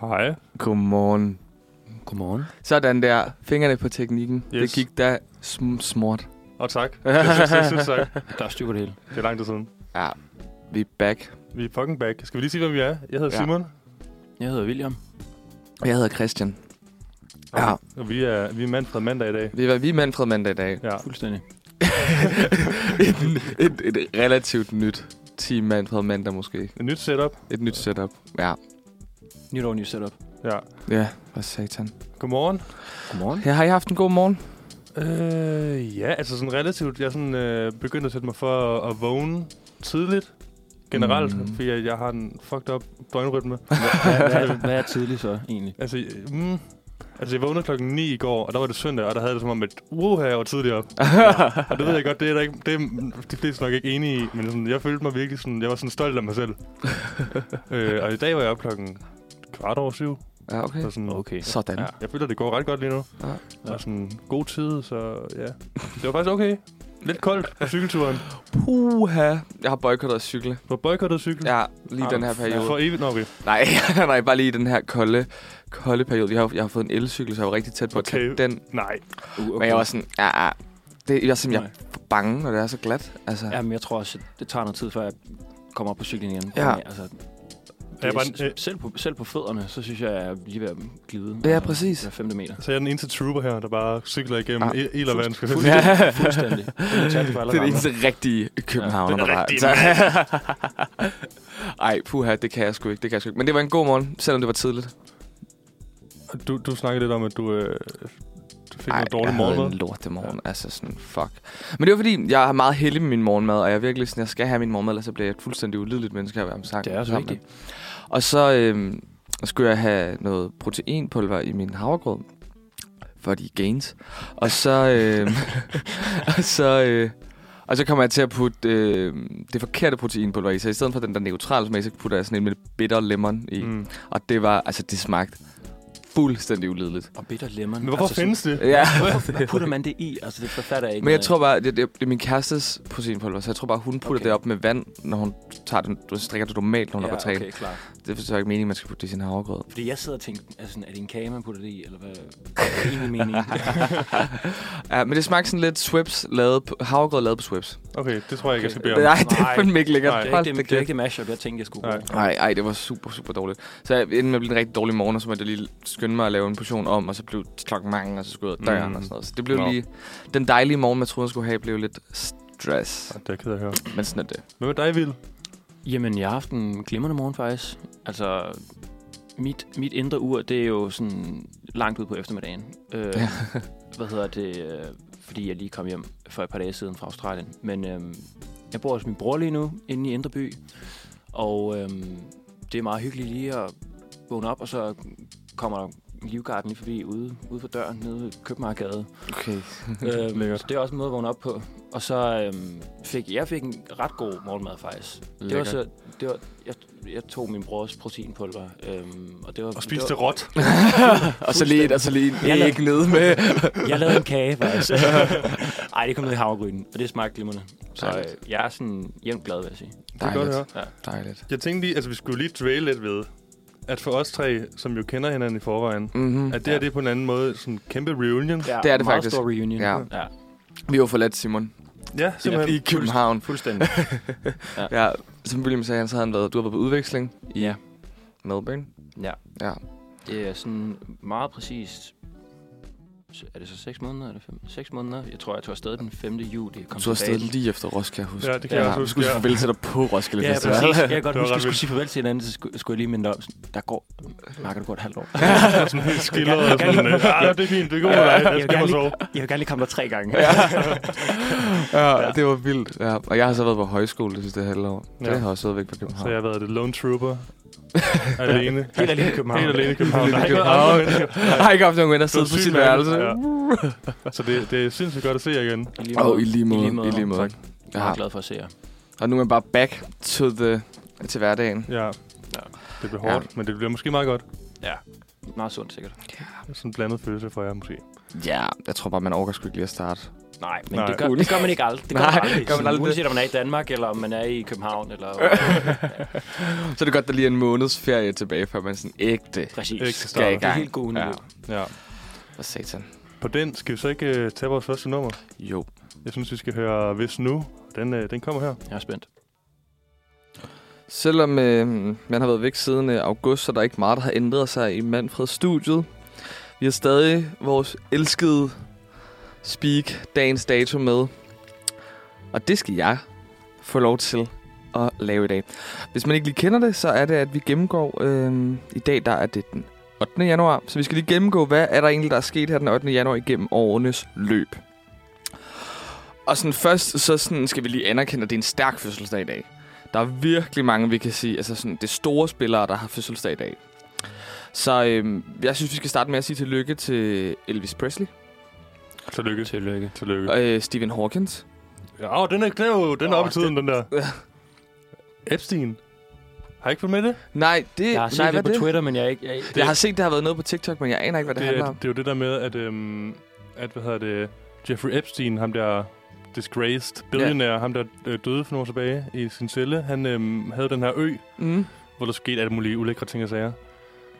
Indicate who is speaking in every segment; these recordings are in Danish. Speaker 1: Hej.
Speaker 2: Godmorgen.
Speaker 3: Godmorgen.
Speaker 2: Sådan der. Fingrene på teknikken. Yes. Det
Speaker 1: Yes.
Speaker 2: gik da sm- smort.
Speaker 1: Og tak. Jeg synes, jeg synes, tak.
Speaker 3: Der er styr på det hele.
Speaker 1: Det er lang tid siden.
Speaker 2: Ja, vi er back.
Speaker 1: Vi er fucking back. Skal vi lige sige, hvem vi er? Jeg hedder
Speaker 2: Ja.
Speaker 1: Simon.
Speaker 3: Jeg hedder William.
Speaker 2: Og jeg hedder Christian. Ja,
Speaker 1: Og vi er, vi er Manfred Mandag i dag.
Speaker 2: vi var vi er Manfred Mandag i dag.
Speaker 1: Ja.
Speaker 3: Fuldstændig.
Speaker 2: et, et, et relativt nyt team Manfred Mandag måske.
Speaker 1: Et nyt setup.
Speaker 2: Et nyt setup. Ja.
Speaker 3: Nyt år, nyt setup.
Speaker 1: Ja.
Speaker 2: Ja, for satan.
Speaker 1: Godmorgen.
Speaker 3: Godmorgen.
Speaker 2: Ja, har I haft en god morgen?
Speaker 1: Øh, ja, altså sådan relativt. Jeg er sådan, øh, begyndt at sætte mig for at, at vågne tidligt. Generelt,
Speaker 2: Mm.
Speaker 1: mm. fordi jeg, jeg har en fucked up døgnrytme.
Speaker 3: Hvad, hvad, er, hvad er tidligt så egentlig?
Speaker 1: Altså, øh, mm, altså, jeg vågnede klokken 9 i går, og der var det søndag, og der havde det som om, at uha, jeg var tidligere op. Og det ved jeg godt, det er, der ikke, det er de fleste nok ikke enige i, men sådan, jeg følte mig virkelig sådan, jeg var sådan stolt af mig selv. øh, og i dag var jeg op klokken kvart over syv.
Speaker 2: ja, okay.
Speaker 1: Så sådan,
Speaker 3: Okay.
Speaker 2: Sådan.
Speaker 1: ja, jeg føler, det går ret godt lige nu.
Speaker 2: Ja.
Speaker 1: Og sådan god tid, så ja. Det var faktisk okay. Lidt koldt på cykelturen.
Speaker 2: Puha. Jeg har boykottet at cykle.
Speaker 1: Du har boykottet cykel.
Speaker 2: Ja, lige
Speaker 1: Ah,
Speaker 2: den her periode.
Speaker 1: For evigt, Nå, okay.
Speaker 2: Nej, nej, bare lige i den her kolde, kolde periode. Jeg har, jeg har fået en elcykel, så jeg var rigtig tæt på at tage
Speaker 1: Okay.
Speaker 2: den.
Speaker 1: Nej.
Speaker 3: Uh, okay.
Speaker 2: Men jeg var sådan, ja, ja. Det, jeg er simpelthen
Speaker 3: Nej.
Speaker 2: jeg er bange, når det er så glat. Altså, ja.
Speaker 3: Jamen, jeg tror også, det tager noget tid, før jeg kommer op på cyklen igen.
Speaker 2: Ja.
Speaker 3: Altså,
Speaker 1: Jeg er
Speaker 3: jeg
Speaker 1: bare,
Speaker 3: bare,
Speaker 1: øh,
Speaker 3: selv, på, selv på fødderne, så synes jeg, jeg er lige ved at glide.
Speaker 2: Ja,
Speaker 3: Altså,
Speaker 2: præcis.
Speaker 3: Hver femte meter.
Speaker 1: Så jeg er den eneste trooper her, der bare cykler igennem
Speaker 2: Ah,
Speaker 1: ah, ild og vand. Skal jeg
Speaker 3: Fuldstændig.
Speaker 1: sige.
Speaker 2: Ja.
Speaker 3: Fuldstændig. Det
Speaker 2: det er det eneste rigtige københavner,
Speaker 1: Ja,
Speaker 2: ja,
Speaker 1: det
Speaker 2: der
Speaker 1: er
Speaker 2: var.
Speaker 1: rigtigt,
Speaker 2: Så- Ej, puha, det kan jeg sgu ikke, det kan jeg sgu ikke. Men det var en god morgen, selvom det var tidligt.
Speaker 1: Du, du snakkede lidt om, at du, øh, du fik
Speaker 2: Ej,
Speaker 1: noget dårlig
Speaker 2: jeg havde en
Speaker 1: morgenmad.
Speaker 2: lorte morgen, altså sådan, fuck. Men det var fordi, jeg er meget heldig med min morgenmad, og jeg er virkelig sådan, jeg skal have min morgenmad, ellers så bliver jeg et fuldstændig ulideligt menneske at være om
Speaker 3: Det er også vigtigt.
Speaker 2: Og så øh, skulle jeg have noget proteinpulver i min havregrød. Fordi gains. Og så, øh, og så, øh, og så kommer jeg til at putte øh, det forkerte proteinpulver i. Så i stedet for den der neutrale smag, så putter jeg sådan en med bitter lemon i. Mm.
Speaker 1: Mm.
Speaker 2: Og det var, altså det smagte fuldstændig ulideligt.
Speaker 3: Og bitter lemon.
Speaker 1: Men hvorfor altså,
Speaker 3: sådan-
Speaker 1: findes det?
Speaker 2: Ja.
Speaker 3: Hvad putter man det i? Altså, det forfatter jeg ikke.
Speaker 2: Men jeg
Speaker 3: noget
Speaker 2: tror bare, det, det, det er min kærestes proteinpulver, så jeg tror bare, hun putter okay.
Speaker 3: Okay.
Speaker 2: det op med vand, når hun tager den, du strikker det normalt, når hun
Speaker 3: af.
Speaker 2: ja, er på
Speaker 3: Ja,
Speaker 2: træning.
Speaker 3: okay, klar.
Speaker 2: Det forstår jeg ikke meningen, man skal putte det i sin havregrød.
Speaker 3: Fordi jeg sidder og tænker, altså, sådan, er det en kage, man putter det i? Eller hvad hvad er egentlig meningen?
Speaker 2: Ja, men det smagte sådan lidt Swips lavet på, havregrød lavet på Swips.
Speaker 1: Okay, det tror jeg ikke, jeg skal bede om.
Speaker 2: Nej, det er
Speaker 3: Nej.
Speaker 2: fandme ikke lækkert.
Speaker 1: Nej.
Speaker 3: Det er
Speaker 2: Hold
Speaker 3: ikke
Speaker 2: da
Speaker 3: det, det, er ikke
Speaker 2: kæft.
Speaker 3: det mashup, jeg tænkte, jeg skulle
Speaker 1: Nej.
Speaker 3: bruge.
Speaker 2: Nej, ej, det var super, super dårligt. Så jeg endte med at blive en rigtig dårlig morgen, og så måtte jeg lige skynde mig at lave en portion om, og så blev klokken mange, og så skulle jeg ud af døren
Speaker 1: Mm.
Speaker 2: og sådan noget. Så det blev
Speaker 1: Nå.
Speaker 2: lige... Den dejlige morgen, jeg troede, jeg skulle have, blev lidt stress.
Speaker 1: Ah, Det er jeg ked af at høre.
Speaker 2: Men sådan er det.
Speaker 1: Hvad med dig, Vil?
Speaker 3: Jamen, jeg har haft en glimrende morgen faktisk. Altså, mit, mit indre ur, det er jo sådan langt ud på eftermiddagen. Øh, hvad hedder det? øh, Fordi jeg lige kom hjem for et par dage siden fra Australien. Men øh, jeg bor hos min bror lige nu, inde i Indre By. Og øh, det er meget hyggeligt lige at vågne op, og så kommer der livgarden lige forbi ude, ude for døren nede ved Købmarkedet.
Speaker 2: Okay.
Speaker 3: øhm,
Speaker 1: Lækkert.
Speaker 3: så det er også en måde at vågne op på. Og så øhm, fik jeg fik en ret god morgenmad faktisk. Det var
Speaker 2: Lækkert.
Speaker 3: så, det var, jeg, jeg tog min brors proteinpulver, øhm, og det var...
Speaker 1: Og spiste det
Speaker 3: det
Speaker 1: råt.
Speaker 2: og så lige, et- og så lige
Speaker 3: Jeg
Speaker 2: en
Speaker 3: lader-
Speaker 2: æg nede med.
Speaker 3: var, Jeg lavede en kage faktisk. Ej, det kom ned i havregrynen, og det smagte glimrende. Så
Speaker 2: Dejligt.
Speaker 3: øh, jeg er sådan jævnt glad, vil jeg sige.
Speaker 1: Det er godt at høre.
Speaker 2: Dejligt.
Speaker 1: Jeg tænkte lige, altså vi skulle lige dvæle lidt ved, at for os tre, som jo kender hinanden i forvejen,
Speaker 2: Mm-hmm.
Speaker 1: at det her det er på en anden måde sådan en kæmpe reunion.
Speaker 3: Ja,
Speaker 2: Det er det
Speaker 3: meget
Speaker 2: faktisk.
Speaker 3: stor reunion.
Speaker 2: Ja.
Speaker 3: ja.
Speaker 2: Vi var forladt Simon
Speaker 1: Ja,
Speaker 2: i
Speaker 1: simpelthen.
Speaker 2: København.
Speaker 3: Fuldstændig.
Speaker 2: Ja, som William sagde, så havde han været, du har været på udveksling
Speaker 3: ja.
Speaker 2: i Melbourne.
Speaker 3: ja.
Speaker 2: Ja.
Speaker 3: Det er sådan meget præcist... Er det så 6 måneder eller 5? 6 måneder? Jeg tror, jeg tog afsted den 5. juli. Jeg Kom
Speaker 2: Du har
Speaker 3: tilbage
Speaker 2: stadig lige efter Roskilde, kan jeg huske.
Speaker 1: Ja, det kan jeg også
Speaker 2: du
Speaker 1: huske,
Speaker 2: skulle
Speaker 1: ja.
Speaker 2: farvel til dig på Roskilde
Speaker 3: Ja,
Speaker 2: Festival.
Speaker 3: præcis. Jeg kan godt
Speaker 1: Det var
Speaker 3: huske,
Speaker 1: ret
Speaker 3: at skulle
Speaker 1: vildt.
Speaker 3: sige farvel til hinanden, så skulle, skulle jeg lige minde dig om, sådan, der går, Marker, der går et halvt år.
Speaker 1: Sådan helt skiller og sådan, øh, ah, det er fint, det går med dig, jeg
Speaker 3: Jeg vil
Speaker 1: skal
Speaker 3: gerne
Speaker 1: mig
Speaker 3: lige-
Speaker 1: sove.
Speaker 3: jeg vil gerne lige komme der tre gange.
Speaker 2: ja, det var vildt. Ja. Og jeg har så været på højskole det sidste halve år. Ja.
Speaker 1: Ja.
Speaker 2: Det har også været væk fra
Speaker 1: Så
Speaker 2: København.
Speaker 1: jeg har været det lone trooper. alene.
Speaker 3: Helt alene i København.
Speaker 1: Helt alene i København. Der har ikke været
Speaker 2: København.
Speaker 1: andre mennesker.
Speaker 2: Jeg har ikke haft nogen venner sidde på
Speaker 1: syg
Speaker 2: sit
Speaker 1: mand.
Speaker 2: værelse.
Speaker 1: Ja. Så det, det er sindssygt godt at se jer igen.
Speaker 3: I lige
Speaker 2: Åh, i lige måde. I lige måde.
Speaker 3: Tak. Jeg
Speaker 2: Ja.
Speaker 3: er meget glad for at se jer.
Speaker 2: Og nu er man bare back to the, til hverdagen.
Speaker 1: Ja.
Speaker 3: Ja.
Speaker 1: Det bliver hårdt, men det bliver måske meget godt.
Speaker 3: Ja. meget sundt sikkert.
Speaker 1: Sådan en blandet følelse for jer måske.
Speaker 2: Ja, jeg tror bare, man overgår sgu ikke lige at starte.
Speaker 3: Nej, men
Speaker 1: Nej.
Speaker 3: Nej. Det, gør, det gør man ikke aldrig. Det gør
Speaker 2: Nej,
Speaker 3: man aldrig.
Speaker 2: gør man aldrig det.
Speaker 3: Uanset om man er i Danmark, eller om man er i København, eller...
Speaker 2: Så er det godt, der lige er en måneds ferie tilbage, før man sådan ægte
Speaker 3: Præcis.
Speaker 1: Ikke
Speaker 2: skal i
Speaker 1: starter.
Speaker 2: gang.
Speaker 3: Det er helt god
Speaker 2: ja.
Speaker 3: ja.
Speaker 1: Ja.
Speaker 2: For satan.
Speaker 1: På den skal vi så ikke øh, tage vores første nummer.
Speaker 2: Jo.
Speaker 1: Jeg synes, vi skal høre Hvis Nu. Den, øh, den kommer her.
Speaker 3: Jeg er spændt.
Speaker 2: Selvom øh, man har været væk siden øh, august, så er der ikke meget, der har ændret sig i Manfreds studiet. Vi har stadig vores elskede speak dagens dato med. Og det skal jeg få lov til at lave i dag. Hvis man ikke lige kender det, så er det, at vi gennemgår... Øh, I dag der er det den 8. januar. Så vi skal lige gennemgå, hvad er der egentlig, der er sket her den 8. januar igennem årenes løb. Og sådan først, så sådan skal vi lige anerkende, at det er en stærk fødselsdag i dag. Der er virkelig mange, vi kan sige. Altså sådan, det er store spillere, der har fødselsdag i dag. Så øhm, jeg synes, vi skal starte med at sige tillykke til Elvis Presley
Speaker 1: Tillykke.
Speaker 3: Tillykke.
Speaker 1: Tillykke.
Speaker 2: og øh, Stephen Hawkins.
Speaker 1: Ja, åh, den er, den er jo den er
Speaker 2: Åh,
Speaker 1: oppe i tiden, den der. Epstein. Har I ikke fået med det?
Speaker 2: Nej, det,
Speaker 3: Jeg har set
Speaker 2: nej,
Speaker 3: Nej, det
Speaker 2: hvad
Speaker 3: på
Speaker 2: er
Speaker 3: det? Twitter, men jeg er ikke... Jeg, det,
Speaker 2: Jeg har set, der har været noget på TikTok, men jeg aner ikke, hvad det, det
Speaker 1: det,
Speaker 2: handler
Speaker 1: er,
Speaker 2: om.
Speaker 1: det er jo det der med, at, øhm, at hvad hedder det, Jeffrey Epstein, ham der disgraced billionaire, ham der øh, døde for nogle år tilbage i sin celle, han øhm, havde den her ø,
Speaker 2: Mm.
Speaker 1: hvor der skete alle mulige ulækre ting og sager.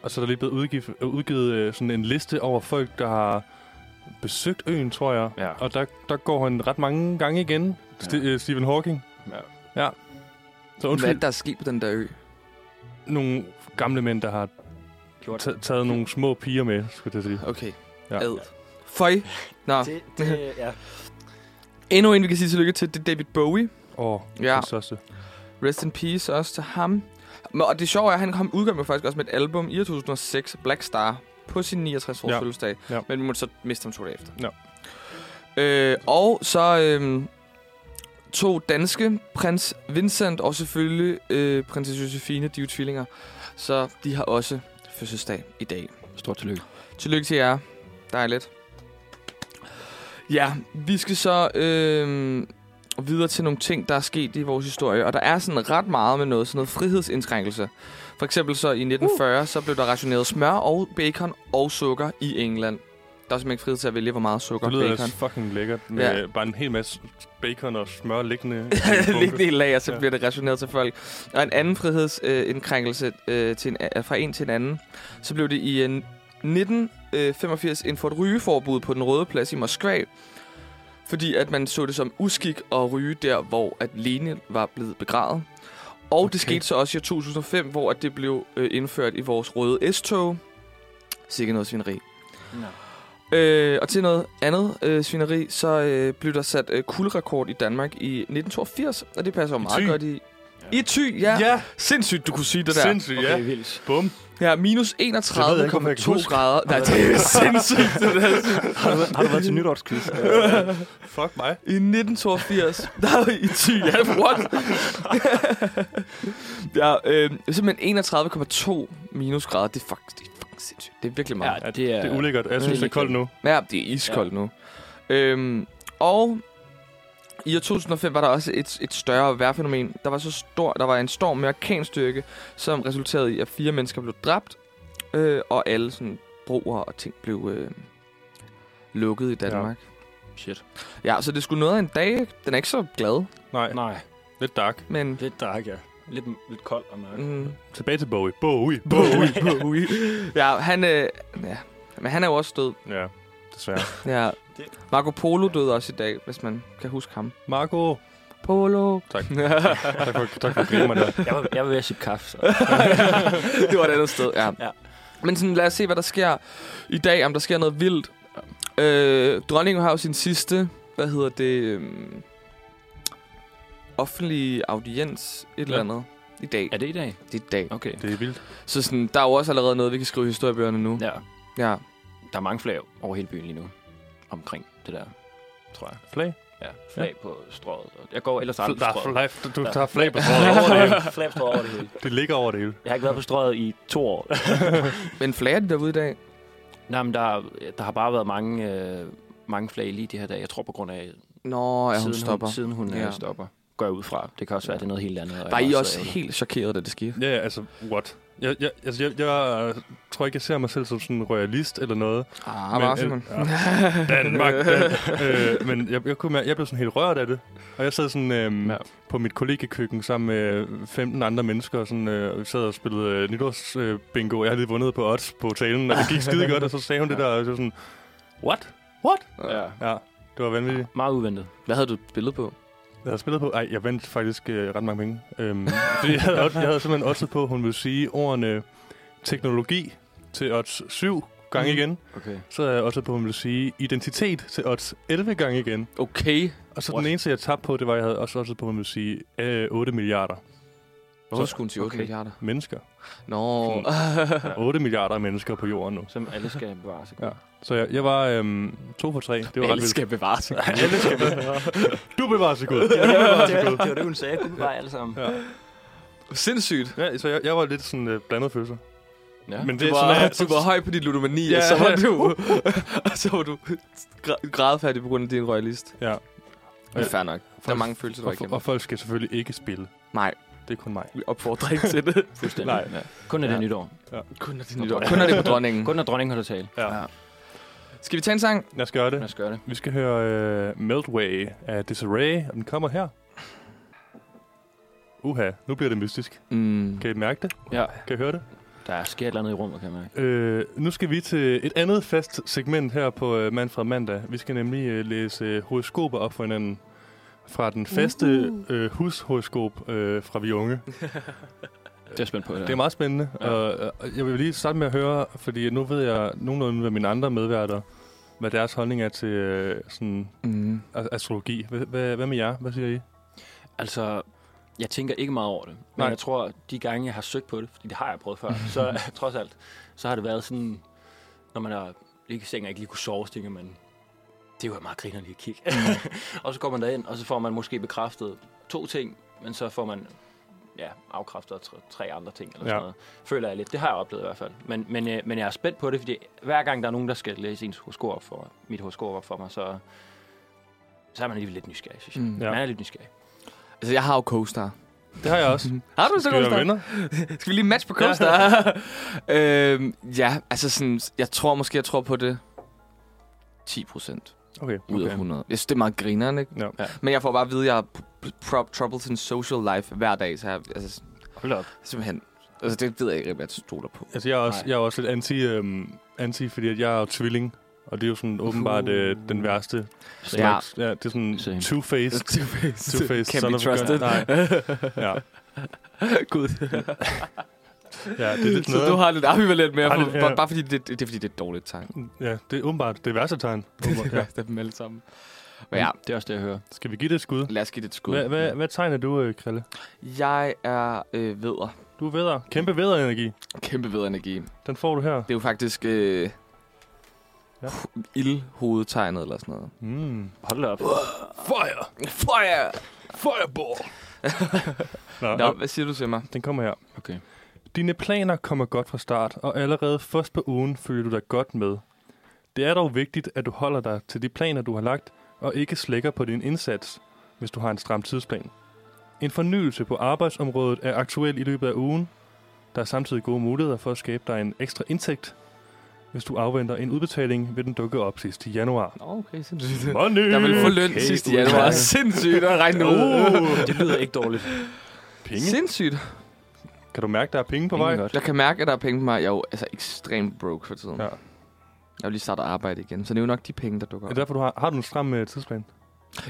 Speaker 1: Og så er der lige blevet udgivet, øh, udgivet øh, sådan en liste over folk, der har besøgt øen, tror jeg.
Speaker 3: Ja.
Speaker 1: Og der, der går han ret mange gange igen, ja. St- øh, Stephen Hawking.
Speaker 3: Ja.
Speaker 1: ja. Så
Speaker 2: Hvad er
Speaker 1: undskyld,
Speaker 2: det, der er sket på den der ø?
Speaker 1: nogle gamle mænd, der har ta- taget nogle små piger med, skulle jeg til at sige.
Speaker 2: Okay.
Speaker 1: Ja.
Speaker 2: Ad. Føj. Nå,
Speaker 3: det, det, ja.
Speaker 2: endnu en, vi kan sige tillykke til, det er David Bowie.
Speaker 1: Åh, ja.
Speaker 2: Ja.
Speaker 1: den største.
Speaker 2: Rest in peace også til ham. Men- Og det sjove er, at han kom udgav jo faktisk også med et album i 2006, Black Star, på sin 69 års
Speaker 1: Ja.
Speaker 2: ja. fødselsdag.
Speaker 1: Ja.
Speaker 2: Ja. Men vi måtte så miste ham to dage efter.
Speaker 1: Ja.
Speaker 2: Øh, og så øh, to danske, prins Vincent og selvfølgelig øh, prinsesse Josefine, de er jo tvillinger. Så de har også fødselsdag i dag.
Speaker 3: Stort tillykke.
Speaker 2: Tillykke til jer. Dejligt. Ja, vi skal så øh, videre til nogle ting, der er sket i vores historie. Og der er sådan ret meget med noget, sådan noget frihedsindskrænkelse. For eksempel så i 1940, uh. så blev der rationeret smør og bacon og sukker i England. Der er simpelthen ikke frihed til at vælge, hvor meget sukker
Speaker 1: Det
Speaker 2: og
Speaker 1: lyder
Speaker 2: bacon.
Speaker 1: bacon. fucking lækkert. Med ja.
Speaker 2: Ja.
Speaker 1: bare en hel masse bacon og smør liggende. i en
Speaker 2: liggende
Speaker 1: bunke.
Speaker 2: i lager, så
Speaker 1: Ja.
Speaker 2: ja. bliver det rationeret til folk. Og en anden frihedsindkrænkelse øh, indkrænkelse, øh, til en, øh, fra en til en anden, så blev det i øh, 1985 indført rygeforbud på den røde plads i Moskva, fordi at man så det som uskik at ryge der, hvor at Lenin var blevet begravet. Og okay.
Speaker 1: Okay.
Speaker 2: det skete så også i år 2005, hvor at det blev øh, indført i vores røde S-tog. Sikke noget svineri.
Speaker 3: Nå.
Speaker 2: Øh, og til noget andet øh, svineri, så øh, blev der sat øh, kulderekord i Danmark i 1982, og det passer jo
Speaker 1: I
Speaker 2: meget
Speaker 1: Thy.
Speaker 2: godt i...
Speaker 3: Ja.
Speaker 2: I Thy, ja.
Speaker 1: ja.
Speaker 2: Sindssygt, du kunne sige det der.
Speaker 1: Sindssygt, ja.
Speaker 3: Okay, vildt.
Speaker 1: Bum.
Speaker 2: ja, minus 31,2
Speaker 1: Det ved jeg ikke, om jeg kan huske.
Speaker 2: grader. Nej, det er sindssygt. Det der.
Speaker 3: Har du, har du været til nytårsquiz?
Speaker 1: Fuck mig.
Speaker 2: I 1982. Nej, i 10. Ja, what? ja, øh, simpelthen 31,2 minusgrader. Det er faktisk, det er fucking sindssygt. Det er virkelig meget.
Speaker 3: ja, det er...
Speaker 1: Det er ulækkert. Jeg synes,
Speaker 3: Øh,
Speaker 1: det er koldt nu.
Speaker 2: Ja, det er iskoldt ja. nu. Øhm, og i år 2005 var der også et, et større vejrfænomen. Der var så stor, der var en storm med orkanstyrke, som resulterede i, at fire mennesker blev dræbt, øh, og alle sådan, broer og ting blev øh, lukket i Danmark.
Speaker 3: Shit.
Speaker 2: Ja. ja, så det skulle noget af en dag. ikke? Den er ikke så glad,
Speaker 1: Nej,
Speaker 3: Nej,
Speaker 1: lidt dark.
Speaker 2: men...
Speaker 3: lidt dark, ja. Lidt, lidt kold og mørk.
Speaker 2: Mm,
Speaker 1: Tilbage til Bowie. Bowie.
Speaker 2: Bowie, Bowie. ja, han, øh, ja, men han er jo også død.
Speaker 1: Ja, desværre.
Speaker 2: Ja. Marco Polo døde også i dag, hvis man kan huske ham.
Speaker 1: Marco.
Speaker 2: Polo.
Speaker 1: Tak. tak for, tak for at grine mig der.
Speaker 3: Jeg var, jeg var ved at sige kaffe, så.
Speaker 2: det var et andet sted, ja.
Speaker 3: Ja.
Speaker 2: ja. Men sådan, lad os se, hvad der sker i dag, om der sker noget vildt. Øh, dronningen har jo sin sidste, hvad hedder det, øhm, offentlige audiens, et
Speaker 1: Ja.
Speaker 2: eller andet, i dag.
Speaker 3: Er det i dag?
Speaker 2: Det er i dag.
Speaker 3: Okay.
Speaker 1: Det er vildt.
Speaker 2: Så sådan, der er jo også allerede noget, vi kan skrive i historiebøgerne
Speaker 1: Mm.
Speaker 2: nu.
Speaker 3: Ja,
Speaker 2: Ja.
Speaker 3: der er mange flag over hele byen lige nu. Omkring det der, tror jeg.
Speaker 1: Flag.
Speaker 3: Ja, flag ja. på strået. og Jeg går ellers aldrig
Speaker 1: Der
Speaker 3: på
Speaker 1: er
Speaker 3: strået.
Speaker 1: flag. Du- Du
Speaker 3: Der-
Speaker 1: tager flag på
Speaker 3: Strøget
Speaker 1: strået over det hele.
Speaker 3: hele. Flag på strøget over det hele.
Speaker 1: Det ligger over det hele.
Speaker 3: Jeg har ikke været på strøget i to år.
Speaker 2: Men flager de derude i dag?
Speaker 3: Nej, men der, der har bare været mange, øh, mange flag lige de her dage. Jeg tror på grund af,
Speaker 2: Nå, ja, hun
Speaker 3: siden,
Speaker 2: stopper.
Speaker 3: Hun, siden hun øh, ja.
Speaker 2: Ja.
Speaker 3: stopper, går jeg ud fra. Det kan også være, at det er noget helt andet. og jeg
Speaker 2: Var I
Speaker 3: bare
Speaker 2: også
Speaker 3: sidder-
Speaker 2: helt chokeret, da det skete?
Speaker 1: Ja, altså, what? Jeg, jeg, altså, jeg, jeg øh, tror ikke, jeg ser mig selv som sådan en royalist eller noget.
Speaker 2: Ah, bare
Speaker 1: øh,
Speaker 2: Simon.
Speaker 1: ja, Danmark, Dan. øh, men jeg, jeg, kunne, mær- jeg blev sådan helt rørt af det. Og jeg sad sådan øh,
Speaker 3: Ja.
Speaker 1: ja. på mit kollegekøkken sammen med 15 andre mennesker, og sådan, øh, vi sad og spillede øh, nytårsbingo. Øh, bingo. jeg havde lige vundet på odds på talen, og det gik skide godt, og så sagde hun det der, og så sådan, what? What?
Speaker 3: Ja.
Speaker 1: Ja, det var vanvittigt.
Speaker 3: Meget uventet.
Speaker 2: Hvad havde du spillet på?
Speaker 1: Jeg havde spillet på... Ej, jeg vandt faktisk øh, ret mange penge. Øhm, fordi jeg havde, odd- jeg havde simpelthen oddset på, at hun ville sige ordene teknologi til odds 7 gange
Speaker 2: Mhm.
Speaker 1: mm. igen.
Speaker 3: Okay.
Speaker 1: Så havde jeg oddset på, at hun ville sige identitet til odds 11 gange igen.
Speaker 2: Okay.
Speaker 1: Og så
Speaker 3: What?
Speaker 1: den eneste, jeg tabte på, det var, at jeg havde også oddset på, at hun ville sige øh, 8 milliarder
Speaker 2: Hvorfor skulle hun til 8
Speaker 3: okay.
Speaker 2: milliarder?
Speaker 1: mennesker.
Speaker 2: Nå.
Speaker 1: Ja. 8 milliarder mennesker på jorden nu.
Speaker 3: Som alle skal bevare sig.
Speaker 1: Ja. Så jeg, jeg var øhm, to for tre. Det var ret vildt.
Speaker 2: bevare sig.
Speaker 1: Alle skal Du bevarer sig godt.
Speaker 3: det var det, hun sagde. Gud bare alle sammen.
Speaker 1: Ja.
Speaker 2: Sindssygt.
Speaker 1: Ja, så jeg, jeg var lidt sådan øh, blandet følelser.
Speaker 3: Ja.
Speaker 1: Men
Speaker 2: Du
Speaker 1: det er
Speaker 2: var,
Speaker 1: sådan,
Speaker 2: du var høj på dit ludomani,
Speaker 1: Ja.
Speaker 2: og så var du, og så var du gra- grædfærdig på grund af din royalist.
Speaker 1: Ja.
Speaker 2: Det er fair nok. Der er mange følelser, du
Speaker 1: Og,
Speaker 2: ikke
Speaker 1: og folk skal selvfølgelig ikke spille.
Speaker 2: Nej.
Speaker 1: Det er kun mig.
Speaker 2: Vi opfordrer ikke til det.
Speaker 3: Fuldstændig.
Speaker 1: Nej.
Speaker 3: Ja. Mm. Kun er det
Speaker 2: Ja.
Speaker 3: nytår.
Speaker 2: Kun er det
Speaker 3: nytår.
Speaker 2: Kun er det på dronningen.
Speaker 3: Kun når dronningen holder tale.
Speaker 1: Ja.
Speaker 2: Ja. Skal vi tage en sang?
Speaker 1: Lad os gøre
Speaker 3: Lad
Speaker 1: det.
Speaker 3: os gøre det.
Speaker 1: Vi skal høre uh, Meltway af Disarray, og den kommer her. Uha, nu bliver det mystisk.
Speaker 2: Mm.
Speaker 1: Kan I mærke det?
Speaker 3: Ja.
Speaker 1: Kan I høre det?
Speaker 3: Der sker et eller andet i rummet, kan jeg mærke.
Speaker 1: Uh, nu skal vi til et andet fast segment her på uh, Manfred Mandag. Vi skal nemlig uh, læse uh, horoskoper op for hinanden. Fra den faste uh, hushoroskop uh, fra vi unge.
Speaker 3: Det er jeg spændt på.
Speaker 1: Det er meget spændende,
Speaker 3: Ja.
Speaker 1: ja. og og jeg vil lige starte med at høre, fordi nu ved jeg nogenlunde, hvad mine andre medværter, hvad deres holdning er til øh, sådan,
Speaker 2: Mm.
Speaker 1: a- astrologi. Hvad, hvad, hvad med jer? Hvad siger I?
Speaker 3: Altså, jeg tænker ikke meget over det. Men
Speaker 1: Nej.
Speaker 3: jeg tror, de gange, jeg har søgt på det, fordi det har jeg prøvet før, så trods alt, så har det været sådan, når man er ligge i sengen og ikke lige kunne sove, så tænker man, det var meget griner lige at kigge.
Speaker 1: Mm.
Speaker 3: og så går man derind, og så får man måske bekræftet to ting, men så får man ja, afkræftet tre, tre andre ting, eller
Speaker 1: Ja.
Speaker 3: sådan noget. Føler jeg lidt. Det har jeg oplevet i hvert fald. Men, men, øh, men jeg er spændt på det, fordi hver gang der er nogen, der skal læse ens horoskop op for, mit horoskop op for mig, så, så er man alligevel lidt nysgerrig, synes jeg.
Speaker 2: Mm.
Speaker 3: Ja.
Speaker 1: Ja.
Speaker 3: Man er lidt nysgerrig.
Speaker 2: Altså, jeg har jo CoStar.
Speaker 1: Det har jeg også.
Speaker 2: Har du så
Speaker 1: Mm. Skal vi
Speaker 2: CoStar?
Speaker 1: være venner?
Speaker 2: Skal vi lige matche på CoStar? øhm, ja, altså sådan, jeg tror måske, jeg tror på det 10 procent
Speaker 1: Okay.
Speaker 2: ud af
Speaker 1: okay.
Speaker 2: 100. Jeg synes, det er meget grineren, ikke?
Speaker 1: Ja.
Speaker 2: Men jeg får bare at vide, at jeg har pr- pr- troubles in social life hver dag, så jeg, altså,
Speaker 3: Hold op.
Speaker 2: simpelthen, altså det ved jeg ikke, hvad jeg stoler på.
Speaker 1: Altså, jeg er også,
Speaker 3: Nej.
Speaker 1: jeg er også lidt anti, øhm, anti, fordi at jeg er jo tvilling, og det er jo sådan åbenbart øh, den værste.
Speaker 2: Ja.
Speaker 1: slags. ja. Det er sådan
Speaker 3: Same.
Speaker 1: two-faced.
Speaker 2: Two-faced.
Speaker 1: Two-faced
Speaker 2: Can
Speaker 1: son
Speaker 2: be
Speaker 1: of a gun.
Speaker 2: trusted.
Speaker 1: Nej. Ja.
Speaker 2: Gud.
Speaker 1: ja, det er lidt
Speaker 2: Så du
Speaker 1: noget.
Speaker 2: har lidt ambivalent med,
Speaker 1: Har
Speaker 2: for,
Speaker 1: det-
Speaker 2: bare,
Speaker 1: ja.
Speaker 2: bare fordi det, det, er fordi, det er et dårligt tegn.
Speaker 1: Ja, det er åbenbart det værste tegn.
Speaker 2: Det
Speaker 1: Åbenbart,
Speaker 2: er
Speaker 1: ja.
Speaker 2: dem alle sammen. Men ja,
Speaker 3: Det er også det, jeg hører.
Speaker 1: Skal vi give det et skud?
Speaker 2: lad os give det et skud.
Speaker 1: Hvad, hvad, hvad tegn er du, øh, Krille?
Speaker 2: Jeg er øh, vedder.
Speaker 1: Du er vædder. Kæmpe vædderenergi.
Speaker 2: Kæmpe ved energi.
Speaker 1: Den får du her.
Speaker 2: Det er jo faktisk øh, ja.
Speaker 1: Ja.
Speaker 2: ildhovedtegnet eller sådan noget.
Speaker 1: Mm.
Speaker 3: Hold da op.
Speaker 1: Fire!
Speaker 2: Fire!
Speaker 1: Fireball! Nå,
Speaker 2: Nå,
Speaker 1: Nå,
Speaker 2: hvad siger du til mig?
Speaker 1: den kommer her.
Speaker 3: Okay.
Speaker 1: Dine planer kommer godt fra start, og allerede først på ugen følger du dig godt med. Det er dog vigtigt, at du holder dig til de planer, du har lagt, og ikke slækker på din indsats, hvis du har en stram tidsplan. En fornyelse på arbejdsområdet er aktuel i løbet af ugen. Der er samtidig gode muligheder for at skabe dig en ekstra indtægt, hvis du afventer en udbetaling, vil den dukke op sidst i januar.
Speaker 2: Nå, okay, sindssygt.
Speaker 1: Money!
Speaker 2: Jeg vil få løn okay, sidst i januar. Sindssygt at
Speaker 3: Øh,
Speaker 2: regne ud.
Speaker 1: Uh,
Speaker 3: Det lyder ikke dårligt.
Speaker 1: penge.
Speaker 2: Sindssygt.
Speaker 1: Kan du mærke, der er penge på vej?
Speaker 3: Godt.
Speaker 2: Jeg kan mærke, at der er penge på mig. Jeg er jo altså ekstremt broke for tiden.
Speaker 1: Ja.
Speaker 2: Jeg vil lige starte at arbejde igen, så det er jo nok de penge, der dukker
Speaker 1: Er
Speaker 2: op.
Speaker 1: det derfor, du har, har du en stram uh, tidsplan?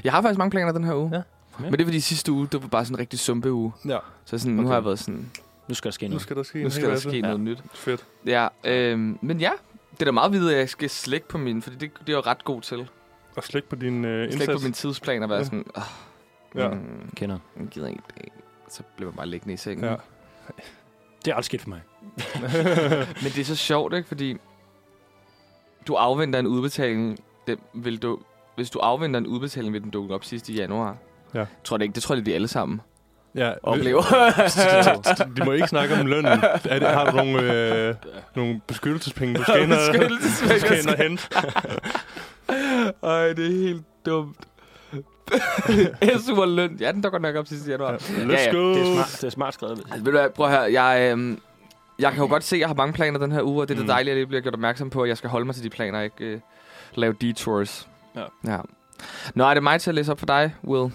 Speaker 2: Jeg har faktisk mange planer den her uge.
Speaker 1: Ja.
Speaker 2: Men det er fordi sidste uge, det var bare sådan en rigtig sumpeuge.
Speaker 1: Ja.
Speaker 2: Så sådan, nu
Speaker 3: Okay.
Speaker 2: har jeg været sådan,
Speaker 3: Nu skal der ske
Speaker 1: Nu
Speaker 3: noget.
Speaker 1: skal der ske
Speaker 2: nu skal der ske noget nyt.
Speaker 1: Fedt.
Speaker 2: Ja, øhm, men ja, det er da meget vidt, at jeg skal slække på min, fordi det, det er jo ret god til.
Speaker 1: Og slæk på din uh,
Speaker 2: Slække på
Speaker 1: indsats.
Speaker 2: min tidsplan og være
Speaker 1: Ja.
Speaker 2: sådan, oh,
Speaker 1: Ja.
Speaker 2: mm,
Speaker 3: Kender.
Speaker 2: jeg gider ikke det. Så bliver man bare liggende i sengen.
Speaker 1: Ja.
Speaker 3: Det er aldrig sket for mig.
Speaker 2: Men det er så sjovt, ikke? Fordi du afventer en udbetaling, den vil du, hvis du afventer en udbetaling, vil den dukke op sidst i januar.
Speaker 1: Ja.
Speaker 2: Tror det ikke? Det tror jeg, det er de alle sammen
Speaker 1: ja.
Speaker 2: oplever.
Speaker 1: De må ikke snakke om lønnen. Er det, har du nogle, øh, nogle beskyttelsespenge, du skal ind og, du skal ind og hente?
Speaker 2: Ej, det er helt dumt. SU og løn. Ja, den dukker nok op sidste januar.
Speaker 1: Let's
Speaker 2: ja.
Speaker 1: go!
Speaker 3: Det er smart, det er smart skrevet.
Speaker 2: Altså, ved du hvad, prøv at høre. Jeg, øhm, Jeg kan jo godt se, at jeg har mange planer den her uge, og det er mm. det dejlige, at jeg lige bliver gjort opmærksom på, at jeg skal holde mig til de planer, og ikke øh, lave detours.
Speaker 3: Ja.
Speaker 2: ja. Nå, er det mig til at læse op for dig, Will?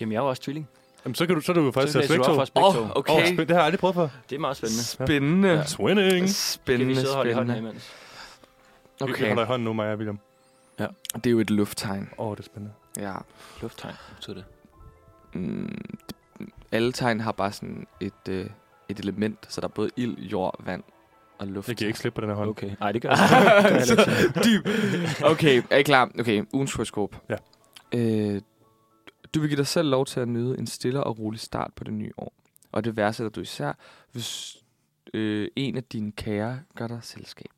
Speaker 3: Jamen, jeg er jo også tvilling.
Speaker 1: Jamen, så, kan du, så er du jo faktisk
Speaker 3: Så
Speaker 1: til
Speaker 3: læser du op for
Speaker 1: spektrum.
Speaker 3: os begge to.
Speaker 2: Åh, okay.
Speaker 1: Åh, spændende. det har jeg aldrig prøvet før.
Speaker 3: Det er meget spændende.
Speaker 2: Spændende.
Speaker 3: Ja.
Speaker 1: Swinning.
Speaker 3: Kan vi
Speaker 2: Spændende,
Speaker 3: sidde og holde i hånden
Speaker 2: spændende.
Speaker 3: imens?
Speaker 1: Okay. Vi
Speaker 2: Okay,
Speaker 1: holder i hånden nu, Maja og William.
Speaker 2: det er jo et lufttegn.
Speaker 1: Åh, oh, det er spændende.
Speaker 2: Ja.
Speaker 3: Lufttegn betyder det.
Speaker 2: Mm, det- alle tegn har bare sådan et, øh, et element, så der er både ild, jord, vand og luft.
Speaker 1: Jeg giver ikke slip på den her hånd. Okay.
Speaker 3: Okay. Nej, det gør jeg ikke. Det gør jeg heller ikke.
Speaker 2: Dyb. Okay, er I klar? Okay, ugens horoskop.
Speaker 1: Ja.
Speaker 2: Øh, du vil give dig selv lov til at nyde en stille og rolig start på det nye år. Og det værdsætter du især, hvis øh, en af dine kære gør dig selskab.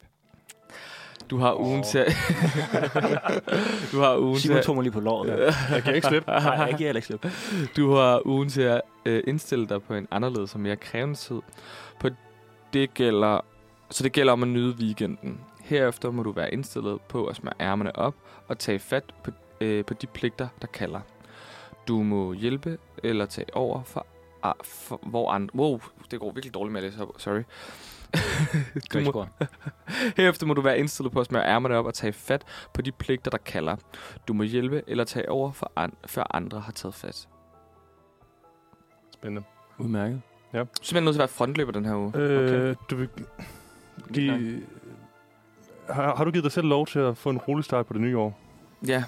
Speaker 2: Du har ugen
Speaker 1: Åh.
Speaker 2: til at... du har ugen til
Speaker 3: Simon
Speaker 2: at...
Speaker 3: tog mig lige på låret.
Speaker 1: Ja. Jeg giver ikke slip.
Speaker 3: Nej, jeg giver heller ikke slip.
Speaker 2: Du har ugen til at øh, indstille dig på en anderledes og mere krævende tid. På det gælder, så det gælder om at nyde weekenden. Herefter må du være indstillet på at smøre ærmerne op og tage fat på, øh, på de pligter, der kalder. Du må hjælpe eller tage over for, ah, for hvor andre... Wow, det går virkelig dårligt med at læse op. Sorry. du må,
Speaker 3: Må...
Speaker 2: Herefter må du være indstillet på at smøre ærmerne op og tage fat på de pligter, der kalder. Du må hjælpe eller tage over, for an- før andre har taget fat.
Speaker 1: Spændende.
Speaker 3: Udmærket.
Speaker 2: Du er simpelthen nødt til at være frontløber den her uge.
Speaker 1: Okay. Øh, du vil give... Har, har du givet dig selv lov til at få en rolig start på det nye år?
Speaker 2: Ja.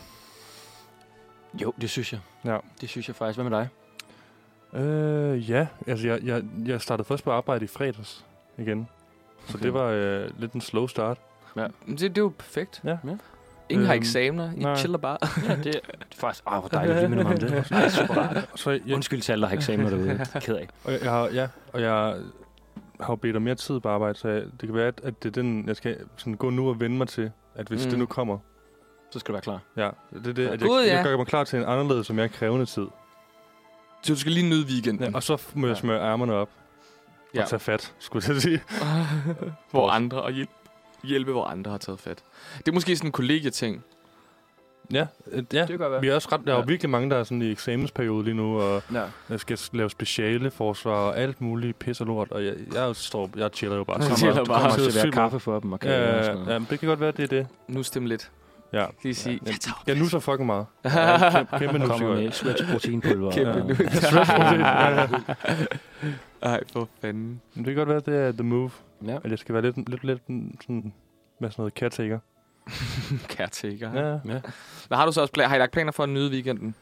Speaker 3: Jo, det synes jeg.
Speaker 1: Ja.
Speaker 3: Det synes jeg faktisk. Hvad med dig?
Speaker 1: Øh, ja. Altså, jeg, jeg, jeg startede først på arbejde i fredags igen. Så
Speaker 2: Okay.
Speaker 1: det var øh, lidt en slow start.
Speaker 2: Men Det, det er jo perfekt.
Speaker 1: Ja.
Speaker 3: Ja.
Speaker 2: Ingen øhm, har
Speaker 1: Øhm,
Speaker 2: eksamener. I
Speaker 1: nej.
Speaker 2: chiller bare.
Speaker 3: Ja, det er faktisk... Åh, hvor dejligt, at du lige minder mig om det. Ej, super rart.
Speaker 1: Så jeg,
Speaker 3: Undskyld til alle, der har eksamener derude. Det er ked af.
Speaker 1: og jeg, jeg har, ja, og jeg har jo bedt om mere tid på arbejde, så jeg, det kan være, at, at det er den, jeg skal sådan gå nu og vende mig til, at hvis
Speaker 2: Mm.
Speaker 1: mm. det nu kommer,
Speaker 3: Så skal du være klar.
Speaker 1: ja, det er det, at jeg,
Speaker 2: God, ja.
Speaker 1: jeg gør mig klar til en anderledes og mere krævende tid.
Speaker 2: Så du skal lige nyde weekenden.
Speaker 1: Ja, og så f- må jeg
Speaker 3: Ja.
Speaker 1: smøre ærmerne op ja.
Speaker 2: Ja.
Speaker 1: og tage fat, skulle jeg til at sige.
Speaker 2: hvor andre og hjælpe, hjælpe, hvor andre har taget fat. Det er måske sådan en kollegieting.
Speaker 1: Ja, øh, ja.
Speaker 3: Det kan godt være.
Speaker 1: Vi er også ret, der er jo
Speaker 3: Ja.
Speaker 1: virkelig mange, der er sådan i eksamensperiode lige nu, og
Speaker 3: Ja.
Speaker 1: jeg skal s- lave speciale forsvar og alt muligt pis og lort, og jeg, jeg, står, jeg chiller jo bare
Speaker 2: Du
Speaker 1: så meget.
Speaker 2: chiller
Speaker 1: Du
Speaker 2: bare.
Speaker 1: kommer
Speaker 3: Og
Speaker 1: til at
Speaker 3: servere
Speaker 1: sygt meget.
Speaker 3: kaffe for dem og
Speaker 2: øh,
Speaker 3: kage og
Speaker 1: Ja,
Speaker 3: sådan
Speaker 1: ja,
Speaker 3: noget.
Speaker 1: ja, men det kan godt være, det er det.
Speaker 2: Nu stem lidt.
Speaker 1: Ja.
Speaker 2: Lige sige,
Speaker 1: Ja,
Speaker 2: jeg tager
Speaker 1: Jeg nuser fucking meget.
Speaker 2: over.
Speaker 1: Kæmpe, kæmpe
Speaker 3: Nu kommer
Speaker 1: nusser.
Speaker 3: med sweats proteinpulver.
Speaker 2: Kæmpe
Speaker 3: og-
Speaker 2: nu.
Speaker 1: Ja.
Speaker 2: Ej, for fanden.
Speaker 1: Men det kan godt være, det er the move,
Speaker 3: Ja.
Speaker 1: at jeg skal være lidt, lidt, lidt en- sådan, med sådan noget caretaker.
Speaker 2: Caretaker. Ja.
Speaker 1: Ja.
Speaker 3: Ja.
Speaker 2: Hvad har du så også planer? Har I lagt planer for at nyde weekenden?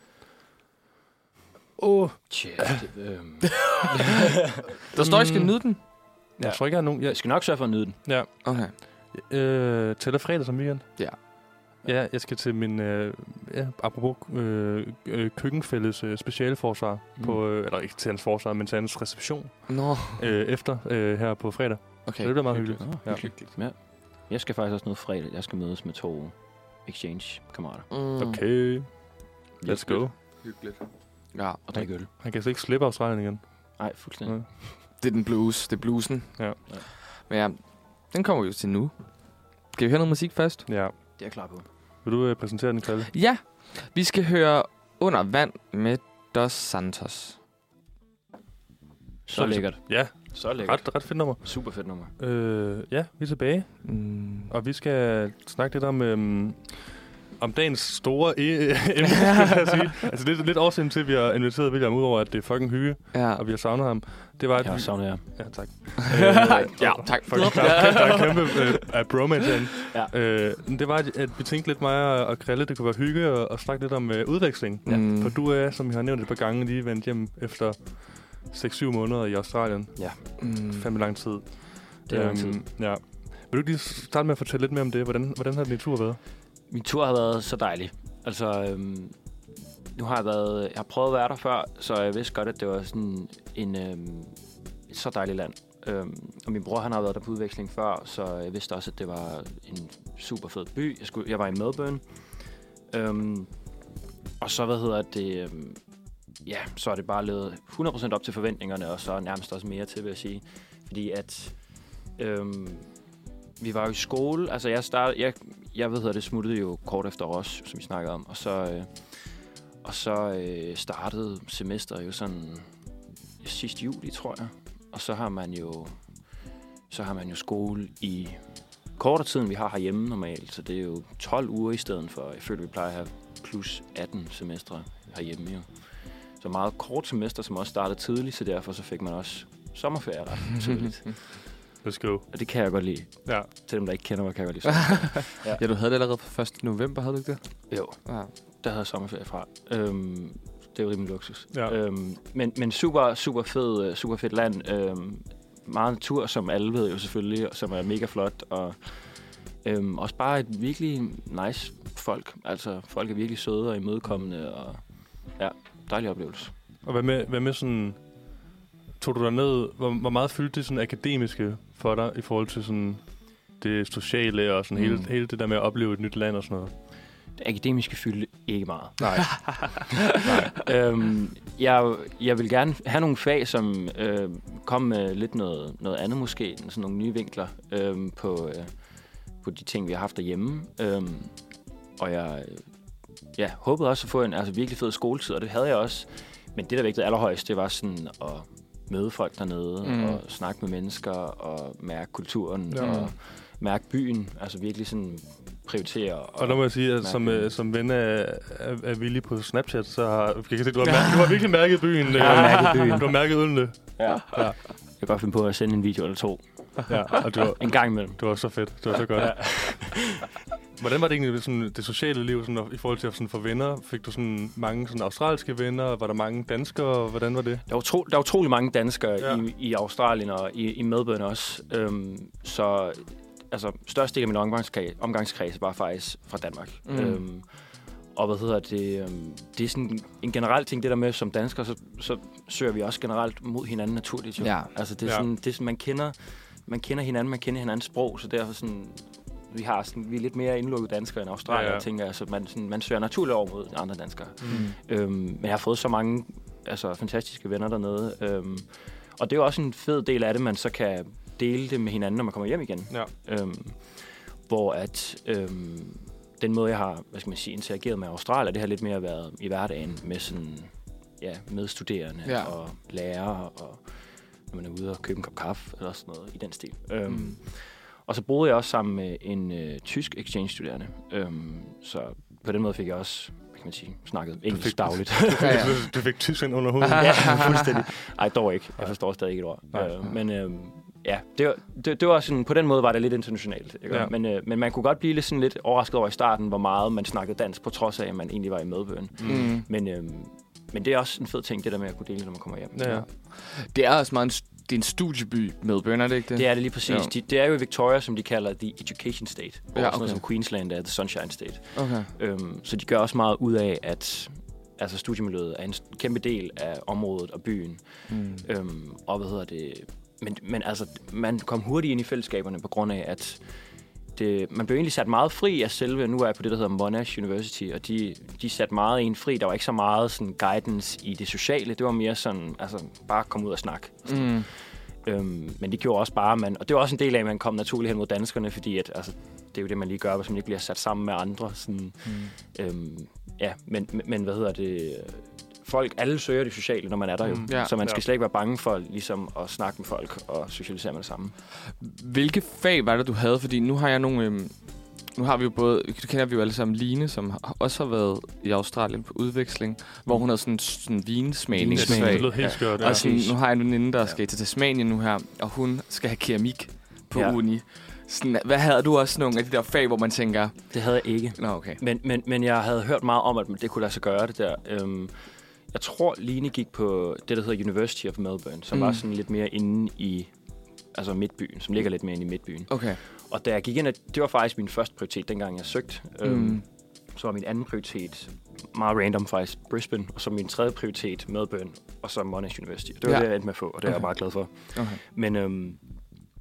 Speaker 1: Åh,
Speaker 3: Tja, det, øhm,
Speaker 2: Der står, I skal
Speaker 1: Mm.
Speaker 2: nyde den.
Speaker 1: jeg tror ikke, jeg har nogen. Jeg,
Speaker 3: Jeg skal nok sørge for at nyde den.
Speaker 2: Okay.
Speaker 1: Øh, tæller fredag som weekend?
Speaker 2: Ja.
Speaker 1: Ja, jeg skal til min, øh, ja, apropos øh, øh, køkkenfælles øh, specialforsvar,
Speaker 3: Mm.
Speaker 1: mm. på, øh, eller ikke til hans forsvar, men til hans reception
Speaker 2: Nå,
Speaker 1: øh, efter øh, her på fredag.
Speaker 2: okay.
Speaker 1: Så det bliver meget hyggeligt.
Speaker 3: Nå,
Speaker 1: Ja.
Speaker 3: hyggeligt. Ja. Jeg skal faktisk også noget fredag. Jeg skal mødes med to exchange-kammerater.
Speaker 2: Mm.
Speaker 1: Okay, let's go.
Speaker 2: Hyggeligt. Ja,
Speaker 3: Og drikke øl.
Speaker 1: Han kan slet ikke slippe Australien igen.
Speaker 3: Nej, fuldstændig.
Speaker 2: det er den blues. Det er bluesen.
Speaker 1: Ja. Ja.
Speaker 2: Men ja, den kommer vi jo til nu. Skal vi høre noget musik først?
Speaker 1: Ja.
Speaker 3: Det er jeg klar på.
Speaker 1: Vil du øh, præsentere den, Kalle?
Speaker 2: Ja, vi skal høre Under Vand med Dos Santos.
Speaker 3: Så lækkert.
Speaker 1: Ja,
Speaker 3: Så lækkert.
Speaker 1: ret, ret fedt nummer.
Speaker 3: Super fedt nummer.
Speaker 1: Øh, ja, vi er tilbage,
Speaker 2: Mm.
Speaker 1: og vi skal snakke lidt om... Øh, om dagens store e- emne, skal jeg sige. Altså, det er lidt årsagen til, at vi har inviteret William, udover at det er fucking hygge,
Speaker 2: Ja.
Speaker 1: og vi har savnet ham. Det var, at
Speaker 3: Jeg
Speaker 1: vi-
Speaker 3: savner jer.
Speaker 1: Ja, tak.
Speaker 2: ja, tak.
Speaker 1: Fuck, der, er, der er kæmpe øh, af bromance herinde.
Speaker 3: Ja.
Speaker 1: Øh, men det var, at, at vi tænkte lidt mig og, og Krille, det kunne være hygge og, og snakke lidt om øh, udveksling.
Speaker 2: Ja. Mm.
Speaker 1: For du er, som jeg har nævnt et par gange, lige vendt hjem efter 6-7 måneder i Australien.
Speaker 2: Mm.
Speaker 1: Fandme lang tid. Øhm,
Speaker 3: Det er lang tid.
Speaker 1: Ja. Vil du ikke lige starte med at fortælle lidt mere om det? Hvordan, hvordan har din tur været?
Speaker 3: Min tur har været så dejlig. Altså, øhm, nu har jeg været... Jeg har prøvet at være der før, så jeg vidste godt, at det var sådan en... Øhm, et så dejligt land. Øhm, og min bror, han har været der på udveksling før, så jeg vidste også, at det var en super fed by. Jeg, skulle, jeg var i Melbourne. Øhm, og så, hvad hedder det... Øhm, ja, så er det bare levet 100% op til forventningerne, og så nærmest også mere til, vil jeg sige. Fordi at... Øhm, vi var jo i skole. Altså, jeg, start, jeg, jeg ved, at det smuttede jo kort efter os, som vi snakkede om. Og så, øh, og så øh, startede semesteret jo sådan sidst juli, tror jeg. Og så har man jo så har man jo skole i kortere tid, end vi har herhjemme normalt. Så det er jo 12 uger i stedet for, jeg føler, vi plejer at have plus 18 semestre herhjemme jo. Så meget kort semester, som også startede tidligt, så derfor så fik man også sommerferie ret tidligt.
Speaker 1: Let's go.
Speaker 3: Og det kan jeg godt lide.
Speaker 1: Ja.
Speaker 3: Til dem, der ikke kender mig, kan jeg godt lide sommerferie.
Speaker 2: Ja, du havde det allerede på 1. november, havde du ikke det?
Speaker 3: Jo,
Speaker 2: Ja.
Speaker 3: der havde jeg sommerferie fra. Øhm, det er jo rimelig luksus.
Speaker 1: Ja.
Speaker 3: Øhm, men, men super, super, fed, øh, super fedt land. Øhm, meget natur, som alle ved jo selvfølgelig, og som er mega flot. Og øhm, også bare et virkelig nice folk. Altså, folk er virkelig søde og imødekommende, og ja, dejlig oplevelse.
Speaker 1: Og hvad med, hvad med sådan... Tog du dig ned, hvor, hvor meget fyldte det sådan akademiske for dig i forhold til sådan det sociale og sådan mm. hele,
Speaker 3: Mm.
Speaker 1: hele det der med at opleve et nyt land og sådan noget?
Speaker 3: Det akademiske fylde ikke meget.
Speaker 1: Nej.
Speaker 3: øhm, jeg, jeg vil gerne have nogle fag, som øh, kom med lidt noget, noget andet måske, sådan nogle nye vinkler øhm, på, øh, på de ting, vi har haft derhjemme. Øhm, og jeg øh, ja, håbede også at få en altså, virkelig fed skoletid, og det havde jeg også. Men det, der vægtede allerhøjst, det var sådan at møde folk dernede,
Speaker 2: Mm.
Speaker 3: mm. og snakke med mennesker, og mærke kulturen,
Speaker 1: Ja.
Speaker 3: ja. og mærke byen. Altså virkelig sådan prioritere.
Speaker 1: Og der må jeg sige, at som, øh, som ven af, af, af Willy på Snapchat, så har, kan jeg se, du har, mærket, du har virkelig mærket byen. øh,
Speaker 3: har mærket byen.
Speaker 1: Du har mærket ølene.
Speaker 3: Ja. ja. Jeg kan godt finde på at sende en video eller to.
Speaker 1: Ja, og det var,
Speaker 3: En gang imellem.
Speaker 1: det var så fedt. Det var så godt. Hvordan var det egentlig sådan, det sociale liv sådan, i forhold til at sådan, for venner? Fik du sådan, mange sådan, australske venner? Var der mange danskere? Hvordan var det?
Speaker 3: Der er, utro, der er utrolig mange danskere
Speaker 1: Ja.
Speaker 3: ja. i, i Australien og i, i Melbourne også. Øhm, så altså, største del af min omgangskreds, omgangskreds var faktisk fra Danmark.
Speaker 2: Mm.
Speaker 3: Mm. Øhm, og hvad hedder det? Øhm, det er sådan en generel ting, det der med, som danskere, så, så søger vi også generelt mod hinanden naturligt. Jo.
Speaker 2: Ja.
Speaker 3: Altså, det er,
Speaker 1: Ja.
Speaker 3: sådan, det er sådan, man kender, man kender hinanden, man kender hinandens sprog, så derfor sådan, vi, har sådan, vi er lidt mere indlukket danskere end australier,
Speaker 1: Ja,
Speaker 3: ja,
Speaker 1: ja.
Speaker 3: ja. tænker jeg. Så man, sådan, man søger naturligt over mod andre danskere.
Speaker 2: Mm.
Speaker 3: Øhm, men jeg har fået så mange altså, fantastiske venner dernede. Øhm, og det er jo også en fed del af det, man så kan dele det med hinanden, når man kommer hjem igen.
Speaker 1: Ja.
Speaker 3: Øhm, hvor at øhm, den måde, jeg har hvad skal man sige, interageret med Australien, det har lidt mere været i hverdagen med sådan, ja, medstuderende
Speaker 2: Ja.
Speaker 3: ja. og lærere, og når man er ude og købe en kop kaffe eller sådan noget i den stil. Øhm,
Speaker 2: Mm.
Speaker 3: Og så boede jeg også sammen med en øh, tysk exchange-studerende, øhm, så på den måde fik jeg også hvad kan man sige, snakket engelsk
Speaker 1: fik-
Speaker 3: dagligt.
Speaker 2: Ja, ja.
Speaker 1: Du, du fik Tyskland under huden.
Speaker 3: ja, fuldstændig. Ej, dog ikke. Jeg forstår stadig ikke et ord.
Speaker 1: Nej.
Speaker 3: Øh, men øh, ja, det var, det, det var sådan, på den måde var det lidt internationalt. Ikke?
Speaker 1: Ja.
Speaker 3: Ja. Men, øh, men man kunne godt blive lidt, sådan lidt overrasket over i starten, hvor meget man snakkede dansk, på trods af, at man egentlig var i medbøen.
Speaker 2: Mm.
Speaker 3: Men, øh, men det er også en fed ting, det der med at kunne dele, når man kommer hjem.
Speaker 1: Ja, ja.
Speaker 2: Det er også meget en, st- det er en studieby med Bønder, er det ikke det?
Speaker 3: Det er det lige præcis.
Speaker 2: Ja.
Speaker 3: Ja. De, det er jo i Victoria, som de kalder The Education State. Hvor
Speaker 2: Ja,
Speaker 3: sådan noget
Speaker 2: okay.
Speaker 3: som Queensland er The Sunshine State.
Speaker 2: Okay.
Speaker 3: Øhm, så de gør også meget ud af, at altså, studiemiljøet er en st- kæmpe del af området og byen.
Speaker 2: Mm.
Speaker 3: Øhm, og hvad hedder det? Men, men altså, man kom hurtigt ind i fællesskaberne på grund af, at det, man blev egentlig sat meget fri af selve, nu er jeg på det, der hedder Monash University, og de, de satte meget en fri. Der var ikke så meget sådan, guidance i det sociale. Det var mere sådan, altså, bare komme ud og snakke.
Speaker 2: Mm.
Speaker 3: Øhm, men det gjorde også bare, at man, og det var også en del af, at man kom naturligt hen mod danskerne, fordi at, altså, det er jo det, man lige gør, hvis man ikke bliver sat sammen med andre. Sådan, mm. øhm, ja, men, men- men hvad hedder det? Folk, alle søger det sociale, når man er der jo.
Speaker 1: Mm.
Speaker 3: Mm.
Speaker 2: Ja.
Speaker 3: Ja, så man skal
Speaker 1: Ja.
Speaker 3: ja. slet ikke være bange for ligesom, at snakke med folk og socialisere med det samme.
Speaker 2: Hvilke fag var det, du havde? Fordi nu har jeg nogle... Øhm, nu har vi jo både, det kender vi jo alle sammen, Line, som har- også har været i Australien på udveksling, hvor hun havde sådan sådan
Speaker 1: Det,
Speaker 2: vinsmagningsfag.
Speaker 1: det lød helt skørt. Ja.
Speaker 2: Og sådan,
Speaker 3: præcis.
Speaker 2: nu har jeg en veninde, der
Speaker 1: Ja.
Speaker 2: skal til Tasmanien nu her, og hun skal have keramik på
Speaker 3: Ja.
Speaker 2: uni. Sådan, hvad havde du også nogle af de der fag, hvor man tænker,
Speaker 3: Det havde jeg ikke.
Speaker 2: nå okay.
Speaker 3: Men, men, men jeg havde hørt meget om, at det kunne lade sig gøre det der. Øhm, jeg tror, Line gik på det, der hedder University of Melbourne, som
Speaker 2: Mm.
Speaker 3: mm. var sådan lidt mere inde i altså midtbyen, som ligger lidt mere inde i midtbyen.
Speaker 2: Okay.
Speaker 3: Og da jeg gik ind, at det var faktisk min første prioritet, dengang jeg søgte. Mm.
Speaker 2: Mm.
Speaker 3: Øhm, så var min anden prioritet, meget random faktisk, Brisbane. Og så min tredje prioritet, Melbourne. Og så Monash University. Det var
Speaker 2: Ja.
Speaker 3: ja. det, jeg endte med at få, og det er jeg
Speaker 2: Okay.
Speaker 3: meget glad for.
Speaker 2: okay.
Speaker 3: Men, øhm,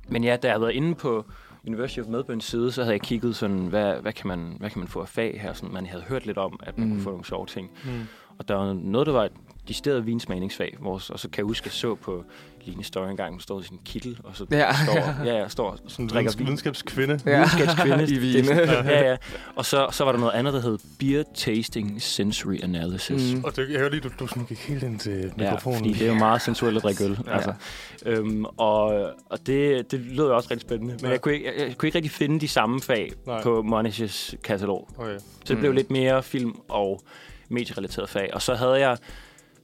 Speaker 3: men ja, da jeg havde været inde på University of Melbournes side, så havde jeg kigget sådan, hvad, hvad, kan, man, hvad kan man få af fag her? Sådan, man havde hørt lidt om, at man
Speaker 2: Mm.
Speaker 3: mm. kunne få nogle sjove ting.
Speaker 1: Mm.
Speaker 3: Og der var noget, der var et decideret vinsmagningsfag, hvor, og så kan jeg huske, at jeg så på Line Støj engang, hun står i sin kittel, og så
Speaker 2: Ja.
Speaker 3: ja. står, ja, ja, står og
Speaker 1: Sådan en
Speaker 3: drikker
Speaker 1: videns-
Speaker 3: vin.
Speaker 1: videnskabskvinde.
Speaker 3: Videnskabskvinde.
Speaker 2: I Wien.
Speaker 3: ja, ja. Og så, så var der noget andet, der hed Beer Tasting Sensory Analysis.
Speaker 2: Mm.
Speaker 1: Og det, jeg hørte lige, du, du sådan gik helt ind til
Speaker 3: Ja,
Speaker 1: mikrofonen.
Speaker 3: fordi det er jo meget sensuelt at drikke øl.
Speaker 1: Ja.
Speaker 3: Ja. Altså. Øhm, og og det, det lød jo også rigtig spændende. Men
Speaker 1: Ja.
Speaker 3: jeg, kunne ikke, jeg, jeg kunne ikke rigtig finde de samme fag
Speaker 1: Nej.
Speaker 3: Nej. på Monish's katalog.
Speaker 1: Okay.
Speaker 3: Så det
Speaker 2: Mm.
Speaker 3: blev lidt mere film- og medierelateret fag. Og så havde jeg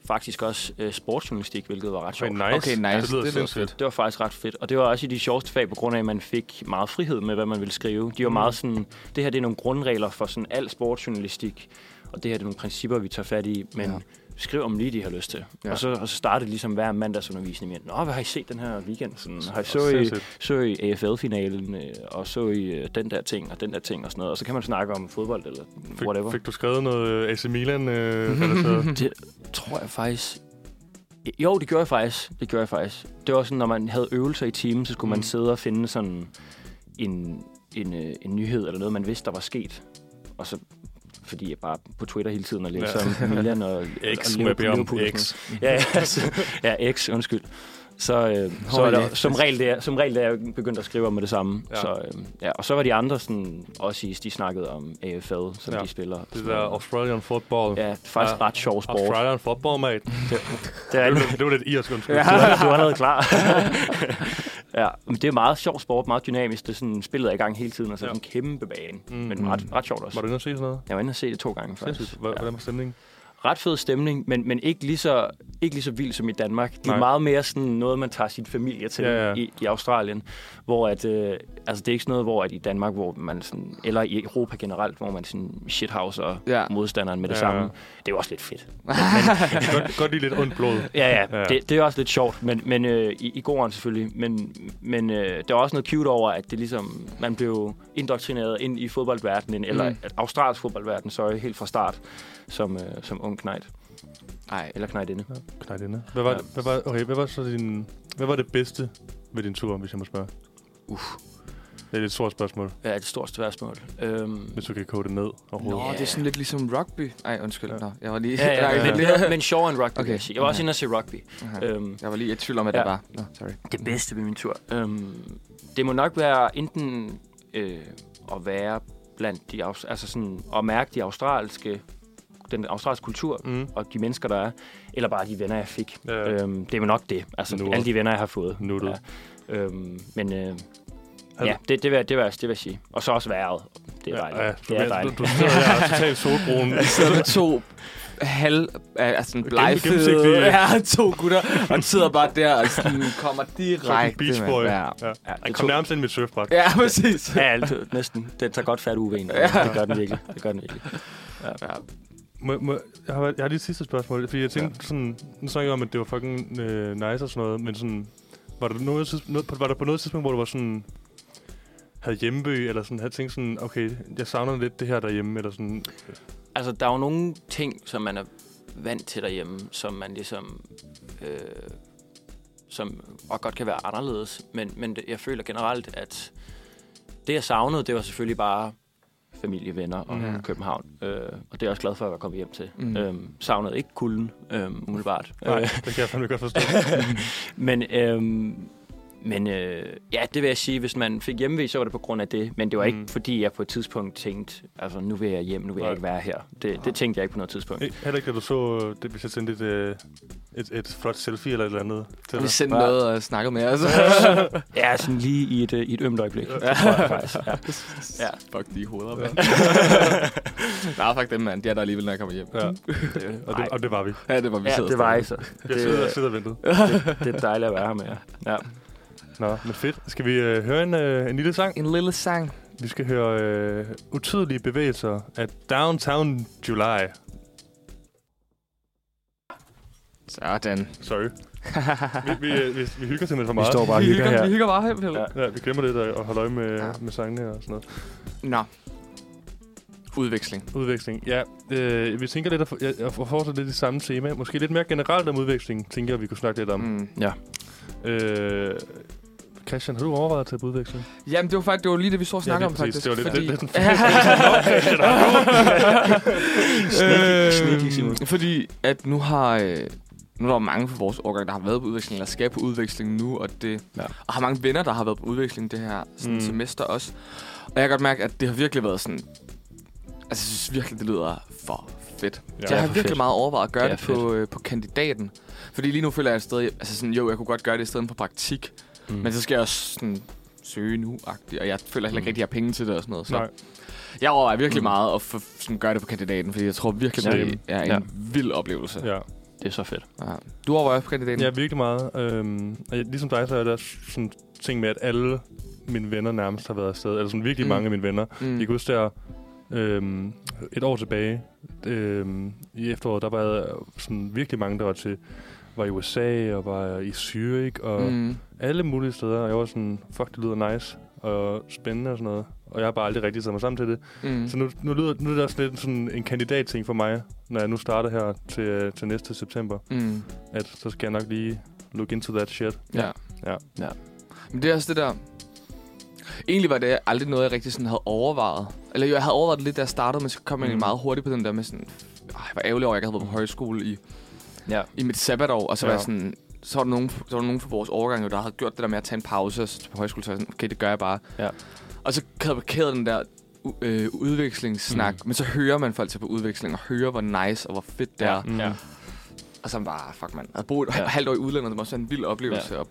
Speaker 3: faktisk også øh, sportsjournalistik, hvilket var ret sjovt.
Speaker 1: Okay, nice.
Speaker 2: Okay, nice.
Speaker 1: Det lyder, det lyder fedt.
Speaker 3: Det var faktisk ret fedt. Og det var også i de sjoveste fag, på grund af, at man fik meget frihed med, hvad man ville skrive. De var
Speaker 1: Mm.
Speaker 3: meget sådan, det her det er nogle grundregler for sådan al sportsjournalistik, og det her det er nogle principper, vi tager fat i, men
Speaker 2: Ja.
Speaker 3: ja. skriv om lige, de har lyst til.
Speaker 2: Ja.
Speaker 3: Ja. Og, så, og så startede ligesom hver mandagsundervisning med, Nå, hvad har I set den her weekend? Sådan, har I så i,
Speaker 1: Sindssygt.
Speaker 3: så i AFL-finalen, øh, og så i øh, den der ting, og den der ting, og sådan noget. Og så kan man snakke om fodbold, eller
Speaker 1: Fik,
Speaker 3: whatever.
Speaker 1: fik du skrevet noget øh, AC Milan? Øh, eller så?
Speaker 3: tror jeg faktisk... Jo, det gjorde jeg faktisk. Det gjorde jeg faktisk. Det var sådan, når man havde øvelser i timen, så skulle mm.
Speaker 1: Mm.
Speaker 3: man sidde og finde sådan en, en, øh, en nyhed eller noget, man vidste, der var sket. Og så fordi jeg bare på Twitter hele tiden og læser
Speaker 1: Ja.
Speaker 3: ja. om Milan og,
Speaker 1: X,
Speaker 3: og
Speaker 1: må jeg bede
Speaker 3: Liverpool,
Speaker 1: om
Speaker 3: Liverpool og sådan
Speaker 1: X.
Speaker 3: noget. Ja, ja, altså, ja, X, undskyld. Så, øh, så
Speaker 2: Hov,
Speaker 3: var der,
Speaker 2: det-
Speaker 3: som regel det er, som regel det er jeg begyndt at skrive om med det samme.
Speaker 1: Ja.
Speaker 3: Ja. Så, øh, ja, og så var de andre sådan, også i, de snakkede om AFL, som
Speaker 1: Ja.
Speaker 3: ja. de spiller.
Speaker 1: Det der Australian football.
Speaker 3: Ja, det er faktisk
Speaker 1: Ja.
Speaker 3: ja. ret sjov sport.
Speaker 1: Australian football, mate.
Speaker 3: Det er
Speaker 1: Det
Speaker 3: ikke
Speaker 1: var lidt, det var lidt irsk, undskyld.
Speaker 2: Ja.
Speaker 1: Ja.
Speaker 3: du, er, du er allerede klar. ja, men det er meget sjov sport, meget dynamisk. Det er sådan, spillet er i gang hele tiden, og så er
Speaker 1: Ja.
Speaker 3: ja. en kæmpe bane.
Speaker 1: Mm.
Speaker 3: Mm. Men ret, ret sjovt også.
Speaker 1: Var du inde og se sådan noget?
Speaker 3: Jeg var inde og se det to gange
Speaker 1: Sindssygt.
Speaker 3: faktisk.
Speaker 1: Hvor- Hvordan var stemningen?
Speaker 3: Ret fed stemning, men, men ikke, lige så, ikke lige så vild som i Danmark. Det er
Speaker 1: Nej.
Speaker 3: meget mere sådan noget, man tager sin familie til
Speaker 1: Ja,
Speaker 3: ja,
Speaker 1: ja.
Speaker 3: ja. I, i Australien. Hvor at, øh, altså det er ikke sådan noget, hvor at i Danmark, hvor man sådan, eller i Europa generelt, hvor man sådan shithouser
Speaker 2: Ja.
Speaker 3: ja. modstanderen med det
Speaker 1: Ja.
Speaker 3: ja. samme. Det er jo også lidt fedt.
Speaker 1: Jeg kan godt, godt lige lidt ondt blod.
Speaker 3: Ja, ja,
Speaker 1: Ja.
Speaker 3: ja. Det, det er også lidt sjovt, men, men øh, i, i god ånd selvfølgelig. Men, men øh, der er også noget cute over, at det ligesom, man blev indoktrineret ind i fodboldverdenen, eller
Speaker 2: Mm.
Speaker 3: mm. australsk fodboldverden, så helt fra start, som, øh, som ung knejt,
Speaker 2: Nej.
Speaker 3: eller knejtinde.
Speaker 1: Knejt inde. Hvad var,
Speaker 3: Ja.
Speaker 1: hvad var, okay, hvad var så din... Hvad var det bedste ved din tur, hvis jeg må spørge?
Speaker 3: Uff.
Speaker 1: Det er et stort spørgsmål,
Speaker 3: Ja, det er et stort spørgsmål. Øhm,
Speaker 1: hvis du kan kode det ned
Speaker 2: Nå,
Speaker 1: overhovedet.
Speaker 2: yeah. det er sådan lidt ligesom rugby. Nej, undskyld.
Speaker 1: Ja.
Speaker 2: Nå, jeg var lige...
Speaker 3: ja, ja,
Speaker 2: Nej,
Speaker 3: ja,
Speaker 2: lidt-
Speaker 3: ja. Men, men sjovere end rugby,
Speaker 2: Okay.
Speaker 3: okay. jeg, sige. jeg var også inde og se rugby.
Speaker 2: Okay.
Speaker 3: Øhm,
Speaker 2: Jeg var lige i tvivl om, at det
Speaker 3: Ja.
Speaker 2: var. Nå, sorry.
Speaker 3: det bedste ved min tur? Øhm, det må nok være enten øh, at være blandt de... aus- Altså sådan, at mærke de australske den australske kultur,
Speaker 1: Mm.
Speaker 3: og de mennesker, der er, eller bare de venner, jeg fik.
Speaker 1: Ja.
Speaker 3: Ja. Øhm, Øh, det er vel nok det. Altså,
Speaker 1: Nuttet.
Speaker 3: alle de venner, jeg har fået.
Speaker 1: Nuttet.
Speaker 3: Ja. Øhm, men øh,
Speaker 1: Havde-
Speaker 3: ja, det, det, vil, jeg- det, vil, jeg- det vil jeg sige. Og så også vejret. Det er dejligt. Ja, ja.
Speaker 1: du,
Speaker 3: Det er dejligt.
Speaker 1: Du, du sidder her og er totalt solbrun.
Speaker 2: Jeg sidder med to halv, altså sådan blegfede,
Speaker 1: Gennemsigtige.
Speaker 2: ja, to gutter, og den sidder bare der og sådan kommer direkte.
Speaker 1: Beach
Speaker 2: mand.
Speaker 1: Boy.
Speaker 2: Ja.
Speaker 1: Ja.
Speaker 3: Ja,
Speaker 1: Jeg
Speaker 3: det
Speaker 1: kom
Speaker 3: tog,
Speaker 1: nærmest ind i mit surfbræt.
Speaker 2: ja, præcis.
Speaker 3: ja, alt- næsten. Den tager godt fat uven. Ja. Det gør den virkelig. Det gør den virkelig.
Speaker 2: Ja.
Speaker 1: Må, må, jeg, har, jeg har lige et sidste spørgsmål, fordi jeg tænkte ja. sådan, nu snakker jeg om, at det var fucking øh, nice og sådan noget, men sådan, var der, noget, tids- noget, var der på noget tidspunkt, hvor du var sådan, havde hjemmeby, eller sådan, havde tænkt sådan, okay, jeg savner lidt det her derhjemme, eller sådan,
Speaker 3: Altså, der er jo nogle ting, som man er vant til derhjemme, som man ligesom... Øh, som og godt kan være anderledes, men, men det, jeg føler generelt, at det, jeg savnede, det var selvfølgelig bare familie, venner og
Speaker 2: Ja.
Speaker 3: mm. København. Øh, og det er jeg også glad for, at jeg kom hjem til.
Speaker 2: Mm.
Speaker 3: Mm. Øhm, savnede ikke kulden, øhm, umiddelbart.
Speaker 1: nej,
Speaker 3: Øh,
Speaker 1: det kan jeg fandme godt forstå.
Speaker 3: men øhm, men øh, ja, det vil jeg sige, hvis man fik hjemmevæg, så var det på grund af det. Men det var ikke,
Speaker 1: Mm.
Speaker 3: fordi jeg på et tidspunkt tænkte, altså nu vil jeg hjem, nu vil
Speaker 1: Nej.
Speaker 3: jeg ikke være her. Det, det tænkte jeg ikke på noget tidspunkt.
Speaker 1: He- Heller ikke, da du så, øh, det, hvis jeg sendte et, øh, et, et flot selfie eller et eller andet til
Speaker 2: Og vi
Speaker 1: dig.
Speaker 2: sendte
Speaker 3: Ja.
Speaker 2: noget og snakkede med os.
Speaker 3: Ja, sådan lige i et, øh, i et ømt øjeblik.
Speaker 1: Ja.
Speaker 3: Ja. Det tror jeg faktisk. Ja. Ja.
Speaker 2: Fuck de hoveder, mand. Nej, fuck dem, mand. De er der alligevel, når jeg kommer hjem.
Speaker 1: Ja, og det,
Speaker 3: Nej.
Speaker 1: og det var vi.
Speaker 2: Ja, det var vi
Speaker 3: ja,
Speaker 2: sidder
Speaker 3: det var
Speaker 2: stadig.
Speaker 3: jeg så.
Speaker 1: Jeg
Speaker 3: Det-
Speaker 1: sidder, jeg sidder og ventede.
Speaker 3: Det, det er dejligt at være her med jer. Ja.
Speaker 1: Nå, men fedt. Skal vi øh, høre en, øh, en lille sang?
Speaker 2: En lille sang.
Speaker 1: Vi skal høre øh, utydelige bevægelser af Downtown July.
Speaker 2: Sådan.
Speaker 1: Sorry. vi, vi, øh, vi, vi hygger simpelthen for meget.
Speaker 3: Vi står bare og
Speaker 2: vi
Speaker 3: hygger
Speaker 2: hygger, vi
Speaker 3: her.
Speaker 2: hygger bare her. Ja.
Speaker 3: Ja.
Speaker 1: Ja, vi glemmer lidt at at holde øje med, ja.
Speaker 2: Ja.
Speaker 1: med sangene og sådan noget.
Speaker 2: Nå. Udveksling.
Speaker 1: Udveksling. Ja, øh, vi tænker lidt at, for, ja, at fortsætte lidt i samme tema. Måske lidt mere generelt om udveksling, tænker jeg, vi kunne snakke lidt om.
Speaker 2: Mm.
Speaker 1: Mm. Øh, Christian, har du overvejet at tage på udveksling?
Speaker 2: Jamen, det var faktisk det var lige det, vi så og snakkede
Speaker 1: lige
Speaker 2: om,
Speaker 1: præcis.
Speaker 2: faktisk.
Speaker 1: Det var lidt-
Speaker 2: fordi...
Speaker 1: lidt- lidt en
Speaker 2: Øh,
Speaker 3: Sneaky- sneaky Simon.
Speaker 2: Fordi at nu har øh, nu er der jo mange fra vores årgang, der har været på udveksling, eller skal på udveksling nu, og, det,
Speaker 3: Ja.
Speaker 2: ja. og har mange venner, der har været på udveksling det her sådan,
Speaker 1: Mm.
Speaker 2: mm. semester også. Og jeg kan godt mærke, at det har virkelig været sådan... Altså, jeg synes virkelig, det lyder for fedt. Ja,
Speaker 1: det
Speaker 2: jeg
Speaker 1: er
Speaker 2: har
Speaker 3: for
Speaker 2: virkelig
Speaker 3: fedt.
Speaker 2: meget overvejet at gøre
Speaker 3: Det er
Speaker 2: det, det på, øh, på kandidaten. Fordi lige nu føler jeg stadig... Altså sådan, jo, jeg kunne godt gøre det i stedet for praktik.
Speaker 3: Mm.
Speaker 2: Men så skal jeg også sådan, søge nu -agtigt, og jeg føler heller ikke
Speaker 3: Mm.
Speaker 2: rigtig, at jeg har penge til det og sådan noget. Så
Speaker 1: Nej.
Speaker 2: jeg overvejer virkelig
Speaker 3: Mm.
Speaker 2: mm. meget at for, sådan, gøre det på kandidaten, fordi jeg tror virkelig,
Speaker 1: Same.
Speaker 2: det er en
Speaker 3: Ja.
Speaker 2: ja. vild oplevelse.
Speaker 1: Ja.
Speaker 3: Det er så fedt.
Speaker 2: Ja. Du overvejer også kandidaten?
Speaker 1: ja, virkelig meget. Øhm, og jeg, ligesom dig, så er der også sådan ting med, at alle mine venner nærmest har været afsted. Eller sådan virkelig mm.
Speaker 2: Mm.
Speaker 1: mange af mine venner.
Speaker 2: Mm.
Speaker 1: Mm. Jeg kan huske der, øhm, et år tilbage øhm, i efteråret, der var jeg sådan virkelig mange, der var til var i USA og var i Zürich og mm.
Speaker 2: Mm.
Speaker 1: alle mulige steder. Og jeg var sådan, fuck, det lyder nice og spændende og sådan noget. Og jeg har bare aldrig rigtig taget mig sammen til det.
Speaker 2: Mm.
Speaker 1: Så nu, nu, lyder, nu er det også lidt sådan en kandidatting for mig, når jeg nu starter her til, øh, til næste september.
Speaker 2: Mm.
Speaker 1: At så skal jeg nok lige look into that shit.
Speaker 2: Ja.
Speaker 1: Ja.
Speaker 3: Ja.
Speaker 2: Men det er også det der... Egentlig var det aldrig noget, jeg rigtig sådan havde overvejet. Eller jo, jeg havde overvejet det lidt, da jeg startede, men så kom jeg
Speaker 1: Mm.
Speaker 2: egentlig meget hurtigt på den der med sådan... Ej, hvor ærgerligt over, at jeg ikke havde været på højskole i,
Speaker 3: Ja.
Speaker 2: i mit sabbatår. Og så ja. var
Speaker 1: Ja.
Speaker 2: jeg sådan... Så var, der nogen, så var der nogen fra vores overgang, jo, der havde gjort det der med at tage en pause og så tage på højskole. Så var jeg sådan, okay, det gør jeg bare.
Speaker 3: Ja.
Speaker 2: Og så havde jeg parkeret den der u- øh, udvekslingssnak. Mm. Men så hører man folk til på udveksling, og hører, hvor nice og hvor fedt det er.
Speaker 1: Mm.
Speaker 3: Ja.
Speaker 2: Og så bare, fuck man, at bo et
Speaker 3: Ja.
Speaker 2: ja. halvt år i udlandet, det må også være en vild oplevelse. Ja.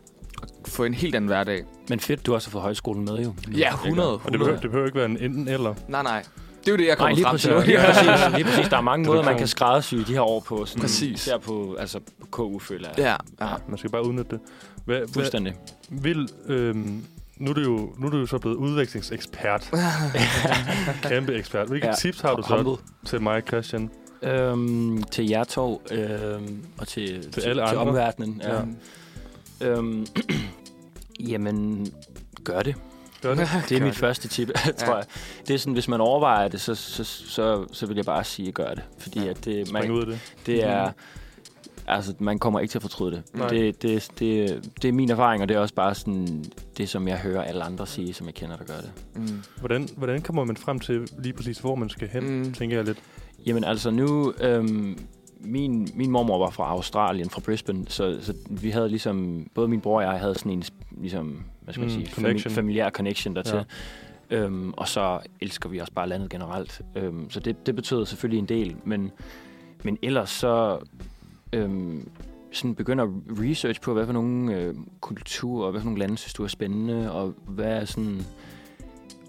Speaker 2: At få en helt anden hverdag.
Speaker 3: Men fedt, du også har fået højskolen med jo.
Speaker 2: Ja, 100.
Speaker 1: Og det
Speaker 2: 100.
Speaker 1: behøver, det behøver ikke være en enten eller.
Speaker 2: Nej, nej. Det er jo det, jeg
Speaker 3: Nej,
Speaker 2: kommer
Speaker 3: lige
Speaker 2: frem
Speaker 3: præcis.
Speaker 2: til.
Speaker 3: Lige præcis. Lige præcis. Der er mange
Speaker 1: Det er
Speaker 3: måder,
Speaker 1: du
Speaker 3: man
Speaker 1: klar.
Speaker 3: kan skræddersy de her år på. Sådan,
Speaker 2: Præcis.
Speaker 3: Især på, altså, på KU, føler jeg.
Speaker 2: Ja, ja.
Speaker 1: Man skal bare udnytte det. Hvad, hvad,
Speaker 3: Fuldstændig.
Speaker 1: vil, øhm, nu, er det jo, nu er du jo så blevet udvekslingsekspert. Kæmpe ekspert. Hvilke
Speaker 3: Ja.
Speaker 1: ja. tips har du så
Speaker 3: Humble.
Speaker 1: til mig, Christian?
Speaker 3: Øhm, til jer to, øhm, og til, til,
Speaker 1: alle
Speaker 3: til
Speaker 1: andre.
Speaker 3: omverdenen. Ja.
Speaker 2: ja.
Speaker 3: Øhm, jamen, gør det.
Speaker 1: Gør det.
Speaker 3: Det er
Speaker 2: Gør
Speaker 3: mit
Speaker 2: det.
Speaker 3: første tip, tror jeg. Det er sådan, hvis man overvejer det, så, så, så, så vil jeg bare sige, gør det. Fordi
Speaker 2: Ja.
Speaker 3: at det,
Speaker 1: Spring
Speaker 3: man,
Speaker 1: ud Mm-hmm. af det.
Speaker 3: det er...
Speaker 2: Mhm.
Speaker 3: Altså, man kommer ikke til at fortryde det.
Speaker 2: Nej.
Speaker 3: Det, det, det. det er min erfaring, og det er også bare sådan det, som jeg hører alle andre sige, som jeg kender, der gør det.
Speaker 2: Mm.
Speaker 1: Hvordan, hvordan kommer man frem til lige præcis, hvor man skal hen,
Speaker 2: Mm.
Speaker 1: mm. tænker jeg lidt.
Speaker 3: Jamen altså nu, øhm, min, min mormor var fra Australien, fra Brisbane, så, så vi havde ligesom, både min bror og jeg havde sådan en, ligesom, hvad skal man
Speaker 1: Mm,
Speaker 3: sige,
Speaker 1: connection.
Speaker 3: fami- familiær connection dertil. Ja. Øhm, og så elsker vi også bare landet generelt. Øhm, så det, det betød selvfølgelig en del, men, men ellers så øhm, sådan begynder research på, hvad for nogle øh, kulturer, hvad for nogle lande synes du er spændende, og hvad er sådan...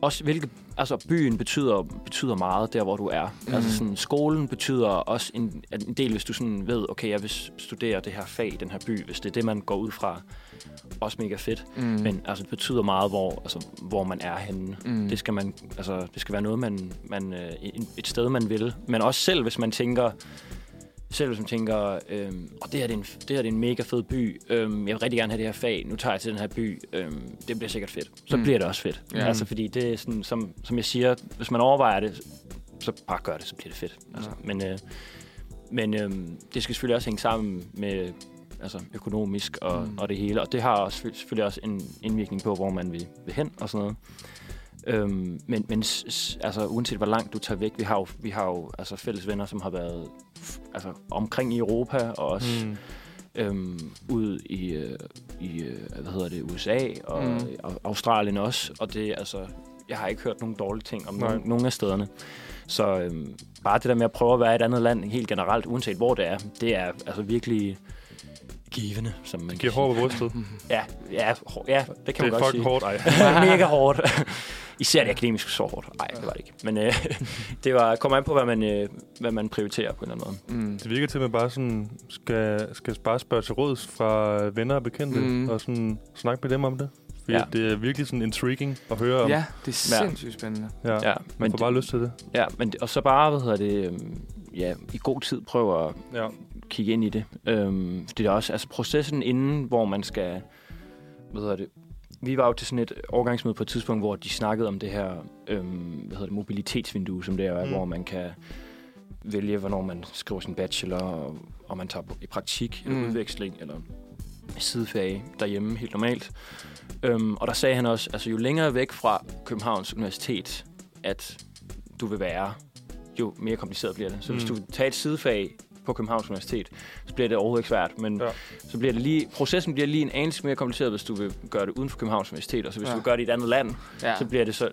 Speaker 3: Også hvilke, altså byen betyder, betyder meget der, hvor du er. Mm.
Speaker 2: Mhm.
Speaker 3: Altså sådan, skolen betyder også en, en del, hvis du sådan ved, okay, jeg vil s- studere det her fag i den her by, hvis det er det, man går ud fra. Også mega fedt.
Speaker 2: Mm.
Speaker 3: Mm. Men altså, det betyder meget, hvor, altså, hvor man er henne.
Speaker 2: Mm.
Speaker 3: Det skal, man, altså, det skal være noget, man, man, øh, en- et sted, man vil. Men også selv, hvis man tænker, selv hvis man tænker, øhm, oh, det, her, det, er en, det her det er en mega fed by, øhm, jeg vil rigtig gerne have det her fag, nu tager jeg til den her by, øhm, det bliver sikkert fedt. Så mm.
Speaker 2: Mm.
Speaker 3: bliver det også fedt.
Speaker 2: Ja.
Speaker 3: Altså fordi det er sådan, som, som jeg siger, hvis man overvejer det, så bare gør det, så bliver det fedt. Altså,
Speaker 2: Ja.
Speaker 3: Men, øh, men øh, det skal selvfølgelig også hænge sammen med altså økonomisk og, mm.
Speaker 2: Mm.
Speaker 3: og det hele. Og det har også, selvfø- selvfølgelig også en indvirkning på, hvor man vil, vil hen og sådan noget. Øhm, men men s- s- altså, uanset hvor langt du tager væk, vi har jo, vi har jo altså, fælles venner, som har været f- altså, omkring i Europa og også mm. øhm, ud i, øh, i øh, hvad hedder det, USA og, mm.
Speaker 2: Mm.
Speaker 3: og Australien også. Og det er altså, jeg har ikke hørt nogen dårlige ting om
Speaker 1: Nej.
Speaker 3: nogen, nogen af stederne. Så øhm, bare det der med at prøve at være i et andet land helt generelt, uanset hvor det er, det er altså virkelig givende, som man
Speaker 1: Det
Speaker 3: kan
Speaker 1: giver
Speaker 3: sige.
Speaker 1: hår på brystet.
Speaker 3: Ja, ja, hår, ja, det kan
Speaker 1: det
Speaker 3: man
Speaker 1: er
Speaker 3: godt sige.
Speaker 1: fucking hårdt, ej.
Speaker 3: Det var mega hårdt. Især det akademiske så hårdt. Nej, det var det ikke. Men øh, det var, kommer an på, hvad man, øh, hvad man prioriterer på en eller anden måde.
Speaker 2: Mm.
Speaker 1: Det virker til, at man bare sådan skal, skal bare spørge til råds fra venner og bekendte,
Speaker 2: Mm.
Speaker 1: mm. og sådan snakke med dem om det. Fordi
Speaker 3: Ja.
Speaker 1: ja. det er virkelig sådan intriguing at høre om.
Speaker 2: Ja, det er sindssygt spændende.
Speaker 1: ja. ja. Man
Speaker 3: men,
Speaker 1: får bare lyst til det.
Speaker 3: ja, men, det- og så bare, hvad hedder det, øhm, ja, i god tid prøve at
Speaker 1: Ja.
Speaker 3: kigge ind i det. Øhm, fordi der er også, altså processen inden, hvor man skal, hvad hedder det, vi var jo til sådan et overgangsmøde på et tidspunkt, hvor de snakkede om det her, øhm, hvad hedder det, mobilitetsvindue, som det er, mm.
Speaker 1: Mm.
Speaker 3: hvor man kan vælge, hvornår man skriver sin bachelor, og om man tager på, i praktik, mm. eller
Speaker 2: Mm.
Speaker 3: udveksling, eller sidefag derhjemme, helt normalt. Øhm, og der sagde han også, altså jo længere væk fra Københavns Universitet, at du vil være, jo mere kompliceret bliver det. Så mm. hvis
Speaker 1: Mm.
Speaker 3: du tager et sidefag på Københavns Universitet, så bliver det overhovedet ikke svært. Men
Speaker 1: Ja.
Speaker 3: ja. så bliver det lige, processen bliver lige en anelse mere kompliceret, hvis du vil gøre det uden for Københavns Universitet. Og så hvis
Speaker 2: Ja.
Speaker 3: ja. du vil gøre det i et andet land,
Speaker 2: Ja.
Speaker 3: så bliver det så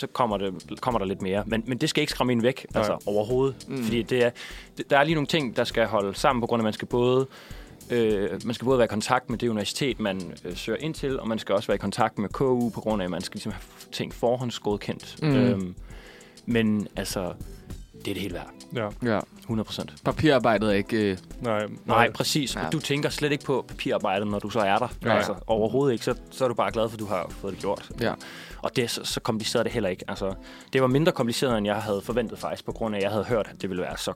Speaker 3: så kommer, det, kommer der lidt mere. Men, men det skal ikke skræmme en væk, altså overhovedet.
Speaker 2: Mm.
Speaker 3: Mm. Fordi det er, det, der er lige nogle ting, der skal holde sammen, på grund af, at man skal både, øh, man skal både være i kontakt med det universitet, man øh, søger ind til, og man skal også være i kontakt med KU, på grund af, at man skal ligesom have f- ting forhåndsgodkendt.
Speaker 2: Mm.
Speaker 3: Mm. Øhm, men altså, det er det hele værd.
Speaker 1: Ja.
Speaker 2: ja.
Speaker 3: 100 procent.
Speaker 2: Papirarbejdet er ikke... Øh,
Speaker 1: Nej,
Speaker 3: Nej, præcis.
Speaker 2: Ja.
Speaker 3: Ja. Du tænker slet ikke på papirarbejdet, når du så er der.
Speaker 2: Ja, ja.
Speaker 3: Ja. Altså, overhovedet ikke. Så, så er du bare glad for, at du har fået det gjort.
Speaker 2: ja.
Speaker 3: Og det, så, så kompliceret er det heller ikke. Altså, det var mindre kompliceret, end jeg havde forventet faktisk, på grund af, at jeg havde hørt, at det ville være så,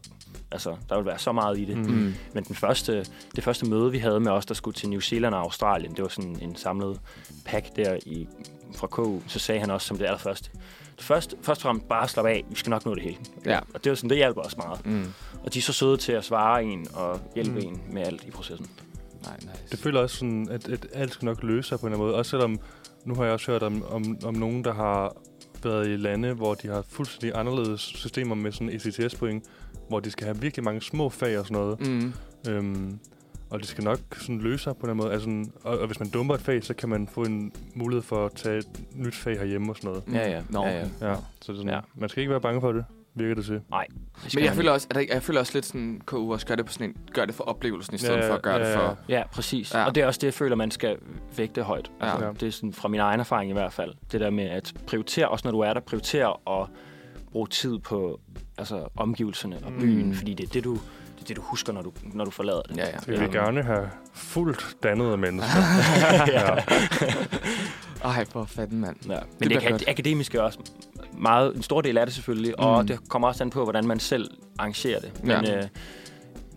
Speaker 3: altså, der ville være så meget i det.
Speaker 2: Mm.
Speaker 3: Men den første, det første møde, vi havde med os, der skulle til New Zealand og Australien, det var sådan en samlet pack der i, fra KU, så sagde han også som det allerførste, først, først og fremmest bare slap af, vi skal nok nå det hele.
Speaker 2: Ja.
Speaker 3: Og det var sådan, det hjalp os meget.
Speaker 2: Mm.
Speaker 3: Og de er så søde til at svare en og hjælpe
Speaker 1: Mm.
Speaker 3: mm. en med alt i processen.
Speaker 2: Nej, nice.
Speaker 1: Det føler også sådan, at, at alt skal nok løse sig på en eller anden måde. Også selvom, nu har jeg også hørt om, om, om nogen, der har været i lande, hvor de har fuldstændig anderledes systemer med sådan E ECTS-point, hvor de skal have virkelig mange små fag og sådan noget.
Speaker 2: Mm.
Speaker 1: Øhm, og det skal nok sådan løse sig på en eller anden måde. Altså, sådan- og, og, hvis man dumper et fag, så kan man få en mulighed for at tage et nyt fag herhjemme og sådan
Speaker 2: Mm.
Speaker 1: noget.
Speaker 3: Ja, ja.
Speaker 2: Nå,
Speaker 3: Ja, ja.
Speaker 2: okay.
Speaker 1: Ja, så det er sådan, ja.
Speaker 3: Ja.
Speaker 1: man skal ikke være bange for det, virker det til.
Speaker 2: Men jeg føler, også, at jeg, jeg føler også lidt sådan, KU også gør det, på sådan en, gør det for oplevelsen, i stedet
Speaker 1: Ja,
Speaker 2: for at gøre
Speaker 1: ja,
Speaker 2: det
Speaker 1: ja.
Speaker 2: for...
Speaker 3: Ja, præcis.
Speaker 2: Ja.
Speaker 3: Ja. Og det er også det, jeg føler, man skal vægte højt.
Speaker 2: Ja.
Speaker 3: Altså,
Speaker 1: Ja.
Speaker 3: Det er sådan fra min egen erfaring i hvert fald. Det der med at prioritere, også når du er der, prioritere og bruge tid på altså, omgivelserne og
Speaker 1: Mm.
Speaker 3: byen, fordi det er det, du, det er det, du husker, når du, når du forlader det.
Speaker 2: Ja, ja.
Speaker 1: Så vil vi gerne have fuldt dannede mennesker.
Speaker 3: ja.
Speaker 2: Ej, for fanden, mand.
Speaker 3: Ja. Men
Speaker 2: bliver
Speaker 3: det, kan,
Speaker 2: godt.
Speaker 3: det akademiske er også meget, en stor del af det selvfølgelig, mm.
Speaker 2: Mm.
Speaker 3: og det kommer også an på, hvordan man selv arrangerer det. Men,
Speaker 2: Ja.
Speaker 3: øh,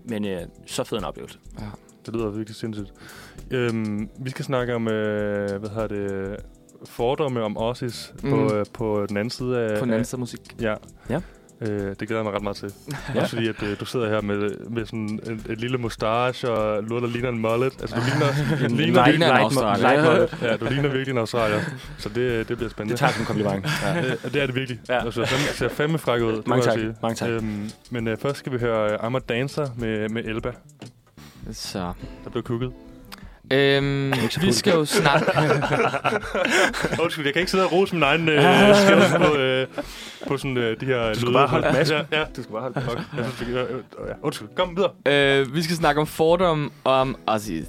Speaker 3: men øh, så fed en oplevelse.
Speaker 2: Ja.
Speaker 1: Det lyder virkelig sindssygt. Øhm, vi skal snakke om, øh, hvad hedder det, fordomme om Ossis mm.
Speaker 2: Mm.
Speaker 1: på, øh, på den anden side af...
Speaker 2: På den anden
Speaker 1: af-
Speaker 2: side musik.
Speaker 1: Ja.
Speaker 3: Ja.
Speaker 1: Øh, det glæder jeg mig ret meget til.
Speaker 3: Ja.
Speaker 1: Også fordi, at øh, du sidder her med, med sådan en, et lille mustache og noget, der ligner en mullet. Altså, du ligner,
Speaker 3: En- en
Speaker 1: ligner
Speaker 3: light-
Speaker 1: virkelig,
Speaker 2: en
Speaker 3: light-
Speaker 2: Australier.
Speaker 3: light mullet.
Speaker 1: ja, du ligner virkelig en australier. Så det, det bliver spændende.
Speaker 3: Det tager jeg som en kompliment. Ja.
Speaker 1: Øh, det er det virkelig. Ja.
Speaker 3: Ja.
Speaker 1: Altså, den ser fandme fræk ud. det
Speaker 3: Mange
Speaker 1: må jeg
Speaker 3: tak.
Speaker 1: sige.
Speaker 3: Mange tak.
Speaker 1: Øhm, men øh, først skal vi høre uh, I'm a Dancer med, med Elba,
Speaker 2: Så.
Speaker 1: der blev kukket.
Speaker 2: Øhm, vi skal jo snakke...
Speaker 1: Undskyld, jeg kan ikke sidde og rose min egen øh, skills på, øh, på sådan øh, de her lyde. Du skal bare holde masser. Ja, ja.
Speaker 3: Du skal bare holde
Speaker 1: Fuck. Jeg synes, det, øh, øh, ja. Undskyld, kom videre.
Speaker 2: øh, vi skal snakke om fordomme om Aziz.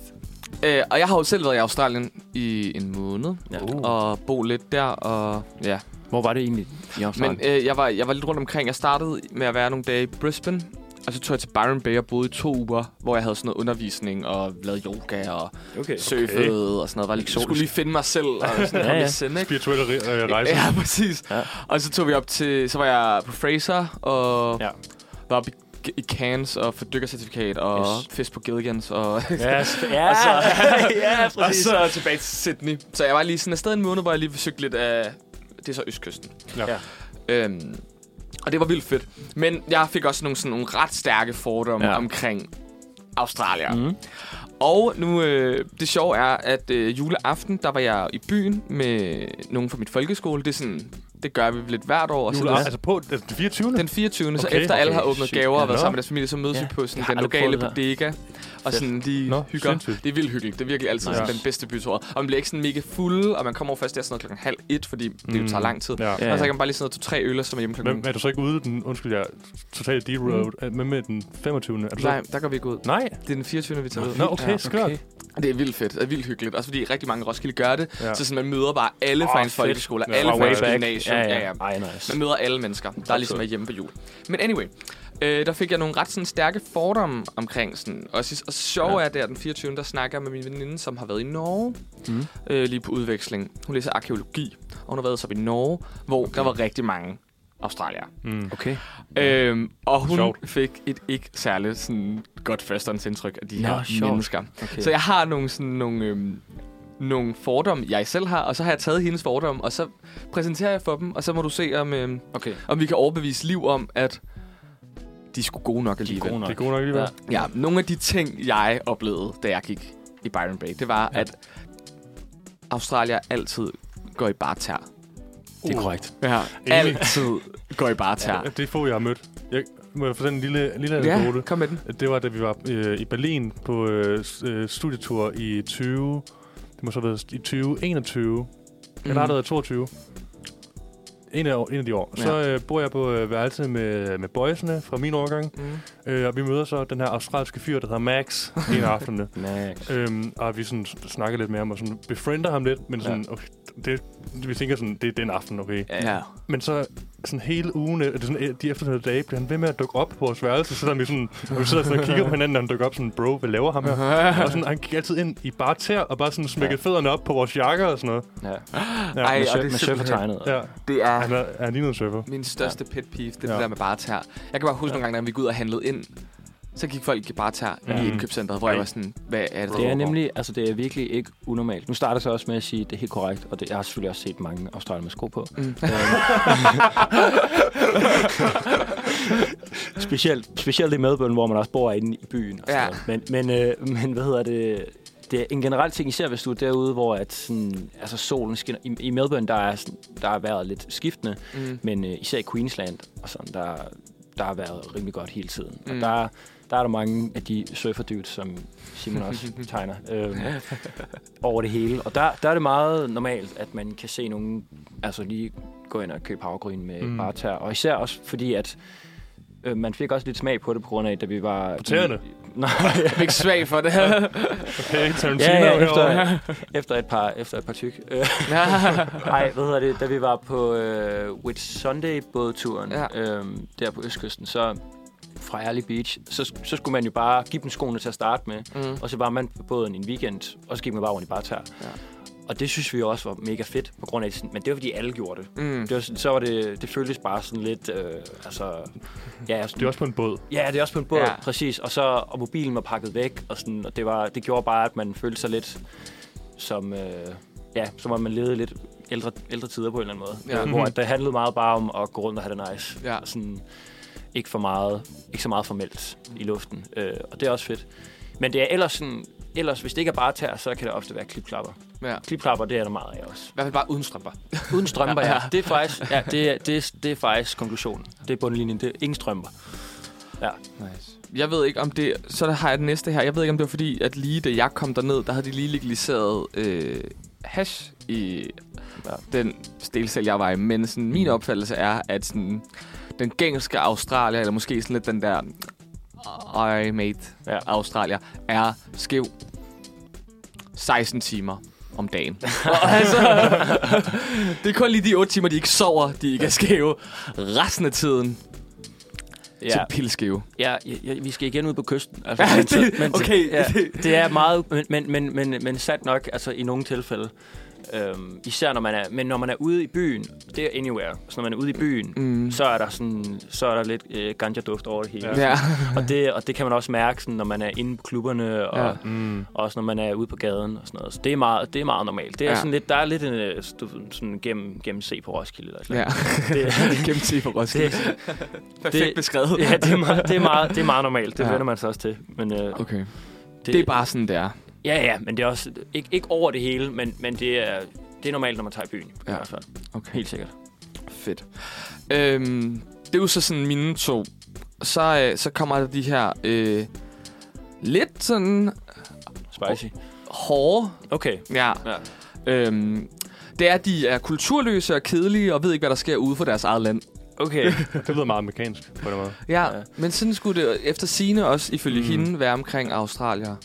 Speaker 2: Øh, og jeg har jo selv været i Australien i en måned.
Speaker 3: Ja.
Speaker 2: Og bo lidt der, og ja.
Speaker 3: Hvor var det egentlig? Jeg
Speaker 2: Men øh, jeg, var, jeg var lidt rundt omkring. Jeg startede med at være nogle dage i Brisbane, og så tog jeg til Byron Bay og boede i to uger, hvor jeg havde sådan noget undervisning og lavede yoga og
Speaker 3: øh, okay.
Speaker 2: surfede og sådan noget. Var lidt,
Speaker 3: Eksotisk.
Speaker 2: skulle lige finde mig selv og sådan ja,
Speaker 3: Ja,
Speaker 2: ja.
Speaker 3: ja.
Speaker 2: lidt sende, ikke?
Speaker 1: Spirituelle re- øh, rejse.
Speaker 2: Ja, præcis. Ja.
Speaker 3: Ja.
Speaker 2: Og så tog vi op til, så var jeg på Fraser og ja.
Speaker 3: Ja.
Speaker 2: var oppe i, i Cairns og fik dykkercertifikat og yes.
Speaker 3: Yes.
Speaker 2: fisk på Gilligans og...
Speaker 3: Ja, altså, ja,
Speaker 2: Og så,
Speaker 3: ja,
Speaker 2: og
Speaker 3: præcis.
Speaker 2: så tilbage til Sydney. Så jeg var lige sådan afsted en måned, hvor jeg lige besøgte lidt af... Det er så Østkysten.
Speaker 1: Ja.
Speaker 3: Ja.
Speaker 2: Øhm, og det var vildt fedt. Men jeg fik også nogle, sådan nogle ret stærke fordomme ja.
Speaker 3: Ja.
Speaker 2: omkring Australien.
Speaker 3: Mhm.
Speaker 2: Og nu, øh, det sjove er, at øh, juleaften, der var jeg i byen med nogen fra mit folkeskole. Det er sådan, det gør vi lidt hvert år. Og
Speaker 1: Jule,
Speaker 2: så
Speaker 1: altså på altså, den 24.
Speaker 2: den 24. Okay, så
Speaker 1: Okay,
Speaker 2: efter alle har
Speaker 3: okay,
Speaker 2: åbnet
Speaker 3: sygt.
Speaker 2: gaver og været
Speaker 1: Nå.
Speaker 2: sammen med deres familie, så mødes
Speaker 3: Ja,
Speaker 2: vi på sådan,
Speaker 3: jeg har
Speaker 2: den
Speaker 3: aldrig
Speaker 2: lokale
Speaker 3: prøvet det
Speaker 2: bodega. Og sådan lige
Speaker 1: Nå,
Speaker 2: hygger.
Speaker 1: sindssygt.
Speaker 2: Det er vildt hyggeligt. Det er virkelig altid
Speaker 1: Ja.
Speaker 2: sådan, den bedste bytur. Og man bliver ikke sådan mega fuld, og man kommer over først der sådan noget klokken halv et, fordi det jo
Speaker 1: Mm.
Speaker 2: tager lang tid. Ja.
Speaker 1: Ja.
Speaker 3: Ja.
Speaker 2: Og så kan man bare lige sådan noget to-tre øl, og så er man hjemme klokken...
Speaker 1: Men er du så ikke ude den, undskyld, jeg er totalt deroad, mm. men med den 25. Er du så,
Speaker 2: Nej, der går vi ikke ud.
Speaker 1: Nej.
Speaker 2: Det er den 24. vi tager ud.
Speaker 1: Nå, okay, ja, skørt. Okay.
Speaker 2: Det er vildt fedt. Det er vildt hyggeligt. Også fordi rigtig mange i Roskilde gør det. Ja.
Speaker 1: Ja.
Speaker 2: Så sådan, man møder bare alle
Speaker 3: Åh,
Speaker 2: fra ens
Speaker 3: fedt.
Speaker 2: folkeskoler,
Speaker 1: Ja,
Speaker 2: alle
Speaker 1: fra
Speaker 2: fra
Speaker 1: way
Speaker 2: ens
Speaker 1: back.
Speaker 2: gymnasium.
Speaker 3: Ja, ja. Ej, nice.
Speaker 2: Man møder alle mennesker, der er ligesom er hjemme på jul. Men anyway, øh, der fik jeg nogle ret sådan, stærke fordomme omkring sådan. Og, sidst, og sjov ja.
Speaker 3: Ja.
Speaker 2: er, der den 24. der snakker jeg med min veninde, som har været i Norge. Mm.
Speaker 3: Mm.
Speaker 2: Øh, lige på udveksling. Hun læser arkeologi, og hun har været så i Norge, hvor okay. der var rigtig mange australiere.
Speaker 1: Mm.
Speaker 3: Okay.
Speaker 2: Øhm, og hun
Speaker 1: Sjovt.
Speaker 2: fik et ikke særligt sådan, godt førstehåndsindtryk af de
Speaker 3: Nå,
Speaker 2: her
Speaker 3: sjovt.
Speaker 2: mennesker.
Speaker 3: okay.
Speaker 2: Så jeg har nogle, sådan, nogle, øhm, nogle fordomme, jeg selv har, og så har jeg taget hendes fordomme, og så præsenterer jeg for dem, og så må du se, om, øhm,
Speaker 3: okay.
Speaker 2: om vi kan overbevise Liv om, at de skulle gode nok
Speaker 3: De er
Speaker 2: alligevel.
Speaker 3: gode nok.
Speaker 1: Det er godt nok alligevel.
Speaker 3: Ja.
Speaker 1: Ja.
Speaker 2: Ja, nogle af de ting, jeg oplevede, da jeg gik i Byron Bay, det var, ja. at Australier altid går i barter.
Speaker 3: Det er korrekt.
Speaker 2: Ja,
Speaker 1: Enig.
Speaker 2: altid går i barter.
Speaker 1: Det er få, jeg har mødt. Jeg, må jeg fortælle en lille, lille
Speaker 2: Ja,
Speaker 1: anekdote?
Speaker 2: kom med den.
Speaker 1: Det var, da vi var øh, i Berlin på øh, s- øh, studietur i 20... Det må så have været i 2021. Mm. Eller har det været 22? En af, år- en af de år. Ja. Så øh, bor jeg på øh, værelse med, med boysene fra min årgang.
Speaker 2: Mm.
Speaker 1: Øh, og vi møder så den her australske fyr, der hedder Max, en af aftenene.
Speaker 3: Max.
Speaker 1: Øhm, og vi sådan s- snakker lidt med ham og sådan befriender ham lidt, men sådan, okay, det, vi tænker sådan, det er den aften, okay.
Speaker 3: Ja.
Speaker 1: Men så sådan hele ugen, eller sådan, øh, de efterfølgende dage, bliver han ved med at dukke op på vores værelse, selvom vi sådan, og vi sidder sådan og kigger på hinanden, og han dukker op sådan, bro, hvad laver ham her? og sådan, han gik altid ind i bare tær, og bare sådan smækkede fødderne op på vores jakker og sådan noget.
Speaker 3: ja.
Speaker 1: Ja,
Speaker 2: Ej,
Speaker 3: Med,
Speaker 2: og
Speaker 3: surf,
Speaker 2: det er
Speaker 3: med
Speaker 2: simpelthen-
Speaker 3: surfertegnet. Ja.
Speaker 1: ja.
Speaker 2: Det er
Speaker 1: Han er, han ligner en surfer.
Speaker 2: min største pet peeve, det er ja.
Speaker 1: Ja.
Speaker 2: det der med bare tær. Jeg kan bare huske ja. nogle gange, når vi gik ud og handlede ind, så gik folk i bare tær ja. i
Speaker 1: Mm.
Speaker 2: indkøbscenteret, hvor jeg
Speaker 1: Ej.
Speaker 2: var sådan, hvad er det? der
Speaker 3: Det er
Speaker 2: foregår?
Speaker 3: nemlig, altså det er virkelig ikke unormalt. Nu starter jeg så også med at sige, at det er helt korrekt, og det, jeg har selvfølgelig også set mange australier med sko på. Øhm.
Speaker 2: Mm.
Speaker 3: Specielt, specielt i Melbourne, hvor man også bor inde i byen. Og
Speaker 2: Ja.
Speaker 3: ja. Men, men, øh, men hvad hedder det? Det er en generel ting, især hvis du er derude, hvor at sådan, altså solen skinner. I, I Melbourne, der er, sådan, der er været lidt skiftende,
Speaker 2: Mm.
Speaker 3: men øh, især i Queensland, og sådan, der, der har været rimelig godt hele tiden. Mm.
Speaker 2: Mm.
Speaker 3: Og der, der er der mange af de surferdudes, som Simon også tegner, øh, over det hele. Og der, der er det meget normalt, at man kan se nogen altså lige gå ind og købe havregryn med mm.
Speaker 1: Mm.
Speaker 3: bare tær. Og især også fordi, at øh, man fik også lidt smag på det, på grund af, da vi var...
Speaker 1: På tæerne?
Speaker 3: Nej,
Speaker 2: Jeg fik svag for det.
Speaker 1: Okay, Tarantino
Speaker 3: ja, ja,
Speaker 1: herovre.
Speaker 3: efter, efter, et par, efter et par tyk. Øh, Nej, hvad hedder det? Da vi var på øh, Whit Sunday bådturen
Speaker 2: Ja.
Speaker 3: ja. øhm, der på Østkysten, så fra Herlig Beach, så, så skulle man jo bare give dem skoene til at starte med,
Speaker 2: mm.
Speaker 3: og så var man på båden i en weekend, og så gik man bare rundt i bartær.
Speaker 2: Ja.
Speaker 3: Ja. Og det synes vi jo også var mega fedt, på grund af, sådan- men det var fordi alle gjorde det.
Speaker 2: Mm.
Speaker 3: det var, sådan- så var det, det føltes bare sådan lidt, øh, altså, ja,
Speaker 1: Det er også på en båd.
Speaker 3: Ja, det er også på en båd,
Speaker 2: Ja.
Speaker 3: ja. præcis. Og så og mobilen var pakket væk, og, sådan, og det, var, det gjorde bare, at man følte sig lidt som, øh, ja, som om man levede lidt ældre, ældre tider på en eller anden måde.
Speaker 2: Ja.
Speaker 3: Ja. Øh, hvor at det handlede meget bare om at gå rundt og have det nice.
Speaker 2: Ja.
Speaker 3: Og sådan, ikke, for meget, ikke så meget formelt i luften. Øh, og det er også fedt. Men det er ellers sådan, ellers, hvis det ikke er bare tær, så kan det ofte være klipklapper.
Speaker 2: Ja.
Speaker 3: Klipklapper, det er der meget af også.
Speaker 2: I hvert fald bare uden strømper.
Speaker 3: Uden strømper,
Speaker 2: Ja.
Speaker 3: ja. Det er faktisk, ja, det er, det, er, det er faktisk konklusionen. Det er bundlinjen. Det er ingen strømper. Ja.
Speaker 2: Nice. Jeg ved ikke om det... Så har jeg den næste her. Jeg ved ikke, om det var fordi, at lige da jeg kom derned, der havde de lige legaliseret øh, hash i
Speaker 3: Ja.
Speaker 2: den stilsel, jeg var i. Men sådan, min opfattelse er, at sådan, den gængske Australier, eller måske sådan lidt den der... I mate
Speaker 3: Ja.
Speaker 2: Australier, er skæv 16 timer om dagen. Og altså, det er kun lige de 8 timer, de ikke sover, de ikke er skæve. Resten af tiden ja. til pilskæve.
Speaker 3: Ja, ja, ja, vi skal igen ud på kysten. Altså,
Speaker 2: Ja,
Speaker 3: men så-
Speaker 2: det-
Speaker 3: men så-
Speaker 2: okay.
Speaker 3: Ja, det er meget, men, men, men, men, men sandt nok, altså i nogle tilfælde. Øhm, især når man er, men når man er ude i byen, det er anywhere. Så når man er ude i byen,
Speaker 2: Mm.
Speaker 3: mm. så er der sådan, så er der lidt øh, ganja-duft over det hele.
Speaker 1: Ja.
Speaker 2: Ja.
Speaker 3: Og, det, og det kan man også mærke, sådan, når man er inde på klubberne, og
Speaker 2: Ja.
Speaker 3: ja.
Speaker 1: Mm.
Speaker 3: også når man er ude på gaden og sådan noget. Så det er meget, det er meget normalt. Det
Speaker 2: Ja.
Speaker 3: er ja. sådan lidt, der er lidt en, øh, du ved, sådan gennem, gennem C på Roskilde. Eller et eller
Speaker 2: Ja.
Speaker 3: andet. Det,
Speaker 2: Gennem til for Roskilde.
Speaker 3: det,
Speaker 2: Perfekt
Speaker 3: det-
Speaker 2: beskrevet.
Speaker 3: ja, det er, meget, det, er meget, det er meget normalt. Det
Speaker 2: Ja.
Speaker 3: ja. vender man sig også til. Men, øh,
Speaker 2: Okay. Det er bare sådan, det er.
Speaker 3: Ja, ja, men det er også... Ikke, ikke over det hele, men, men det, er, det er normalt, når man tager i byen.
Speaker 2: Ja.
Speaker 3: Ja. I hvert fald.
Speaker 2: Okay.
Speaker 3: Helt sikkert.
Speaker 2: Fedt. Øhm, det er jo så sådan mine to. Så, øh, så kommer der de her øh, lidt sådan
Speaker 3: Spicy.
Speaker 2: hårde.
Speaker 3: Oh. Okay.
Speaker 2: Ja.
Speaker 3: Ja.
Speaker 2: Øhm, det er, at de er kulturløse og kedelige og ved ikke, hvad der sker ude for deres eget land.
Speaker 3: Okay.
Speaker 1: Det lyder meget amerikansk, på den måde.
Speaker 2: Ja, ja.
Speaker 3: Ja.
Speaker 2: men sådan skulle det efter sine også ifølge mm.
Speaker 1: Mm.
Speaker 2: hende være omkring Australier.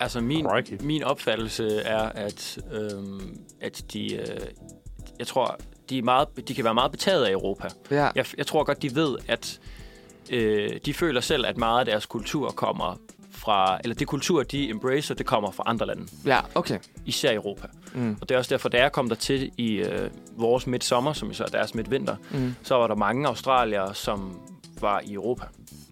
Speaker 3: altså, min,
Speaker 1: Crikey.
Speaker 3: min opfattelse er, at, øhm, at de... Øh, jeg tror, de, er meget, de kan være meget betaget af Europa.
Speaker 2: Ja.
Speaker 3: Jeg, jeg tror godt, de ved, at øh, de føler selv, at meget af deres kultur kommer fra... Eller det kultur, de embracer, det kommer fra andre lande.
Speaker 2: Ja, okay.
Speaker 3: Især Europa.
Speaker 2: Mm.
Speaker 3: Og det er også derfor, da jeg kom dertil i øh, vores midtsommer, som så er deres midtvinter,
Speaker 2: Mm.
Speaker 3: så var der mange australiere, som var i Europa,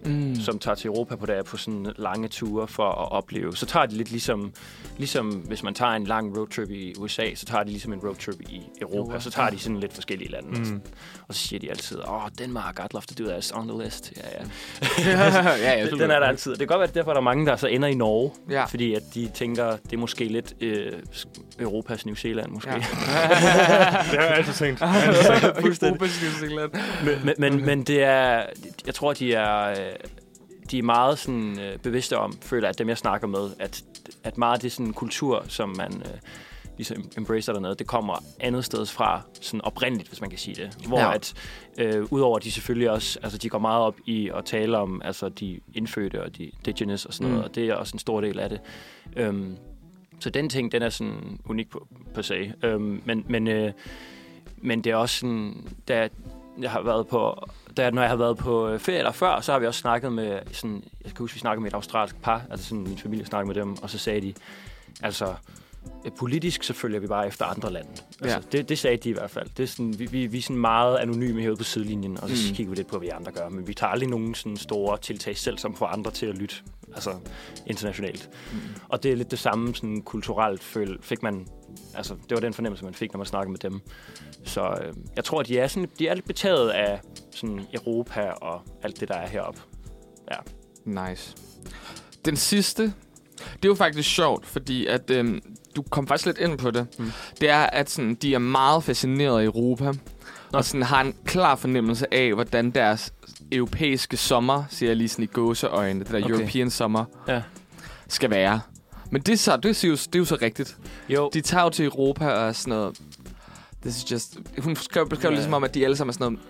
Speaker 2: Mm.
Speaker 3: mm. som tager til Europa på der på sådan lange ture for at opleve. Så tager de lidt ligesom, ligesom hvis man tager en lang roadtrip i USA, så tager de ligesom en roadtrip i Europa,
Speaker 2: Europa.
Speaker 3: så tager de sådan lidt forskellige lande. Mm. Og, sådan.
Speaker 1: Mm.
Speaker 3: og så siger de altid, åh, oh, Denmark, I'd love to do that, on the list. Ja, ja.
Speaker 2: ja, ja,
Speaker 3: Den, den er der altid. Det kan godt være, at derfor er der mange, der så ender i Norge,
Speaker 2: Ja.
Speaker 3: fordi at de tænker, det er måske lidt øh, sk- Europas New Zealand måske. Ja.
Speaker 1: Det har jeg altid tænkt.
Speaker 2: Fuldstændig. Europa,
Speaker 3: men, men, men det er, jeg tror, de er, øh, de er meget sådan, øh, bevidste om, føler at dem, jeg snakker med, at, at meget af det sådan, kultur, som man øh, ligesom embracer dernede, det kommer andet sted fra, sådan oprindeligt, hvis man kan sige det. Hvor
Speaker 2: Ja.
Speaker 3: ja. at, øh, udover de selvfølgelig også, altså de går meget op i at tale om, altså de indfødte og de indigenous og sådan noget,
Speaker 2: Mm.
Speaker 3: og det er også en stor del af det. Øhm, så den ting, den er sådan unik på, på se. Øhm, men, men, øh, men det er også sådan, da jeg har været på, da, når jeg har været på øh, ferie der før, så har vi også snakket med, sådan, jeg kan huske, vi snakkede med et australsk par, altså sådan, min familie snakkede med dem, og så sagde de, altså, øh, politisk så følger vi bare efter andre lande. Altså, det, det sagde de i hvert fald. Det er sådan, vi, vi, vi er sådan meget anonyme herude på sidelinjen, og så
Speaker 2: Mm.
Speaker 3: mm. kigger vi lidt på, hvad de andre gør. Men vi tager aldrig nogen sådan store tiltag selv, som får andre til at lytte, altså internationalt.
Speaker 2: Mm.
Speaker 3: Og det er lidt det samme sådan, kulturelt føl, fik man, altså det var den fornemmelse, man fik, når man snakkede med dem. Så øh, jeg tror, de er, sådan, de er lidt betaget af sådan, Europa og alt det, der er heroppe.
Speaker 2: Nice. Den sidste, det er jo faktisk sjovt, fordi at, øhm, du kom faktisk lidt ind på det. Mm.
Speaker 3: Mm.
Speaker 2: Det er, at sådan, de er meget fascineret af Europa, Nå.
Speaker 3: Nå.
Speaker 2: og sådan, har en klar fornemmelse af, hvordan deres europæiske sommer, siger jeg lige sådan i gåseøjne, det der okay.
Speaker 3: Okay.
Speaker 2: European sommer,
Speaker 3: Ja.
Speaker 2: skal være. Men det er, så, det, er jo, det er jo så rigtigt.
Speaker 3: Jo,
Speaker 2: De tager jo til Europa og er sådan noget... This is just... Hun skrev, beskrev yeah.
Speaker 3: Ja.
Speaker 2: ligesom om, at de alle sammen er sådan noget...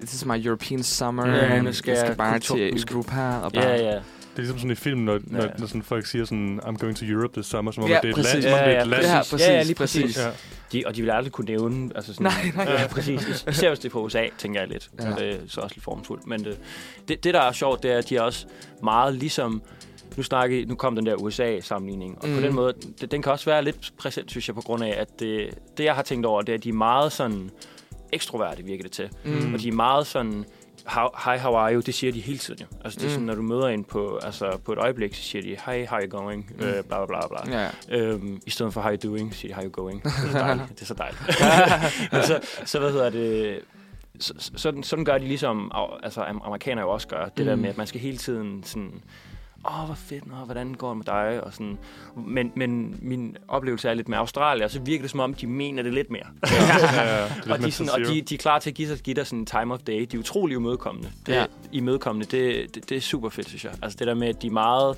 Speaker 2: This is my European summer,
Speaker 3: Ja,
Speaker 2: yeah, and
Speaker 3: nu
Speaker 2: jeg
Speaker 3: skal
Speaker 2: skal,
Speaker 3: jeg
Speaker 2: bare
Speaker 3: kultur-
Speaker 2: til Europa og bare...
Speaker 3: ja, ja.
Speaker 1: Det er ligesom sådan i film, når, når,
Speaker 3: Ja.
Speaker 1: når sådan folk siger sådan, I'm going to Europe this summer, som om
Speaker 2: Ja,
Speaker 1: ja, det er et
Speaker 2: præcis.
Speaker 1: land, som om det er et
Speaker 3: Ja,
Speaker 1: land.
Speaker 2: Ja,
Speaker 3: Præcis.
Speaker 2: præcis,
Speaker 3: Ja, ja, lige
Speaker 2: præcis.
Speaker 3: præcis.
Speaker 1: Ja.
Speaker 3: De, og de vil aldrig kunne nævne... Altså sådan,
Speaker 2: Nej, nej.
Speaker 3: Ja, præcis. Især hvis det er på USA, tænker jeg lidt.
Speaker 2: Ja.
Speaker 3: Ja. Øh, så også lidt formfuldt. Men øh, det, det, der er sjovt, det er, at de er også meget ligesom... Nu, snakker, nu kom den der USA-sammenligning, og mm.
Speaker 2: Mm.
Speaker 3: på den måde, det, den kan også være lidt præsent, synes jeg, på grund af, at det, det, jeg har tænkt over, det er, at de er meget sådan ekstroverte, virker det til.
Speaker 2: Mm.
Speaker 3: Mm. Og de er meget sådan, "How- hi, how are you? Det siger de hele tiden. jo. Altså, det er
Speaker 2: Mm.
Speaker 3: sådan, når du møder en på, altså, på et øjeblik, så siger de, hi, how are you going?
Speaker 2: Mm.
Speaker 3: Mm. Øh, bla, bla, bla, bla.
Speaker 2: Ja.
Speaker 3: Øhm, I stedet for how you doing, siger de, how you going. Det er så dejligt. det er så, dejligt. Men så, så hvad hedder det... Så, så- sådan, sådan gør de ligesom, au- altså am- amerikanere jo også gør, det mm. der
Speaker 2: Mm.
Speaker 3: med, at man skal hele tiden sådan, åh, oh, hvor fedt, nå, hvordan går det med dig, og sådan. Men, men min oplevelse er lidt med Australien, så virker det som om, de mener det lidt mere.
Speaker 1: ja, ja. Det er
Speaker 3: og de, er
Speaker 1: lidt
Speaker 3: sådan,
Speaker 1: sådan,
Speaker 3: og de, de er klar til at give, sig, give dig sådan en time of day. De er utrolig imødekommende. Det,
Speaker 2: Ja.
Speaker 3: ja. imødekommende det, det, det er super fedt, synes jeg. Altså det der med, at de er meget...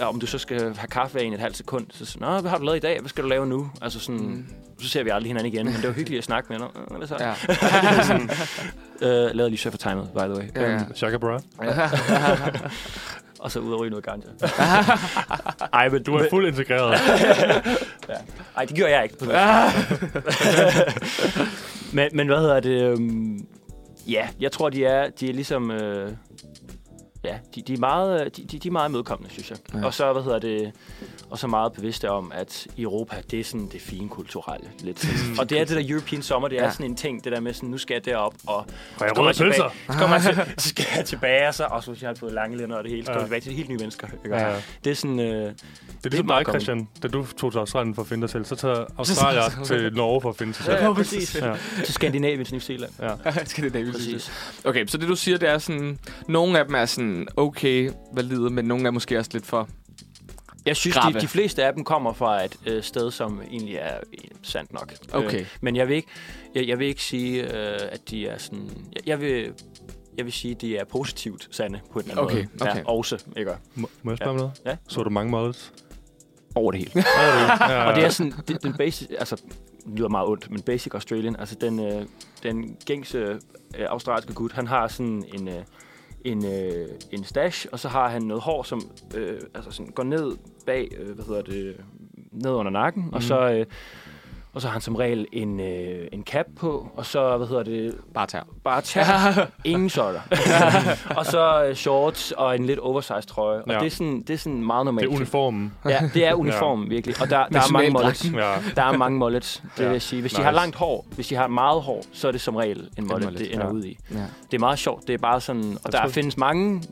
Speaker 3: ja, Om du så skal have kaffe af en et halvt sekund, så sådan, Nå, hvad har du lavet i dag? Hvad skal du lave nu? Altså sådan,
Speaker 2: Mm.
Speaker 3: mm. så ser vi aldrig hinanden igen, men det var hyggeligt at snakke med. Nå, øh, hvad så? Ja.
Speaker 2: Ja.
Speaker 3: Øh, lavede lige surfer timet, by the way.
Speaker 2: Ja, ja.
Speaker 1: Shaka bra.
Speaker 3: Og så ud og ryge noget ganja. Ej, men
Speaker 1: Du er fuldt integreret.
Speaker 3: Ej, det gjorde jeg ikke. men, men hvad hedder det? øhm, Ja, jeg tror, de er, de er ligesom... Øh, ja, de, de, er meget, øh, de, de de er meget imødekommende, synes jeg.
Speaker 2: Ja.
Speaker 3: Ja. Og så, hvad hedder det... Og så meget bevidste om, at i Europa, det er sådan det fine kulturelle. Lidt. og det er det der European Summer, det er
Speaker 2: Ja.
Speaker 3: ja. sådan en ting, det der med sådan, nu skal jeg derop, og
Speaker 1: Og jeg
Speaker 3: kommer
Speaker 1: rødder
Speaker 3: jeg tilbage,
Speaker 1: pølser.
Speaker 3: så, kommer jeg til, så skal jeg tilbage, og så, og så hvis jeg har fået lange lænder og det hele, så kommer
Speaker 1: Ja.
Speaker 3: jeg tilbage til helt nye mennesker. Ikke?
Speaker 1: Ja,
Speaker 3: Ja.
Speaker 1: ja.
Speaker 3: Det er sådan... Øh,
Speaker 1: Det er ligesom
Speaker 3: meget
Speaker 1: dig,
Speaker 3: godt.
Speaker 1: Christian, da du tog til Australien for at finde dig selv. Så tager Australier til Norge for at finde sig selv.
Speaker 3: ja, ja, præcis.
Speaker 1: Ja.
Speaker 3: Til Skandinavien, til New Zealand.
Speaker 1: Ja.
Speaker 2: Skal det David sige?
Speaker 3: Præcis.
Speaker 2: Okay, så det du siger, det er sådan... Nogle af dem er sådan okay valide, men nogle er måske også lidt for...
Speaker 3: Jeg synes,
Speaker 2: Grabbe.
Speaker 3: de, de fleste af dem kommer fra et øh, sted, som egentlig er øh, sandt nok.
Speaker 2: Okay.
Speaker 3: Øh, men jeg vil ikke, jeg, jeg vil ikke sige, øh, at de er sådan... Jeg, jeg vil... Jeg vil sige, at de er positivt sande på en eller anden
Speaker 2: Okay,
Speaker 3: måde.
Speaker 2: okay.
Speaker 3: Ja, også, ikke?
Speaker 1: Må, må jeg spørge om noget?
Speaker 3: Ja.
Speaker 1: Så du mange models?
Speaker 3: Over det hele.
Speaker 1: Ja,
Speaker 3: Og det er sådan, det, den basic, altså, det lyder meget ondt, men basic Australian, altså den, øh, den gængse øh, australske gut, han har sådan en, øh, en, øh, en stash, og så har han noget hår, som øh, altså sådan, går ned bag, øh, hvad hedder det, ned under nakken, mm. og så...
Speaker 1: Mhm.
Speaker 3: Øh, og så har han som regel en, øh, en cap på, og så, hvad hedder det,
Speaker 2: Bare tær.
Speaker 3: bare tær, ingen sokker. og så øh, shorts og en lidt oversized trøje. Og
Speaker 1: Ja.
Speaker 3: det, er sådan, det er sådan meget normalt.
Speaker 1: det er uniformen.
Speaker 3: Ja, det er uniformen, virkelig. Og der, der er mange mål.
Speaker 2: Nationaldragten.
Speaker 1: Ja.
Speaker 3: Der er mange mullets, det
Speaker 1: Ja.
Speaker 3: vil jeg sige. Hvis
Speaker 1: Nice.
Speaker 3: de har langt hår, hvis de har meget hår, så er det som regel en mullet,
Speaker 2: mullet,
Speaker 3: det ender
Speaker 1: ja.
Speaker 3: ud i.
Speaker 2: Ja.
Speaker 3: Det er meget sjovt. Det er bare sådan... Og
Speaker 1: Jeg
Speaker 3: der
Speaker 1: tror-
Speaker 3: findes mange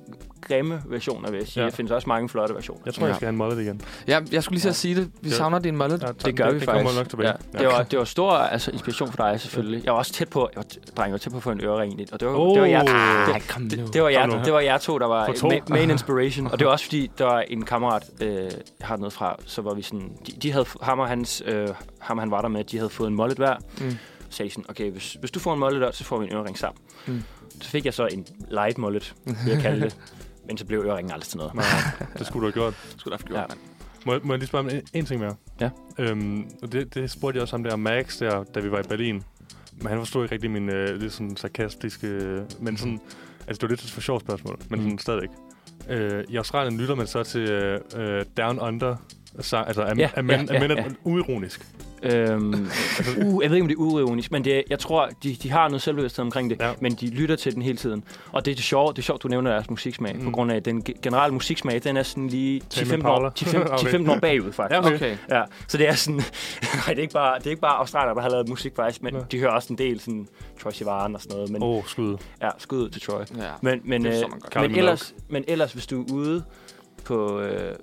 Speaker 3: grimme versioner, vil jeg sige.
Speaker 1: Ja.
Speaker 3: Ja. Der findes også mange flotte versioner.
Speaker 1: Jeg tror, ja.
Speaker 2: Ja.
Speaker 1: jeg skal have en mullet igen.
Speaker 2: Ja, jeg skulle lige til at sige det. Vi
Speaker 1: Ja.
Speaker 2: savner din mullet.
Speaker 1: Ja,
Speaker 3: det gør vi
Speaker 1: det
Speaker 3: faktisk.
Speaker 1: kommer nok tilbage.
Speaker 3: Ja, det, var, det var stor altså, inspiration for dig, selvfølgelig. Jeg var også tæt på, jeg var, t- dreng, jeg var tæt på at få en ørering i, og det var,
Speaker 1: Oh.
Speaker 3: det var jer,
Speaker 1: Ah,
Speaker 2: kom
Speaker 3: det,
Speaker 2: nu.
Speaker 3: det, det, var jer,
Speaker 1: Kom nu.
Speaker 3: det var jer to, der var
Speaker 1: For to.
Speaker 3: ma- main inspiration. og det var også fordi, der var en kammerat, øh, jeg har noget fra, så var vi sådan, de, de havde, f- ham og hans, øh, ham han var der med, de havde fået en mollet hver.
Speaker 2: Mm.
Speaker 3: Mm. Så sagde jeg sådan, okay, hvis, hvis du får en mollet, så får vi en ørering sammen.
Speaker 2: Mm.
Speaker 3: Mm. Så fik jeg så en light mollet, vil jeg kalde det. Men så blev øreringen aldrig til noget.
Speaker 1: Nej, det skulle du have gjort.
Speaker 2: skulle da
Speaker 3: gjort,
Speaker 1: Må, jeg- må jeg lige spørge om en, en ting mere?
Speaker 3: Ja.
Speaker 1: Øhm, og det, det spurgte jeg også om der Max, der, da vi var i Berlin. Men han forstod ikke rigtig min øh, lidt sådan sarkastiske... Øh, men sådan... Altså, det var lidt et for sjovt spørgsmål, men
Speaker 2: Mm.
Speaker 1: sådan stadigvæk. Øh, I Australien lytter man så til øh, øh, Down Under, sang, altså af,
Speaker 3: Ja,
Speaker 1: af mænd,
Speaker 3: ja,
Speaker 1: af
Speaker 3: ja,
Speaker 1: mænd
Speaker 3: ja.
Speaker 1: uironisk.
Speaker 3: Øhm, altså, uh, jeg ved ikke, om det er uironisk, men det, jeg tror, de, de har noget selvbevidsthed omkring det,
Speaker 1: Ja.
Speaker 3: ja. men de lytter til den hele tiden. Og det er det sjovt, det er sjovt, du nævner deres musiksmag, mm.
Speaker 1: Mm.
Speaker 3: på grund af, at den ge- generelle musiksmag, den er sådan lige 10-15
Speaker 1: Impala.
Speaker 3: år, 10-15
Speaker 1: Okay.
Speaker 3: 10-15 år bagud, faktisk.
Speaker 1: Okay.
Speaker 2: Okay.
Speaker 3: Ja, så det er sådan, nej, det er ikke bare, det er ikke bare australier, der har lavet musik, faktisk, men
Speaker 1: Nej.
Speaker 3: de hører også en del sådan Troy Sivan og sådan noget, men oh.
Speaker 1: Åh, oh, skud.
Speaker 3: ja, skud ud til Troy.
Speaker 2: Ja.
Speaker 3: Men, men,
Speaker 2: Det
Speaker 3: øh,
Speaker 2: forstår man godt.
Speaker 1: Kylie
Speaker 3: men,
Speaker 1: Minogue.
Speaker 3: ellers, men ellers, hvis du er ude på, øh,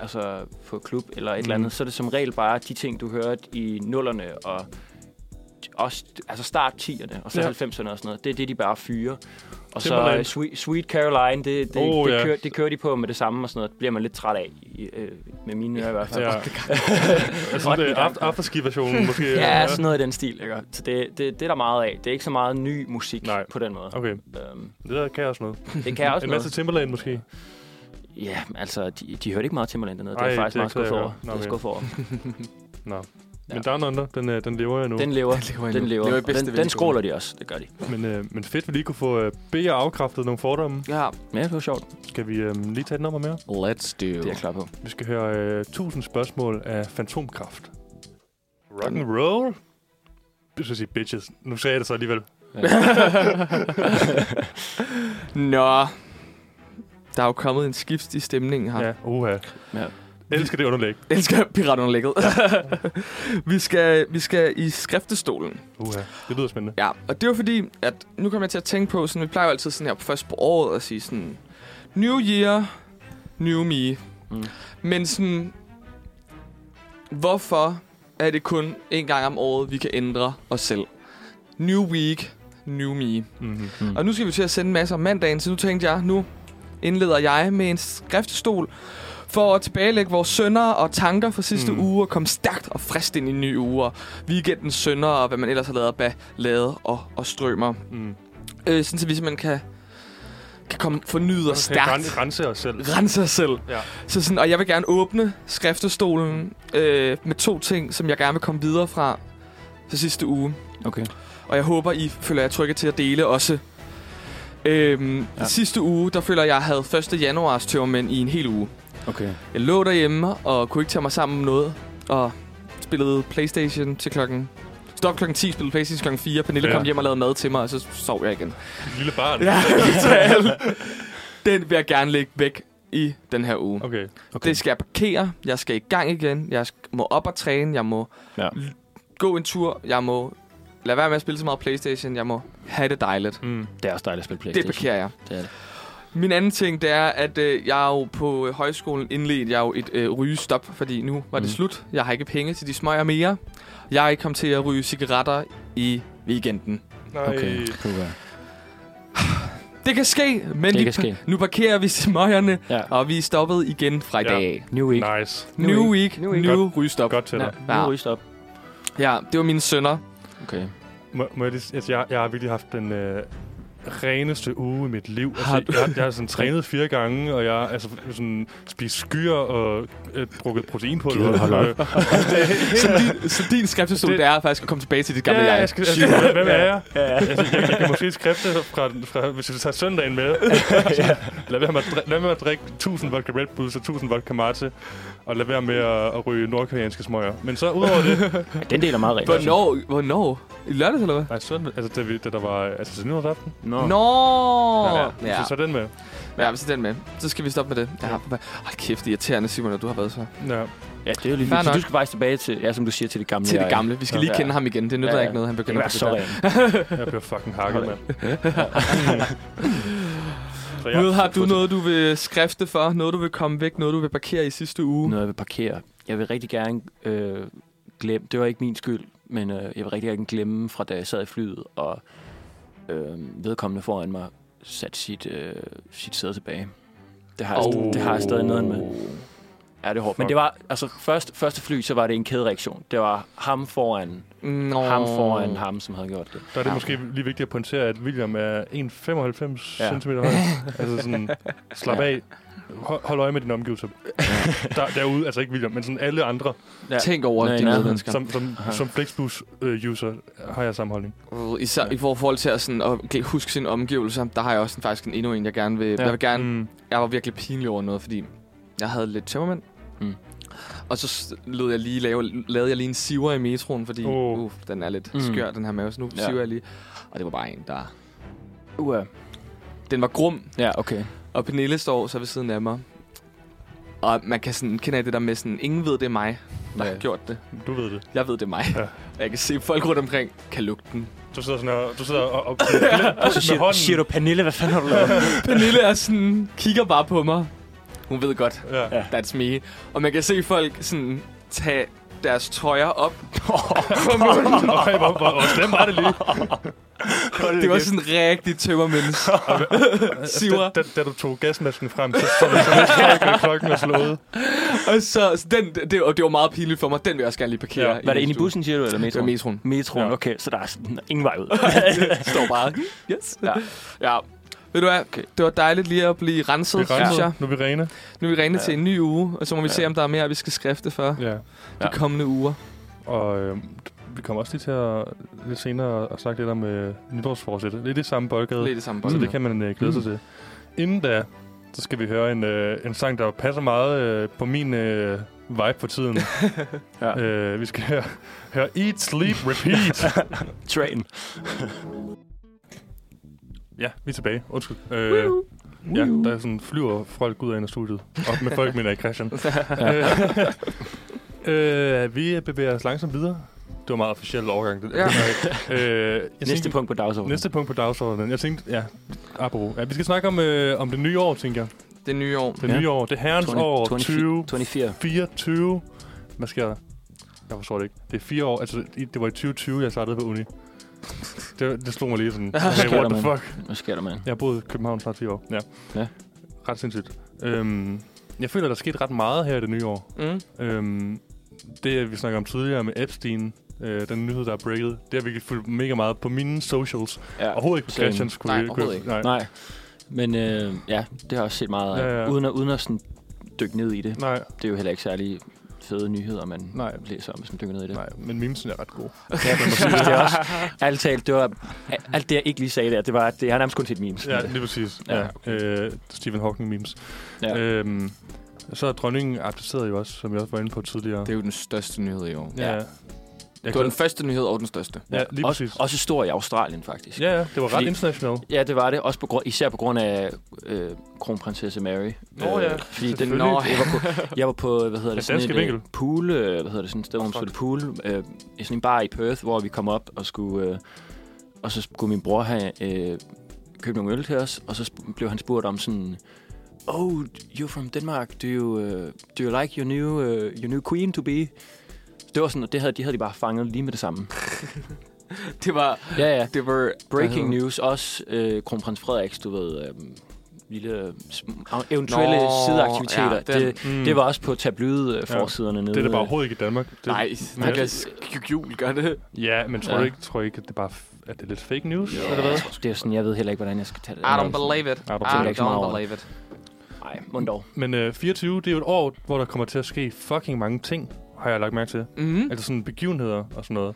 Speaker 3: altså på klub eller et mm. eller
Speaker 1: Mm.
Speaker 3: andet, så er det som regel bare de ting, du hørte i nullerne og t- også, altså start 10'erne og så
Speaker 1: Ja.
Speaker 3: ja. 90'erne og sådan noget. Det er det, de bare fyrer. Og så
Speaker 1: Timberland.
Speaker 3: øh, Sweet, Sweet Caroline, det, det,
Speaker 1: Oh,
Speaker 3: det,
Speaker 1: ja.
Speaker 3: kører, det kører de på med det samme og sådan noget. Det bliver man lidt træt af, i, øh, med mine ører i hvert fald.
Speaker 1: Ja. jeg synes, det er aft- afterski-versionen måske.
Speaker 3: Ja, sådan noget i den stil, ikke? Så det, det, det er der meget af. Det er ikke så meget ny musik
Speaker 1: Nej.
Speaker 3: Nej. på den måde.
Speaker 1: Okay,
Speaker 3: Øhm,
Speaker 1: det der kan også noget.
Speaker 3: det kan jeg også
Speaker 1: en
Speaker 3: noget.
Speaker 1: masse Timberland måske.
Speaker 3: Ja, altså, de, de hørte ikke meget Timberland dernede. Det
Speaker 1: Ej,
Speaker 3: er jeg faktisk
Speaker 1: det
Speaker 3: meget
Speaker 1: kan jeg
Speaker 3: skuffet over.
Speaker 1: høre. Nå,
Speaker 3: Det
Speaker 1: okay.
Speaker 3: er jeg skuffet over.
Speaker 1: Nå.
Speaker 3: Ja.
Speaker 1: Men Down Under, den, øh, den lever jeg nu.
Speaker 3: Den lever.
Speaker 2: lever endnu.
Speaker 3: Den lever.
Speaker 2: Lever i
Speaker 3: Og
Speaker 2: bedste
Speaker 3: Den, den
Speaker 2: velgående.
Speaker 3: skråler de også. Det gør de.
Speaker 1: Men, øh, men fedt, vi lige kunne få øh, B og afkræftet nogle fordomme.
Speaker 2: Ja.
Speaker 3: Ja, det var sjovt.
Speaker 1: Skal vi øh, lige tage et nummer mere?
Speaker 2: Let's do.
Speaker 3: Det er jeg klar på.
Speaker 1: Vi skal høre øh, 1000 spørgsmål af Fantomkraft. Rock and roll? Jeg skulle sige bitches. Nu sagde jeg det så alligevel.
Speaker 2: Nå. Der er jo kommet en skift i stemningen her.
Speaker 1: Ja. Uha.
Speaker 3: Ja.
Speaker 1: Elsker det underlæg.
Speaker 2: elsker piratunderlægget. vi, skal, vi skal i skriftestolen.
Speaker 1: Uha. Det lyder spændende.
Speaker 2: Ja, og det var fordi, at nu kommer jeg til at tænke på, sådan, vi plejer jo altid sådan her først på året at sige sådan, New Year, New Me. Mm.
Speaker 3: Mm.
Speaker 2: Men sådan, hvorfor er det kun en gang om året, vi kan ændre os selv? New Week, New Me.
Speaker 1: Mm-hmm.
Speaker 3: Mm.
Speaker 2: Og nu skal vi til at sende masser om mandagen, så nu tænkte jeg, nu indleder jeg med en skriftestol for at tilbagelægge vores sønder og tanker fra sidste
Speaker 1: Mm.
Speaker 2: mm. uge og komme stærkt og frist ind i en ny uge og weekendens sønder og hvad man ellers har lavet bag lade og, og strømmer.
Speaker 1: Mm.
Speaker 2: Øh, sådan så vi simpelthen kan, kan komme fornyet og stærkt.
Speaker 1: rense os selv.
Speaker 2: Rense os selv.
Speaker 1: Ja.
Speaker 2: Så sådan, og jeg vil gerne åbne skriftestolen øh, med to ting, som jeg gerne vil komme videre fra fra sidste uge.
Speaker 3: Okay.
Speaker 2: Og jeg håber, I føler jer trygge til at dele også. Øhm, ja.
Speaker 3: Ja.
Speaker 2: Sidste uge, der føler jeg, jeg havde 1. januars tømmermænd i en hel uge.
Speaker 3: Okay.
Speaker 2: Jeg lå derhjemme og kunne ikke tage mig sammen om noget. Og spillede Playstation til klokken... Stop klokken 10, spillede Playstation klokken 4. Pernille
Speaker 1: Ja.
Speaker 2: ja. kom hjem og lavede mad til mig, og så sov jeg igen.
Speaker 1: Et Lille barn.
Speaker 2: Ja, total. Den vil jeg gerne lægge væk i den her uge.
Speaker 1: Okay.
Speaker 2: Okay. Det skal jeg parkere. Jeg skal i gang igen. Jeg sk- må op og træne. Jeg må
Speaker 3: Ja.
Speaker 2: l- gå en tur. Jeg må lade være med at spille så meget Playstation. Jeg må have det dejligt.
Speaker 1: Mm.
Speaker 3: Det er også dejligt at spille
Speaker 2: Det
Speaker 3: Playstation.
Speaker 2: parkerer jeg.
Speaker 3: Det er det.
Speaker 2: Min anden ting, det er, at øh, jeg er jo på øh, højskolen indledte jeg jo et øh, rygestop, fordi nu var det
Speaker 3: Mhm.
Speaker 2: slut. Jeg har ikke penge til de smøger mere. Jeg er ikke kommet til at ryge cigaretter i weekenden.
Speaker 1: Nej.
Speaker 3: Okay.
Speaker 1: Okay.
Speaker 3: Puha.
Speaker 2: Det kan ske, men
Speaker 3: Det
Speaker 2: de-
Speaker 3: kan ske.
Speaker 2: nu parkerer vi smøgerne,
Speaker 3: Ja.
Speaker 2: og vi er stoppet igen fra i
Speaker 1: Ja.
Speaker 2: dag.
Speaker 3: New week.
Speaker 1: Nice.
Speaker 3: New
Speaker 2: New
Speaker 3: week.
Speaker 2: week,
Speaker 3: New
Speaker 2: new,
Speaker 3: week.
Speaker 2: new rygestop.
Speaker 1: Godt til
Speaker 3: Ja,
Speaker 1: dig.
Speaker 3: nu
Speaker 2: Ja.
Speaker 3: ryster op.
Speaker 2: Ja, det var mine sønner.
Speaker 3: Okay.
Speaker 1: Må, må jeg, lige, s- altså, jeg, jeg har virkelig haft den øh, reneste uge i mit liv.
Speaker 2: Har
Speaker 1: Altså,
Speaker 2: du?
Speaker 1: jeg, jeg har sådan trænet fire gange, og jeg har altså, sådan, spist skyer og øh, drukket proteinpulver.
Speaker 3: Gider du holde op?
Speaker 1: Øh,
Speaker 2: så, din, så din skriftestol,
Speaker 1: Det-
Speaker 2: det, det er faktisk at komme tilbage til dit gamle
Speaker 1: ja,
Speaker 2: jeg.
Speaker 1: jeg skal, altså, hvem- hvem er jeg? Altså, jeg, jeg kan måske skrive det, fra, fra, hvis du tager søndagen med. lad være med at, dri- lad være med at drikke 1000 vodka Red Bulls og 1000 vodka Mate, og lad være med at, at ryge nordkoreanske smøger. Men så udover det...
Speaker 3: Ja, den del er meget rent.
Speaker 2: Hvornår? Hvornår? I lørdags, eller hvad?
Speaker 1: Nej, søndag, altså, da, vi, da der var altså, til nyårsaften.
Speaker 3: Nå.
Speaker 2: Nå!
Speaker 1: ja. ja. Så, så den med.
Speaker 2: Ja, hvis det er den med, så skal vi stoppe med det. Ja. Hold kæft, irriterende, Simon, at du har været så.
Speaker 1: Ja.
Speaker 3: Ja, det er jo lige
Speaker 2: Fair
Speaker 3: Så
Speaker 2: nok.
Speaker 3: du skal faktisk tilbage til, ja, som du siger, til det gamle.
Speaker 2: Til
Speaker 3: jeg.
Speaker 2: det gamle. Vi skal lige
Speaker 3: Ja.
Speaker 2: kende ham igen. Det nytter
Speaker 3: Ja, ja.
Speaker 2: ikke noget, han
Speaker 3: Det kan
Speaker 2: begynder
Speaker 3: være
Speaker 2: på
Speaker 3: så
Speaker 2: det der.
Speaker 3: rent.
Speaker 1: Jeg bliver fucking hakket, mand. Så jeg-
Speaker 2: Gud, har du
Speaker 3: Fortsæt.
Speaker 2: noget, du vil skrifte for? Noget, du vil komme væk? Noget, du vil parkere i sidste uge?
Speaker 3: Når jeg vil parkere. Jeg vil rigtig gerne øh, glemme, det var ikke min skyld, men øh, jeg vil rigtig gerne glemme fra da jeg sad i flyet, og øh, vedkommende foran mig satte sit, øh, sit sæde tilbage. Det har, oh. jeg, det har jeg stadig noget med. Ja, det er hårdt. Men
Speaker 1: Fuck.
Speaker 3: det var, altså først, første fly, så var det en kædereaktion. Det var ham foran,
Speaker 2: Nå.
Speaker 3: oh. ham foran ham, som havde gjort det.
Speaker 1: Der er det
Speaker 3: Ja.
Speaker 1: måske lige vigtigt at pointere, at William er 1,95
Speaker 3: Ja.
Speaker 1: ja. cm høj. altså sådan, slap
Speaker 3: Ja.
Speaker 1: af. Ho- Hold øje med din omgivelser. Der, derude, altså ikke William, men sådan alle andre,
Speaker 3: Ja.
Speaker 2: Tænk over
Speaker 3: Nej,
Speaker 2: dine
Speaker 3: nej.
Speaker 2: medmennesker.
Speaker 1: som, som, som Flexbus-user, har jeg samme holdning.
Speaker 2: Øh, Især i forhold til at, sådan, at gl- huske sine omgivelser, der har jeg også en, faktisk en, endnu en, jeg gerne vil... Ja. Jeg, vil gerne,
Speaker 1: Mm.
Speaker 2: jeg var virkelig pinlig over noget, fordi jeg havde lidt tømmermænd.
Speaker 3: Mm.
Speaker 2: Og så s- lod jeg lige lave, lavede jeg lige en siver i metroen, fordi
Speaker 1: Åh.
Speaker 2: uh, den er lidt
Speaker 3: Mm.
Speaker 2: mm. skør, den her mave. Så nu
Speaker 3: Ja.
Speaker 2: ja. siver jeg lige. Og det var bare en, der...
Speaker 3: Uha.
Speaker 2: Den var grum,
Speaker 3: uh, Ja, okay.
Speaker 2: og Pernille står så ved siden af mig. Og man kan sådan, kender jeg det der med sådan, ingen ved det er mig, der
Speaker 3: Ja.
Speaker 2: har gjort det.
Speaker 1: Du ved det.
Speaker 2: Jeg ved det er mig.
Speaker 1: Ja.
Speaker 2: Ja. Jeg kan se folk rundt omkring, kan lugte den.
Speaker 1: Du sidder sådan her, du sidder og, og med, med hånden.
Speaker 3: du, Pernille, hvad fanden har du lavet?
Speaker 2: Pernille er sådan, kigger bare på mig. Hun ved godt,
Speaker 1: Ja.
Speaker 3: Ja.
Speaker 2: That's me. Og man kan se folk sådan tage deres tøjer op. på munden.
Speaker 1: Okay, hvor, hvor, hvor slemt var det lige?
Speaker 2: det var sådan en rigtig tømmermænds. Siver.
Speaker 1: Da, da, da, du tog gasmasken frem, så, så, så, så, så klokken er slået.
Speaker 2: Og så, så den, det, og det var meget pinligt for mig. Den vil jeg også gerne lige parkere.
Speaker 1: Ja,
Speaker 3: Var det inde i
Speaker 2: næste uge.
Speaker 3: bussen, siger du, eller
Speaker 2: Det var
Speaker 3: metroen?
Speaker 2: metroen.
Speaker 3: Metroen,
Speaker 1: Ja.
Speaker 3: okay, så der er sådan ingen vej ud.
Speaker 2: Det står bare. Yes. Ja. ja. Ved du hvad? Okay. Det var dejligt lige at blive renset,
Speaker 1: Det regner,
Speaker 2: synes jeg.
Speaker 1: nu er vi rene.
Speaker 2: Nu er vi rene ja.
Speaker 3: Ja.
Speaker 2: til en ny uge, og så må vi
Speaker 3: Ja.
Speaker 2: ja. se, om der er mere, vi skal skrifte for
Speaker 1: Ja.
Speaker 2: ja. de kommende uger.
Speaker 1: Og øh, vi kommer også lige til at lidt senere at snakke lidt om øh, nytårsforsæt. Det er det samme boldgade,
Speaker 2: Det er det samme Mm.
Speaker 1: så
Speaker 2: bold.
Speaker 1: det kan man øh, glæde sig til. Inden da, så skal vi høre en, øh, en sang, der passer meget øh, på min øh, vibe for tiden.
Speaker 3: Ja.
Speaker 1: øh, vi skal høre, høre Eat, Sleep, Repeat.
Speaker 3: Train.
Speaker 1: ja, vi er tilbage. Undskyld. Øh, ja, der er sådan, flyver folk ud af en af studiet. Og med folk mener jeg Christian. Øh, øh, vi bevæger os langsomt videre. Det var meget officiel overgang. Det,
Speaker 2: Ja.
Speaker 1: øh, jeg
Speaker 3: Næste
Speaker 1: tænkte-
Speaker 3: punkt på dagsordenen.
Speaker 1: Næste punkt på dagsordenen. Jeg tænkte, ja, apropos. Ja, vi skal snakke om, øh, om det nye år, tænker jeg.
Speaker 2: Det nye år.
Speaker 1: Det
Speaker 3: Ja.
Speaker 1: ja. nye år. Det herrens
Speaker 3: 20,
Speaker 1: år
Speaker 3: 20, 24.
Speaker 1: 2024. Hvad sker der? Jeg forstår det ikke. Det er fire år. Altså, i- det var i 2020, jeg startede på uni. Det, det slog mig lige sådan.
Speaker 3: sker
Speaker 1: Okay,
Speaker 3: der,
Speaker 1: what the
Speaker 3: mand?
Speaker 1: fuck?
Speaker 3: Hvad sker der, mand?
Speaker 1: Jeg har boet i København snart 10 år. Ja.
Speaker 3: Ja.
Speaker 1: Ret sindssygt. Øhm, jeg føler, der er sket ret meget her i det nye år.
Speaker 2: Mm.
Speaker 1: Øhm, det, vi snakker om tidligere med Epstein, øh, den nyhed, der er breaket, det har virkelig fulgt mega meget på mine socials.
Speaker 3: Ja.
Speaker 1: Overhovedet ikke på
Speaker 3: Same.
Speaker 1: Christians. kunne
Speaker 2: Nej,
Speaker 1: vi- kunne-
Speaker 2: overhovedet ikke.
Speaker 1: Nej,
Speaker 3: Nej. Men øh, ja, det har jeg også set meget af. Ja,
Speaker 1: Ja,
Speaker 3: ja.
Speaker 1: ja.
Speaker 3: Uden, at, uden at sådan dykke ned i det.
Speaker 1: nej.
Speaker 3: Det er jo heller ikke særlig fede nyheder, man Nej.
Speaker 1: Nej.
Speaker 3: læser om, hvis man dykker ned i det.
Speaker 1: Nej, men memesen er ret god.
Speaker 3: Ja, præcis. det er også, alt, talt, det var, alt det, jeg ikke lige sagde der, det var, at det, jeg har nærmest kun set memes.
Speaker 1: Ja, lige præcis.
Speaker 3: Ja,
Speaker 1: Ja, øh, Stephen Hawking memes.
Speaker 3: Ja.
Speaker 1: Ja. Øhm, så er dronningen abdiceret jo også, som jeg også var inde på tidligere.
Speaker 2: Det er jo den største nyhed i år.
Speaker 1: ja.
Speaker 3: ja.
Speaker 1: ja. Jeg
Speaker 2: Det var
Speaker 1: kan,
Speaker 2: den første nyhed og den største.
Speaker 1: ja, lige
Speaker 3: også,
Speaker 1: præcis.
Speaker 3: også stor i Australien, faktisk.
Speaker 1: Ja, ja, det var ret
Speaker 3: Fordi-
Speaker 1: internationalt.
Speaker 3: Ja, det var det. Også på grund, især på grund af øh, kronprinsesse Mary. Øh,
Speaker 1: Nå ja,
Speaker 3: fordi den,
Speaker 1: selvfølgelig.
Speaker 3: nå, jeg, var på, jeg var på, hvad hedder
Speaker 1: Den
Speaker 3: det, sådan
Speaker 1: danske
Speaker 3: et øh,
Speaker 1: vinkel.
Speaker 3: pool, øh, hvad hedder det, sådan et sted, hvor man
Speaker 1: Fuck.
Speaker 3: spillede pool, øh, i sådan en bar i Perth, hvor vi kom op og skulle, øh, og så skulle min bror have øh, købt nogle øl til os, og så sp- blev han spurgt om sådan, oh, you're from Denmark, do you, uh, do you like your new, uh, your new queen to be? Det var sådan, og det havde, de havde de bare fanget lige med det samme.
Speaker 2: Det var...
Speaker 3: Ja, ja.
Speaker 2: Det var
Speaker 3: Breaking news, også øh, kronprins Frederiks, du ved, øh, lille sm- eventuelle Nå,
Speaker 2: Nå,
Speaker 3: sideaktiviteter. Ja,
Speaker 2: ja,
Speaker 3: det,
Speaker 2: den-
Speaker 3: det, mm. det var også på tabloid-forsiderne ja, nede. øh,
Speaker 1: Det er det bare overhovedet ikke i Danmark. Det,
Speaker 2: Nej,
Speaker 1: men
Speaker 2: det
Speaker 1: jeg-
Speaker 2: bliver sk- jul, gør det.
Speaker 1: Ja, men tror
Speaker 3: Ja.
Speaker 1: ja. du ikke, tror du ikke at det bare f- at det er lidt fake news?
Speaker 3: Ja,
Speaker 1: Eller hvad?
Speaker 3: det er sådan, jeg ved heller ikke, hvordan jeg skal tage det.
Speaker 2: I don't believe it. I
Speaker 1: don't
Speaker 3: believe it.
Speaker 2: don't believe it.
Speaker 3: Nej, mund dog.
Speaker 1: Men øh, 24, det er jo et år, hvor der kommer til at ske fucking mange ting, har jeg lagt mærke til.
Speaker 2: Mm.
Speaker 1: Altså sådan begivenheder og sådan noget.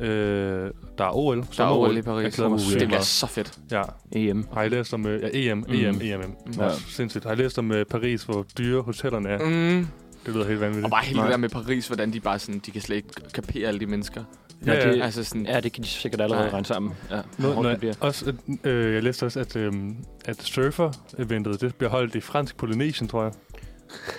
Speaker 1: Øh, der er OL.
Speaker 2: Der er
Speaker 1: sommer-OL.
Speaker 2: OL i
Speaker 1: Jeg
Speaker 2: Paris.
Speaker 1: glæder mig
Speaker 2: Det
Speaker 1: sygt
Speaker 2: bliver
Speaker 1: meget.
Speaker 2: så fedt.
Speaker 1: Ja,
Speaker 3: EM.
Speaker 1: har I læst om... Øh, ja, EM,
Speaker 3: Mm.
Speaker 1: mm. EM, EM, EM. Ja. Sindssygt. Har I læst om øh, Paris, hvor dyre hotellerne er? Mm.
Speaker 2: Mm.
Speaker 1: Det lyder helt vanvittigt.
Speaker 2: Og bare hele
Speaker 3: Nej.
Speaker 2: det der med Paris, hvordan de bare sådan, de kan slet ikke kapere alle de mennesker.
Speaker 1: Ja,
Speaker 3: Når
Speaker 1: ja.
Speaker 3: de-
Speaker 2: Altså sådan,
Speaker 3: Ja, det kan de sikkert allerede
Speaker 2: Nej.
Speaker 3: regne sammen. Ja, hvor
Speaker 1: Noget,
Speaker 3: hårdt det
Speaker 1: noget,
Speaker 3: bliver.
Speaker 1: også, at, øh, jeg læste også, at, øh, at surfer-eventet det bliver holdt i fransk Polynesien, tror jeg.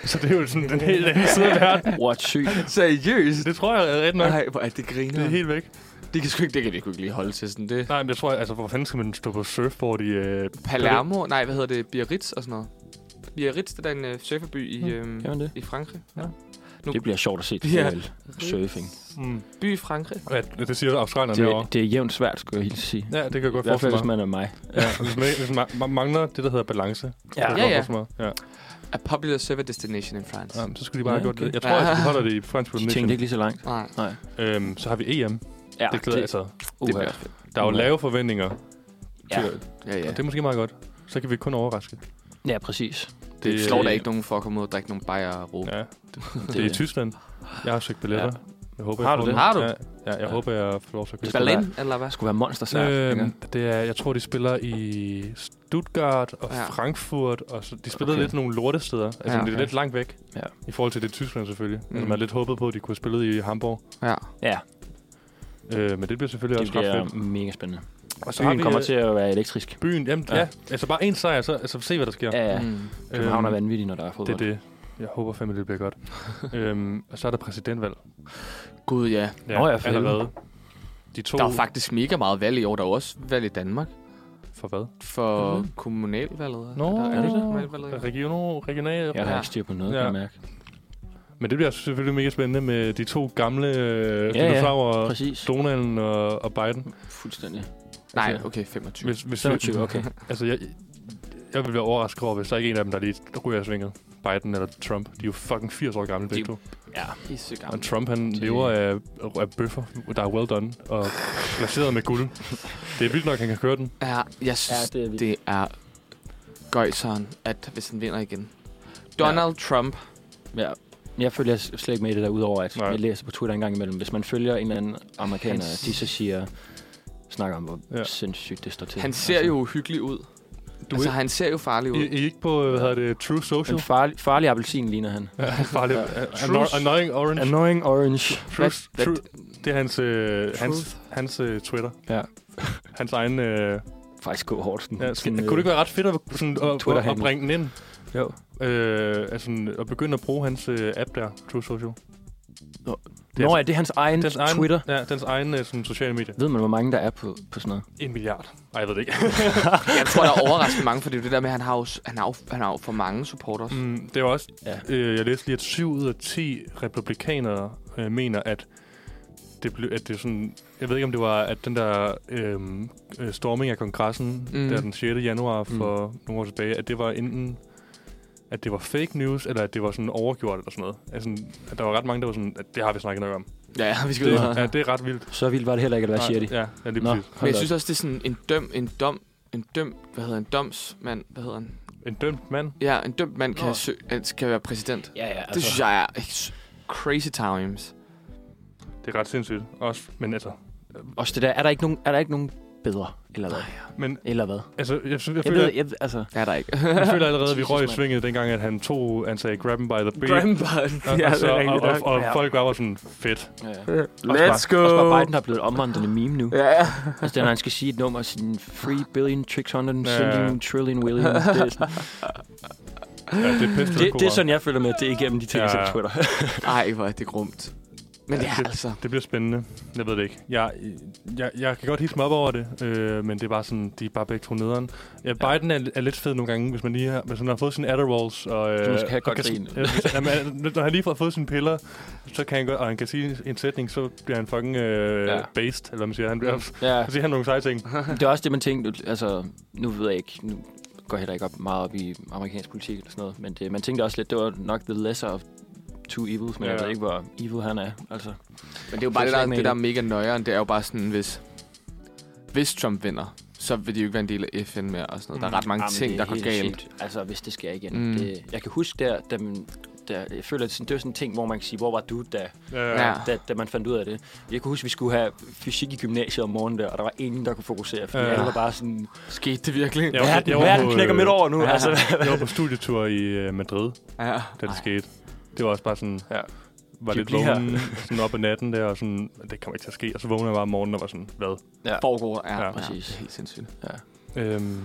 Speaker 1: Så det er jo sådan den helt anden side af verden.
Speaker 3: What sygt.
Speaker 2: seriøst?
Speaker 1: Det tror jeg er ret nok.
Speaker 2: Nej, hvor er det griner.
Speaker 1: Det er helt væk.
Speaker 2: Det kan, sgu ikke, det kan de sgu ikke lige holde til sådan det.
Speaker 1: Nej, men jeg tror, altså, hvor fanden skal man stå på surfboard i... Øh,
Speaker 2: Palermo, nej, hvad hedder det? Biarritz og sådan noget. Biarritz, det er da en øh, surferby i, øhm,
Speaker 3: Kan man det?
Speaker 2: i Frankrig. Nu-
Speaker 3: Det bliver sjovt at se til
Speaker 2: Ja.
Speaker 3: yeah. surfing.
Speaker 1: mm,
Speaker 2: By i Frankrig.
Speaker 1: ja, det siger Australierne derovre.
Speaker 3: Det, det er jævnt svært, skulle jeg helt sige.
Speaker 1: Ja, det kan jeg
Speaker 3: I
Speaker 1: godt
Speaker 3: hvert fald,
Speaker 1: forestille
Speaker 3: hvis
Speaker 1: mig.
Speaker 3: man er mig.
Speaker 1: Ja, hvis man, ikke- hvis man ma- mangler det, der hedder balance. Det kan jeg
Speaker 2: Ja,
Speaker 1: godt
Speaker 2: ja.
Speaker 1: forestille mig. ja.
Speaker 2: A popular surfer destination in France.
Speaker 1: Jamen, så skulle de bare
Speaker 3: Ja,
Speaker 1: have gjort
Speaker 3: okay.
Speaker 1: det. Jeg tror, at de
Speaker 2: Ja.
Speaker 1: holder det i French
Speaker 3: De tænkte
Speaker 1: Polynesian.
Speaker 3: ikke lige så langt.
Speaker 2: Nej.
Speaker 1: Øhm, så har vi EM.
Speaker 3: Ja,
Speaker 1: det glæder jeg altså.
Speaker 2: Det
Speaker 3: uha.
Speaker 2: bliver fedt.
Speaker 1: Der er jo
Speaker 3: Uha.
Speaker 1: lave forventninger.
Speaker 3: Ja.
Speaker 1: Til,
Speaker 2: Ja, ja.
Speaker 1: Og det er måske meget godt. Så kan vi kun overraske.
Speaker 3: ja, præcis.
Speaker 2: Det
Speaker 1: Det-
Speaker 2: slår da ikke nogen for at komme ud og drikke nogle bajer og råbe.
Speaker 1: Ja. Det er i Tyskland. Jeg har søgt billetter. Jeg håber,
Speaker 3: Har
Speaker 1: jeg
Speaker 3: du
Speaker 1: får
Speaker 3: det?
Speaker 1: dem.
Speaker 2: Har du?
Speaker 1: Ja, ja jeg
Speaker 3: Ja.
Speaker 1: håber, jeg får lov til at købe
Speaker 3: Det Berlin,
Speaker 2: eller hvad?
Speaker 3: Det skulle være monster svært.
Speaker 1: dem.
Speaker 2: ikke?
Speaker 1: Øhm, det er, jeg tror, de spiller i Stuttgart og
Speaker 2: Ja.
Speaker 1: ja. Frankfurt. Og så, de spiller
Speaker 3: Okay.
Speaker 1: okay. lidt nogle lortesteder. Altså,
Speaker 2: Ja.
Speaker 1: ja, okay. det er lidt langt væk.
Speaker 3: Ja.
Speaker 1: Ja. I forhold til det i Tyskland selvfølgelig. Mm.
Speaker 2: Mm.
Speaker 1: Man havde lidt håbet på, at de kunne have spillet i Hamburg.
Speaker 2: Ja.
Speaker 3: Ja,
Speaker 1: Øh, men det bliver selvfølgelig
Speaker 3: det
Speaker 1: også ret fedt.
Speaker 3: bliver mega spændende.
Speaker 1: Og så har
Speaker 3: Byen
Speaker 1: vi,
Speaker 3: kommer
Speaker 1: øh,
Speaker 3: til at være elektrisk.
Speaker 1: Byen, jamen, ja.
Speaker 3: Ja.
Speaker 1: ja. Altså bare en sejr, så altså, se, hvad der sker.
Speaker 3: Ja, ja.
Speaker 2: Mm.
Speaker 3: København er
Speaker 1: Øhm,
Speaker 3: vanvittig, når der er
Speaker 1: Det
Speaker 3: fodbold.
Speaker 1: er det. Jeg håber fandme, det bliver godt. øhm, og så er der præsidentvalg.
Speaker 2: Gud, ja.
Speaker 3: Nå ja, for
Speaker 1: allerede. De to...
Speaker 2: Der var faktisk mega meget valg i år. Der var også valg i Danmark
Speaker 1: For hvad?
Speaker 2: for
Speaker 3: Mhm.
Speaker 2: mm-hmm. kommunalvalget.
Speaker 1: Nå,
Speaker 2: er der, er det
Speaker 1: nå.
Speaker 2: kommunalvalget? ikke?
Speaker 1: Regional, regional...
Speaker 3: Jeg
Speaker 1: Ja.
Speaker 3: har
Speaker 2: Ja.
Speaker 3: ikke styr på noget,
Speaker 1: Ja.
Speaker 3: kan jeg mærke.
Speaker 1: Men det bliver selvfølgelig mega spændende med de to gamle øh,
Speaker 3: Ja, ja.
Speaker 1: dinosaurer,
Speaker 3: Præcis.
Speaker 1: Donald og, og Biden.
Speaker 3: Fuldstændig.
Speaker 2: Nej,
Speaker 3: Altså,
Speaker 2: okay, 25.
Speaker 1: Hvis, hvis
Speaker 3: 25, okay.
Speaker 1: Altså, jeg, jeg vil være overrasket over, hvis der ikke er en af dem, der lige ryger i svinget. Biden eller Trump. De er jo fucking 80 år gamle, begge
Speaker 3: De-
Speaker 1: to.
Speaker 3: Ja,
Speaker 2: Pisse
Speaker 1: Og
Speaker 2: gammel.
Speaker 1: Trump, han
Speaker 2: de-
Speaker 1: lever af, af bøffer, der er well done, og placeret med guld. Det er vildt nok, han kan køre den.
Speaker 2: Ja, jeg synes,
Speaker 3: det er
Speaker 2: ja, det er gøjseren, at hvis han vinder igen. Donald ja. Trump.
Speaker 3: Ja. Jeg følger slet ikke med i det der, udover at
Speaker 1: Nej.
Speaker 3: Nej. jeg læser på Twitter en gang imellem. Hvis man følger en eller anden amerikaner,
Speaker 2: Han s-
Speaker 3: de så siger, snakker om, hvor ja.
Speaker 1: Ja.
Speaker 3: sindssygt det står til. Altså,
Speaker 2: Han ser jo uhyggelig ud. altså- Du altså, han ser jo farlig ud.
Speaker 1: I, I er ikke på, øh, hvad hedder det, True
Speaker 3: En
Speaker 1: Social?
Speaker 3: farlig, farlig appelsin ligner han.
Speaker 1: Farlig.
Speaker 2: Truth.
Speaker 1: Anno- Annoying Orange.
Speaker 3: Annoying orange.
Speaker 1: True,
Speaker 2: Hvad-
Speaker 1: true, det er hans, øh, hans,
Speaker 2: Truth.
Speaker 1: hans øh, Twitter.
Speaker 3: Ja.
Speaker 1: Hans egen... Øh,
Speaker 3: Faktisk gå hårdt. Sådan,
Speaker 1: ja, skal,
Speaker 3: sådan, øh,
Speaker 1: kunne det ikke være ret fedt at, sådan, at, at
Speaker 3: Twitter-handle.
Speaker 1: bringe den ind?
Speaker 3: Jo.
Speaker 1: Øh, altså, at begynde at bruge hans øh, app der, True Social. altså
Speaker 3: øh, Nå ja, det er hans egen
Speaker 1: Dens egen,
Speaker 3: Twitter.
Speaker 1: Ja, dens egen øh, sådan, sociale medier.
Speaker 3: Ved man, hvor mange der er på, på sådan noget?
Speaker 1: En milliard. Nej, jeg ved det ikke.
Speaker 2: Jeg tror, der er overraskende mange, for det er jo det der med, at han har jo, s- han har jo, han har jo for mange supporters. Mm.
Speaker 1: mm, det var også...
Speaker 3: Ja.
Speaker 1: Øh, jeg læste lige, at 7 ud af 10 republikanere øh, mener, at det blev, at det er sådan, jeg ved ikke om det var, at den der øhm, øh, storming af kongressen,
Speaker 2: Mm.
Speaker 1: mm. der den 6. januar for mm. nogle år tilbage, at det var enten, at det var fake news, eller at det var sådan overgjort eller sådan noget. Altså, at der var ret mange, der var sådan, at det har vi snakket nok om.
Speaker 2: Mm. Ja, ja, vi skal videre.
Speaker 1: Det, ja, det er ret vildt.
Speaker 3: Så vildt var det heller ikke, eller hvad siger de?
Speaker 1: Ja, ja lige
Speaker 3: Nå,
Speaker 1: præcis.
Speaker 2: Men
Speaker 3: hold
Speaker 2: jeg
Speaker 3: da
Speaker 2: synes også, det er sådan en døm, en dom, en døm, hvad hedder en domsmand, hvad hedder han?
Speaker 1: En dømt mand.
Speaker 2: Ja, en dømt mand kan,
Speaker 3: Nå.
Speaker 2: sø, han skal være præsident.
Speaker 3: op. Ja, ja, altså.
Speaker 2: Det synes jeg er ex- crazy times.
Speaker 1: Det er ret sindssygt. Også, men altså,
Speaker 3: Også det der, er der ikke nogen, er der ikke nogen bedre, eller hvad?
Speaker 1: men
Speaker 3: Eller hvad?
Speaker 1: altså, jeg, synes, jeg,
Speaker 3: Jeg
Speaker 1: føler,
Speaker 3: ved, jeg, altså,
Speaker 2: Er der ikke?
Speaker 1: jeg føler allerede, at vi
Speaker 3: Jesus,
Speaker 1: røg i
Speaker 3: mand.
Speaker 1: svinget dengang, at han tog, han sagde, grab him by the beard.
Speaker 2: Grandpa.
Speaker 1: Og, ja, og, så, og, og, og,
Speaker 3: Ja.
Speaker 1: og folk var bare sådan, fedt.
Speaker 2: Let's go.
Speaker 3: Også bare Biden har blevet et omvandrende meme nu.
Speaker 2: Ja.
Speaker 3: Altså, det er, når han skal sige et nummer, sådan 3 billion, 600
Speaker 1: Ja.
Speaker 3: ja. trillion, willion. Det, er sådan-
Speaker 1: Ja, det er pisse
Speaker 3: det, det, er sådan, jeg føler med, at det er igennem de
Speaker 1: Ja.
Speaker 3: ting, jeg ser på Twitter.
Speaker 2: Ej, hvor er det grumt. Men ja,
Speaker 1: det-
Speaker 2: altså.
Speaker 1: Det bliver spændende. Jeg ved det ikke. Jeg, jeg, jeg kan godt hisse mig op over det, øh, men det er bare sådan, de er bare begge to nederen. Ja, Biden er, er lidt fed nogle gange, hvis man lige har, hvis man har fået sine Adderalls. Og, øh,
Speaker 3: Du skal have
Speaker 1: og
Speaker 3: godt
Speaker 1: kan-
Speaker 3: grin.
Speaker 1: Ja, hvis- jamen, han- når han lige har fået sine piller, så kan han godt, og han kan sige en sætning, så bliver han fucking øh,
Speaker 3: Ja.
Speaker 1: ja. based, eller hvad man siger. Han bliver, så
Speaker 3: Ja,
Speaker 1: siger han nogle seje ting. Øh,
Speaker 3: det er også det, man tænkte, altså, nu ved jeg ikke, nu går jeg heller ikke op meget op i amerikansk politik eller sådan noget, men det, man tænkte også lidt, det var nok the lesser of two evils, men ja.
Speaker 1: Ja.
Speaker 3: jeg ved ikke, hvor evil han er. Altså,
Speaker 2: Men det er jo bare
Speaker 3: Det
Speaker 2: det,
Speaker 3: er
Speaker 2: der,
Speaker 3: slet ikke
Speaker 2: det der er mega nøjeren. Det er jo bare sådan, hvis, hvis Trump vinder, så vil de jo ikke være en del af FN mere og sådan noget. Der er ret mange
Speaker 3: Mm. Jamen,
Speaker 2: ting,
Speaker 3: det er
Speaker 2: der går
Speaker 3: helt
Speaker 2: galt.
Speaker 3: sygt. Altså, hvis det sker igen. Mm.
Speaker 2: Mm.
Speaker 3: Det, jeg kan huske der, da man, der, jeg føler, at sådan- det var sådan en ting, hvor man kan sige, hvor var du, da,
Speaker 1: Ja.
Speaker 2: Ja.
Speaker 3: da, da man fandt ud af det. Jeg kan huske, vi skulle have fysik i gymnasiet om morgenen der, og der var ingen, der kunne fokusere, fordi
Speaker 1: Ja.
Speaker 3: alle var bare sådan,
Speaker 2: Skete det virkelig?
Speaker 1: Ja.
Speaker 2: Ja.
Speaker 1: var-
Speaker 3: verden,
Speaker 1: jeg var
Speaker 3: verden
Speaker 1: på,
Speaker 3: knækker
Speaker 1: øh,
Speaker 3: midt over nu.
Speaker 2: ja.
Speaker 3: Ja. Altså,
Speaker 1: Jeg var på studietur i øh, Madrid,
Speaker 2: ja.
Speaker 1: da det Ej. skete. Det var også bare sådan,
Speaker 3: Ja.
Speaker 1: ja. var
Speaker 3: De
Speaker 1: lidt
Speaker 3: bliver-
Speaker 1: vågen sådan op ad natten der, og sådan, det kommer ikke til at ske. Og så vågnede jeg bare om morgenen og var sådan, hvad?
Speaker 2: Foregår, ja,
Speaker 1: Ja.
Speaker 2: ja. ja.
Speaker 3: Præcis.
Speaker 2: Det er helt sindssygt.
Speaker 1: Øhm,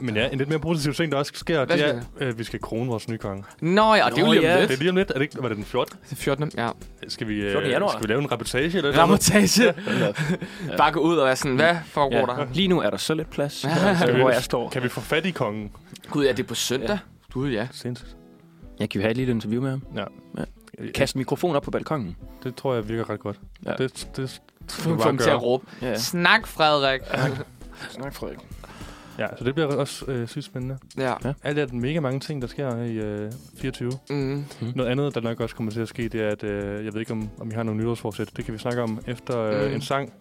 Speaker 1: men ja, en lidt mere positiv ting, der også sker,
Speaker 2: Hvad
Speaker 1: det
Speaker 2: sker
Speaker 1: er, øh, vi skal krone vores nye konge.
Speaker 2: Nå ja, det er jo
Speaker 3: Nå,
Speaker 2: lige
Speaker 3: ja.
Speaker 2: om
Speaker 1: Det er
Speaker 2: lidt.
Speaker 1: lige om lidt. Er det ikke, var det den 14?
Speaker 2: 14. Ja.
Speaker 1: Skal vi, øh,
Speaker 3: 14. januar.
Speaker 1: skal vi lave en reportage eller noget?
Speaker 2: Ramortage.
Speaker 3: Ja.
Speaker 2: Bare gå ud og være sådan, hvad foregår der?
Speaker 3: Lige nu er der så lidt plads,
Speaker 1: Skal
Speaker 3: øh,
Speaker 1: vi-
Speaker 3: hvor jeg står.
Speaker 1: Kan vi få fat i kongen?
Speaker 2: Gud, er det på søndag? Gud, ja.
Speaker 1: Sindssygt.
Speaker 3: Jeg kan jo have et lille interview med ham. Kast mikrofonen op på balkongen.
Speaker 1: Det tror jeg virker ret godt.
Speaker 3: Ja.
Speaker 1: Ja. Det, det, skal vi
Speaker 2: Få
Speaker 1: bare
Speaker 2: ham til at
Speaker 1: gøre.
Speaker 2: råbe.
Speaker 3: Ja.
Speaker 2: Snak, Frederik.
Speaker 3: Snak, Frederik.
Speaker 1: Ja, så det bliver også øh, sygt spændende.
Speaker 2: Ja.
Speaker 1: Alt er den mega mange ting, der sker i øh, 24.
Speaker 2: Mm.
Speaker 1: Noget andet, der nok også kommer til at ske, det er, at øh, jeg ved ikke, om, om I har nogle nytårsforsæt. Det kan vi snakke om efter øh,
Speaker 2: Mm.
Speaker 1: mm. en sang.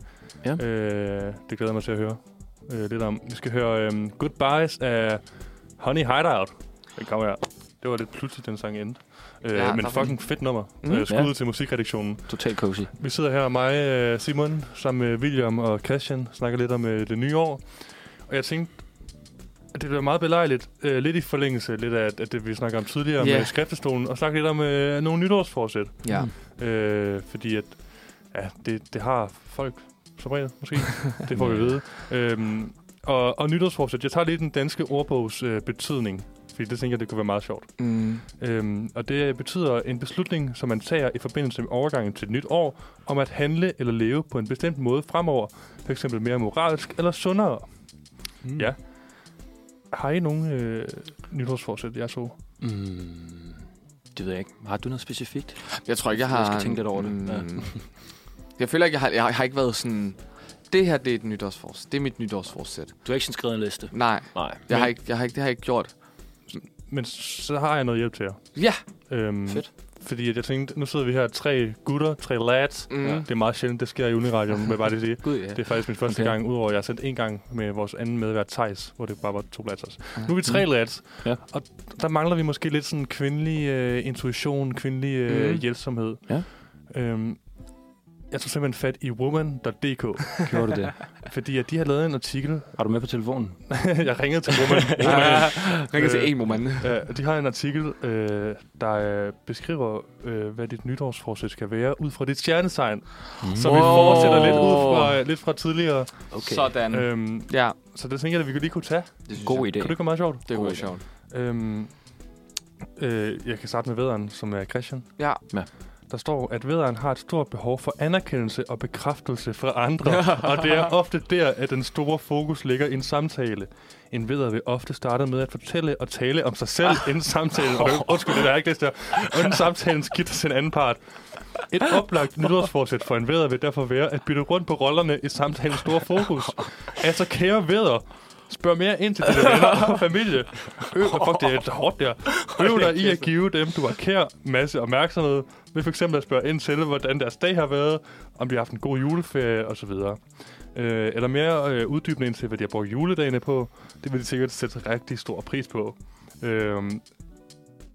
Speaker 3: Ja.
Speaker 1: Øh, det glæder jeg mig til at høre øh, lidt om. Vi skal høre øh, Goodbyes af Honey Hideout. Den kommer her. Det var lidt pludseligt, den sang endte. Øh,
Speaker 2: Ja,
Speaker 1: ja, men
Speaker 2: der-
Speaker 1: fucking fedt nummer.
Speaker 2: Mm.
Speaker 1: Mm. Øh, skud
Speaker 3: Ja.
Speaker 1: ja. til musikredaktionen.
Speaker 3: Totalt cozy.
Speaker 1: Vi sidder her, mig, øh, Simon, sammen med William og Christian, snakker lidt om øh, det nye år. Og jeg tænkte, at det bliver meget belejligt, øh, lidt i forlængelse lidt af at det, vi snakker om tidligere
Speaker 2: Ja.
Speaker 1: med skriftestolen, og snakke lidt om øh, nogle nytårsforsæt.
Speaker 2: Ja.
Speaker 1: Øh, fordi at, ja, det, det har folk som regel, måske. Det får vi at vide. Øhm, og, og nytårsforsæt, jeg tager lige den danske ordbogs øh, betydning, fordi det tænker jeg, det kunne være meget sjovt.
Speaker 2: Mm.
Speaker 1: Øhm, og det betyder en beslutning, som man tager i forbindelse med overgangen til et nyt år, om at handle eller leve på en bestemt måde fremover, f.eks. mere moralsk eller sundere.
Speaker 3: Mm.
Speaker 1: Ja. Har I nogen øh, nytårsforsæt, jeg så?
Speaker 3: Mm. Det ved jeg ikke. Har du noget specifikt?
Speaker 2: Jeg tror ikke, jeg har... mm.
Speaker 3: Jeg skal tænke lidt over det. Ja.
Speaker 2: Jeg føler ikke, jeg har, jeg har ikke været sådan... Det her, det er et nytårsforsæt. Det er mit nytårsforsæt.
Speaker 3: Du har ikke sådan skrevet en liste?
Speaker 2: Nej,
Speaker 3: Nej.
Speaker 2: jeg
Speaker 1: Men-
Speaker 2: har ikke, jeg har ikke, det har jeg ikke gjort.
Speaker 1: Men så har jeg noget hjælp til jer.
Speaker 2: Ja.
Speaker 1: Øhm,
Speaker 3: Fedt.
Speaker 1: Fordi at jeg tænkte, nu sidder vi her tre gutter, tre lads.
Speaker 2: Mm.
Speaker 1: Det er meget sjældent, det sker i Uniradio, må jeg bare lige sige.
Speaker 2: Gud, ja.
Speaker 1: Det er faktisk min første
Speaker 3: Okay.
Speaker 1: okay. gang, udover at jeg har sendt en gang med vores anden medvært, Tejs, hvor det bare var to lads
Speaker 2: Ja.
Speaker 1: Nu er vi tre lads,
Speaker 3: Ah, mm. Ja.
Speaker 1: og der mangler vi måske lidt sådan kvindelig øh, intuition, kvindelig øh,
Speaker 2: Mhm.
Speaker 1: hjælpsomhed.
Speaker 3: Mm. Ja.
Speaker 1: Øhm, jeg tog simpelthen fat i woman.dk,
Speaker 3: Gjorde du det?
Speaker 1: fordi at de har lavet en artikel.
Speaker 3: Har du med på telefonen?
Speaker 1: jeg ringede til woman.
Speaker 2: Ja.
Speaker 1: woman.
Speaker 2: Ringe
Speaker 1: Øh,
Speaker 2: til en moment.
Speaker 1: Ja, de har en artikel, øh, der øh, beskriver, øh, hvad dit nytårsforsæt skal være, ud fra dit stjernetegn. Så vi
Speaker 2: Wow.
Speaker 1: fortsætter lidt ud fra, øh, lidt fra tidligere.
Speaker 3: Okay.
Speaker 2: Sådan.
Speaker 1: Øhm,
Speaker 2: Ja,
Speaker 1: så det tænker jeg, at vi lige kunne tage.
Speaker 2: det synes
Speaker 3: God
Speaker 2: jeg.
Speaker 3: idé.
Speaker 1: Kunne det gå meget sjovt?
Speaker 2: Det kunne
Speaker 3: God
Speaker 2: være
Speaker 3: idé.
Speaker 2: sjovt.
Speaker 1: Øhm, øh, jeg kan starte med vederen, som er Christian.
Speaker 2: Ja.
Speaker 3: Ja.
Speaker 1: Der står, at vederen har et stort behov for anerkendelse og bekræftelse fra andre, og det er ofte der, at den store fokus ligger i en samtale. En veder vil ofte starte med at fortælle og tale om sig selv inden samtalen. Oh. Undskyld, det er ikke det der. Inden samtalen skifter sin anden part. Et oplagt nytårsforsæt for en veder vil derfor være at bytte rundt på rollerne i samtalens store fokus. Altså, kære veder, spørg mere ind til dine venner og familie. Øv dig, fuck, det er et hårdt der. Øv dig i at give dem, du har kær, masse opmærksomhed. Ved for eksempel at spørge ind til, hvordan deres dag har været, om de har haft en god juleferie osv. Øh, eller mere øh, uddybende ind til, hvad de har brugt juledagene på. Det vil de sikkert sætte rigtig stor pris på. Øh,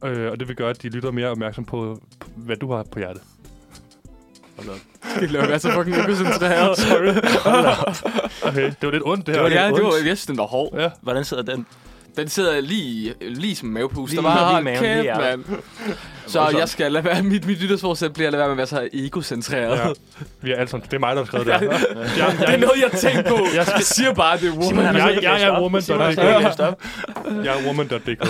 Speaker 1: øh, og det vil gøre, at de lytter mere opmærksom på, p- hvad du har på hjertet.
Speaker 2: Det blev jeg så fucking ukoncentreret. Sorry.
Speaker 1: Okay, det var lidt ondt, det her.
Speaker 2: Det var, ja, det var, jeg synes, den var hård.
Speaker 1: Ja.
Speaker 3: Hvordan sidder den?
Speaker 2: Den sidder lige, lige som mavepuster.
Speaker 3: Lige-
Speaker 2: Lige, bare, lige
Speaker 3: lige i maven,
Speaker 2: maven, kæft,
Speaker 3: lige i hjertet.
Speaker 2: mand. Så jeg skal lade være, mit, mit nytårsforsæt bliver at lade være med at være så egocentreret.
Speaker 1: Ja. Vi er alle sammen, det er mig, der har skrevet det her. Jeg,
Speaker 2: Det er noget, jeg tænker på.
Speaker 1: Jeg
Speaker 2: Jeg
Speaker 1: skal-
Speaker 2: siger bare, det er woman.
Speaker 1: jeg, jeg, jeg er woman.
Speaker 3: Simon, har slet ikke læst op.
Speaker 1: Jeg er woman.dk.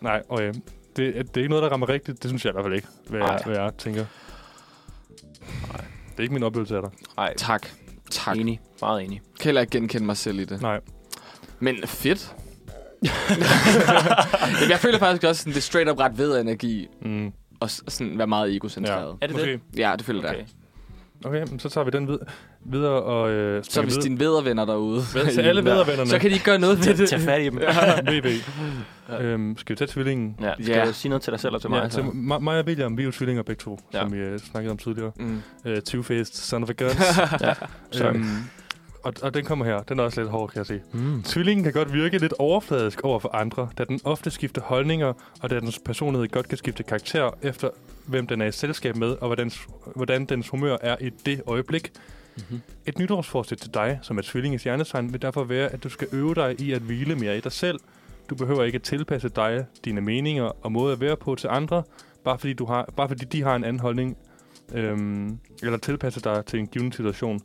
Speaker 1: Nej, okay. Det, er- det er ikke noget, der rammer rigtigt. Det synes jeg i hvert fald ikke, hvad, jeg,
Speaker 2: Nej.
Speaker 1: hvad jeg tænker. Nej. Det er ikke min oplevelse af dig.
Speaker 3: Nej,
Speaker 2: Tak. Tak. Jeg
Speaker 3: enig. Meget enig.
Speaker 2: kan heller ikke genkende mig selv i det.
Speaker 1: Nej.
Speaker 2: Men fedt. Jamen, jeg føler faktisk også, sådan, det er straight up ret ved energi.
Speaker 1: Mm.
Speaker 2: Og s- sådan være meget egocentreret.
Speaker 3: Er det
Speaker 1: Måske.
Speaker 3: det?
Speaker 2: Ja, det føler jeg okay.
Speaker 1: Okay, men så tager vi den vid- videre og... Øh,
Speaker 2: Så hvis dine vedervenner derude...
Speaker 1: Hvad- til alle vedervennerne.
Speaker 2: Så kan de ikke gøre noget ved
Speaker 3: Tag,
Speaker 2: det.
Speaker 3: tag fat i dem.
Speaker 1: VB. Øhm, skal vi tage tvillingen?
Speaker 3: Ja, skal
Speaker 2: Ja.
Speaker 3: jeg sige noget til dig selv og til mig?
Speaker 1: Ja, til
Speaker 3: så?
Speaker 1: mig, mig og William, vi er jo tvillinger begge to,
Speaker 3: Ja.
Speaker 1: ja. som vi øh, snakkede om tidligere.
Speaker 2: Mm.
Speaker 1: Øh, Two-faced son of a gun.
Speaker 3: Sorry.
Speaker 1: øhm, og, og den kommer her. Den er også lidt hård, kan jeg se.
Speaker 3: Mm.
Speaker 1: Tvillingen kan godt virke lidt overfladisk over for andre, da den ofte skifter holdninger, og da dens personlighed godt kan skifte karakter efter, hvem den er i selskab med, og hvordan, hvordan dens humør er i det øjeblik.
Speaker 3: Mhm.
Speaker 1: Mm-hmm. Et nytårsforsæt til dig, som er tvillingens hjernetegn, vil derfor være, at du skal øve dig i at hvile mere i dig selv. Du behøver ikke at tilpasse dig, dine meninger og måde at være på til andre, bare fordi, du har, bare fordi de har en anden holdning, øhm, eller tilpasse dig til en given situation.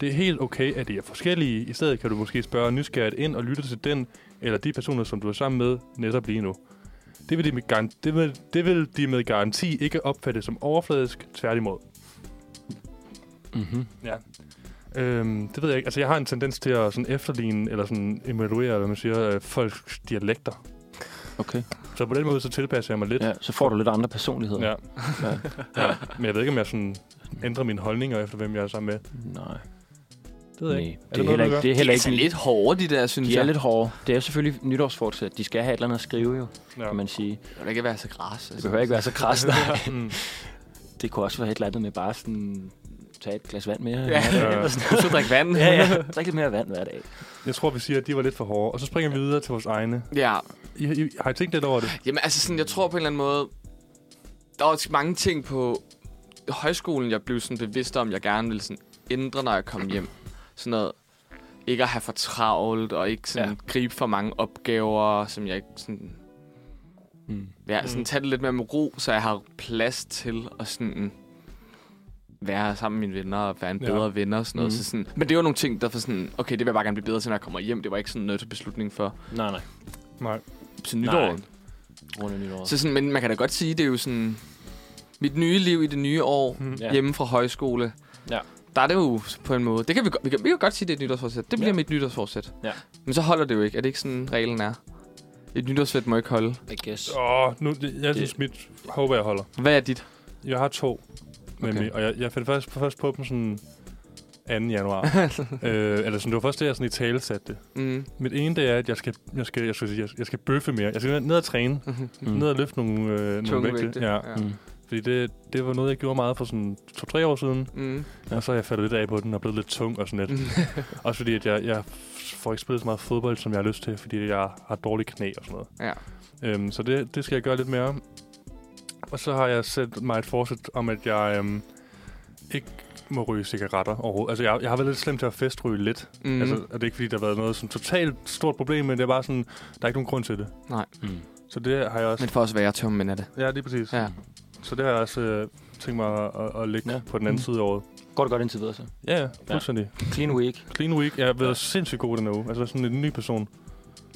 Speaker 1: Det er helt okay, at de er forskellige. I stedet kan du måske spørge nysgerrigt ind og lytte til den eller de personer, som du er sammen med netop lige nu. Det vil de med, garan- det vil, det vil de med garanti ikke opfatte som overfladisk, tværtimod.
Speaker 3: Mm-hmm.
Speaker 1: Ja. Øhm, det ved jeg ikke. Altså, jeg har en tendens til at sådan efterligne, eller sådan evaluere, hvad man siger, øh, folks dialekter.
Speaker 3: Okay.
Speaker 1: Så på den måde, så tilpasser jeg mig lidt.
Speaker 3: Ja, så får du lidt andre personligheder.
Speaker 1: ja.
Speaker 3: ja.
Speaker 1: ja. Men jeg ved ikke, om jeg sådan ændrer mine holdninger efter, hvem jeg er sammen med.
Speaker 3: Nej.
Speaker 1: Det ved jeg ikke.
Speaker 3: Nej,
Speaker 1: Er
Speaker 3: det, er
Speaker 1: noget,
Speaker 3: heller
Speaker 1: du
Speaker 3: ikke,
Speaker 1: gør?
Speaker 3: det
Speaker 2: Det
Speaker 3: er
Speaker 2: er
Speaker 3: heller
Speaker 2: altså
Speaker 3: ikke...
Speaker 2: lidt hårde, de der, synes
Speaker 3: De er
Speaker 2: jeg.
Speaker 3: lidt hårde. Det er selvfølgelig nytårsfortsæt. De skal have et eller andet at skrive, jo,
Speaker 1: Ja.
Speaker 3: kan man sige.
Speaker 2: Det kan da ikke være så græs.
Speaker 3: Det
Speaker 2: Altså.
Speaker 3: behøver ikke være så krast, nej.
Speaker 1: Mm.
Speaker 3: Det kunne også være et eller andet med bare sådan... Tage et glas vand mere.
Speaker 2: Ja,
Speaker 1: Ja.
Speaker 2: ja. du skal drikke vand.
Speaker 3: ja, ja. Drik lidt mere vand hver dag.
Speaker 1: Jeg tror, vi siger, at de var lidt for hårde. Og så springer vi videre til vores egne.
Speaker 2: ja.
Speaker 1: I, I, har I tænkt lidt over det?
Speaker 2: Jamen altså sådan, jeg tror på en eller anden måde, der var også mange ting på højskolen, jeg blev sådan bevidst om, jeg gerne ville sådan ændre, når jeg kom hjem. Sådan noget, ikke at have for travlt, og ikke sådan
Speaker 3: Ja.
Speaker 2: ja. gribe for mange opgaver, som jeg ikke sådan...
Speaker 3: Mm.
Speaker 2: Ja, sådan
Speaker 1: Mm.
Speaker 2: tage det lidt mere med ro, så jeg har plads til at sådan være sammen med mine venner og være en
Speaker 1: Ja.
Speaker 2: bedre venner og sådan noget.
Speaker 3: Mm.
Speaker 2: Mm. Så sådan, men det var nogle ting, der for sådan, okay, det vil jeg bare gerne blive bedre til, når jeg kommer hjem. Det var ikke sådan noget til beslutning for
Speaker 3: Nej, nej.
Speaker 1: Nej.
Speaker 2: til nytåret.
Speaker 3: Runde nytåret.
Speaker 2: Så sådan, men man kan da godt sige, det er jo sådan... Mit nye liv i det nye år,
Speaker 1: Mm.
Speaker 3: Ja.
Speaker 2: ja. hjemme fra højskole.
Speaker 3: Ja.
Speaker 2: Der er det jo på en måde... Det kan vi, godt- vi, kan, vi kan godt sige, det er et nytårsforsæt. Det bliver
Speaker 3: Ja.
Speaker 2: ja. mit nytårsforsæt.
Speaker 3: Ja.
Speaker 2: Men så holder det jo ikke. Er det ikke sådan, reglen er? Et nytårsforsæt må ikke holde.
Speaker 3: I guess.
Speaker 1: Åh, nu, jeg synes, mit håber, jeg holder.
Speaker 2: Hvad er dit?
Speaker 1: Jeg har to, nemlig, okay. og jeg, jeg fandt først, først på dem sådan 2. januar. øh, eller sådan, det var først, da jeg sådan i tale satte det.
Speaker 2: Mm.
Speaker 1: Mit ene, det er, at jeg skal, jeg skal, jeg skal, sige, jeg skal, jeg skal bøffe mere. Jeg skal ned og træne, mm. ned og løfte nogle, øh, nogle
Speaker 2: Tunge
Speaker 1: vægte.
Speaker 2: vægte.
Speaker 1: Ja.
Speaker 3: Mm.
Speaker 1: Fordi det, det var noget, jeg gjorde meget for sådan 2-3 år siden.
Speaker 2: Mm.
Speaker 1: Ja. Og så har jeg faldet lidt af på den og blevet lidt tung og sådan lidt. Også fordi, at jeg, jeg får ikke spillet så meget fodbold, som jeg har lyst til, fordi jeg har dårlige knæ og sådan noget.
Speaker 2: Ja.
Speaker 1: Øhm, så det, det skal jeg gøre lidt mere. Og så har jeg sat mig et forsæt om, at jeg øhm, ikke må ryge cigaretter overhovedet. Altså, jeg, jeg har været lidt slem til at festryge lidt. Mm.
Speaker 2: Mm.
Speaker 1: Altså, og det er ikke, fordi der har været noget sådan totalt stort problem, men det er bare sådan, der er ikke nogen grund til det.
Speaker 3: Mm.
Speaker 1: Så det har jeg også...
Speaker 2: Men for os være tom, men er det.
Speaker 1: Ja, lige præcis.
Speaker 2: Ja.
Speaker 1: Så det har jeg også øh, tænkt mig at, at, at lægge
Speaker 3: Ja.
Speaker 1: ja. på den anden
Speaker 2: Mhm.
Speaker 3: Mm.
Speaker 1: side af året.
Speaker 3: Går det godt indtil videre, så?
Speaker 1: Ja, ja, fuldstændig.
Speaker 3: Clean week.
Speaker 1: Clean Week er blevet sindssygt god den her uge. Altså sådan en ny person.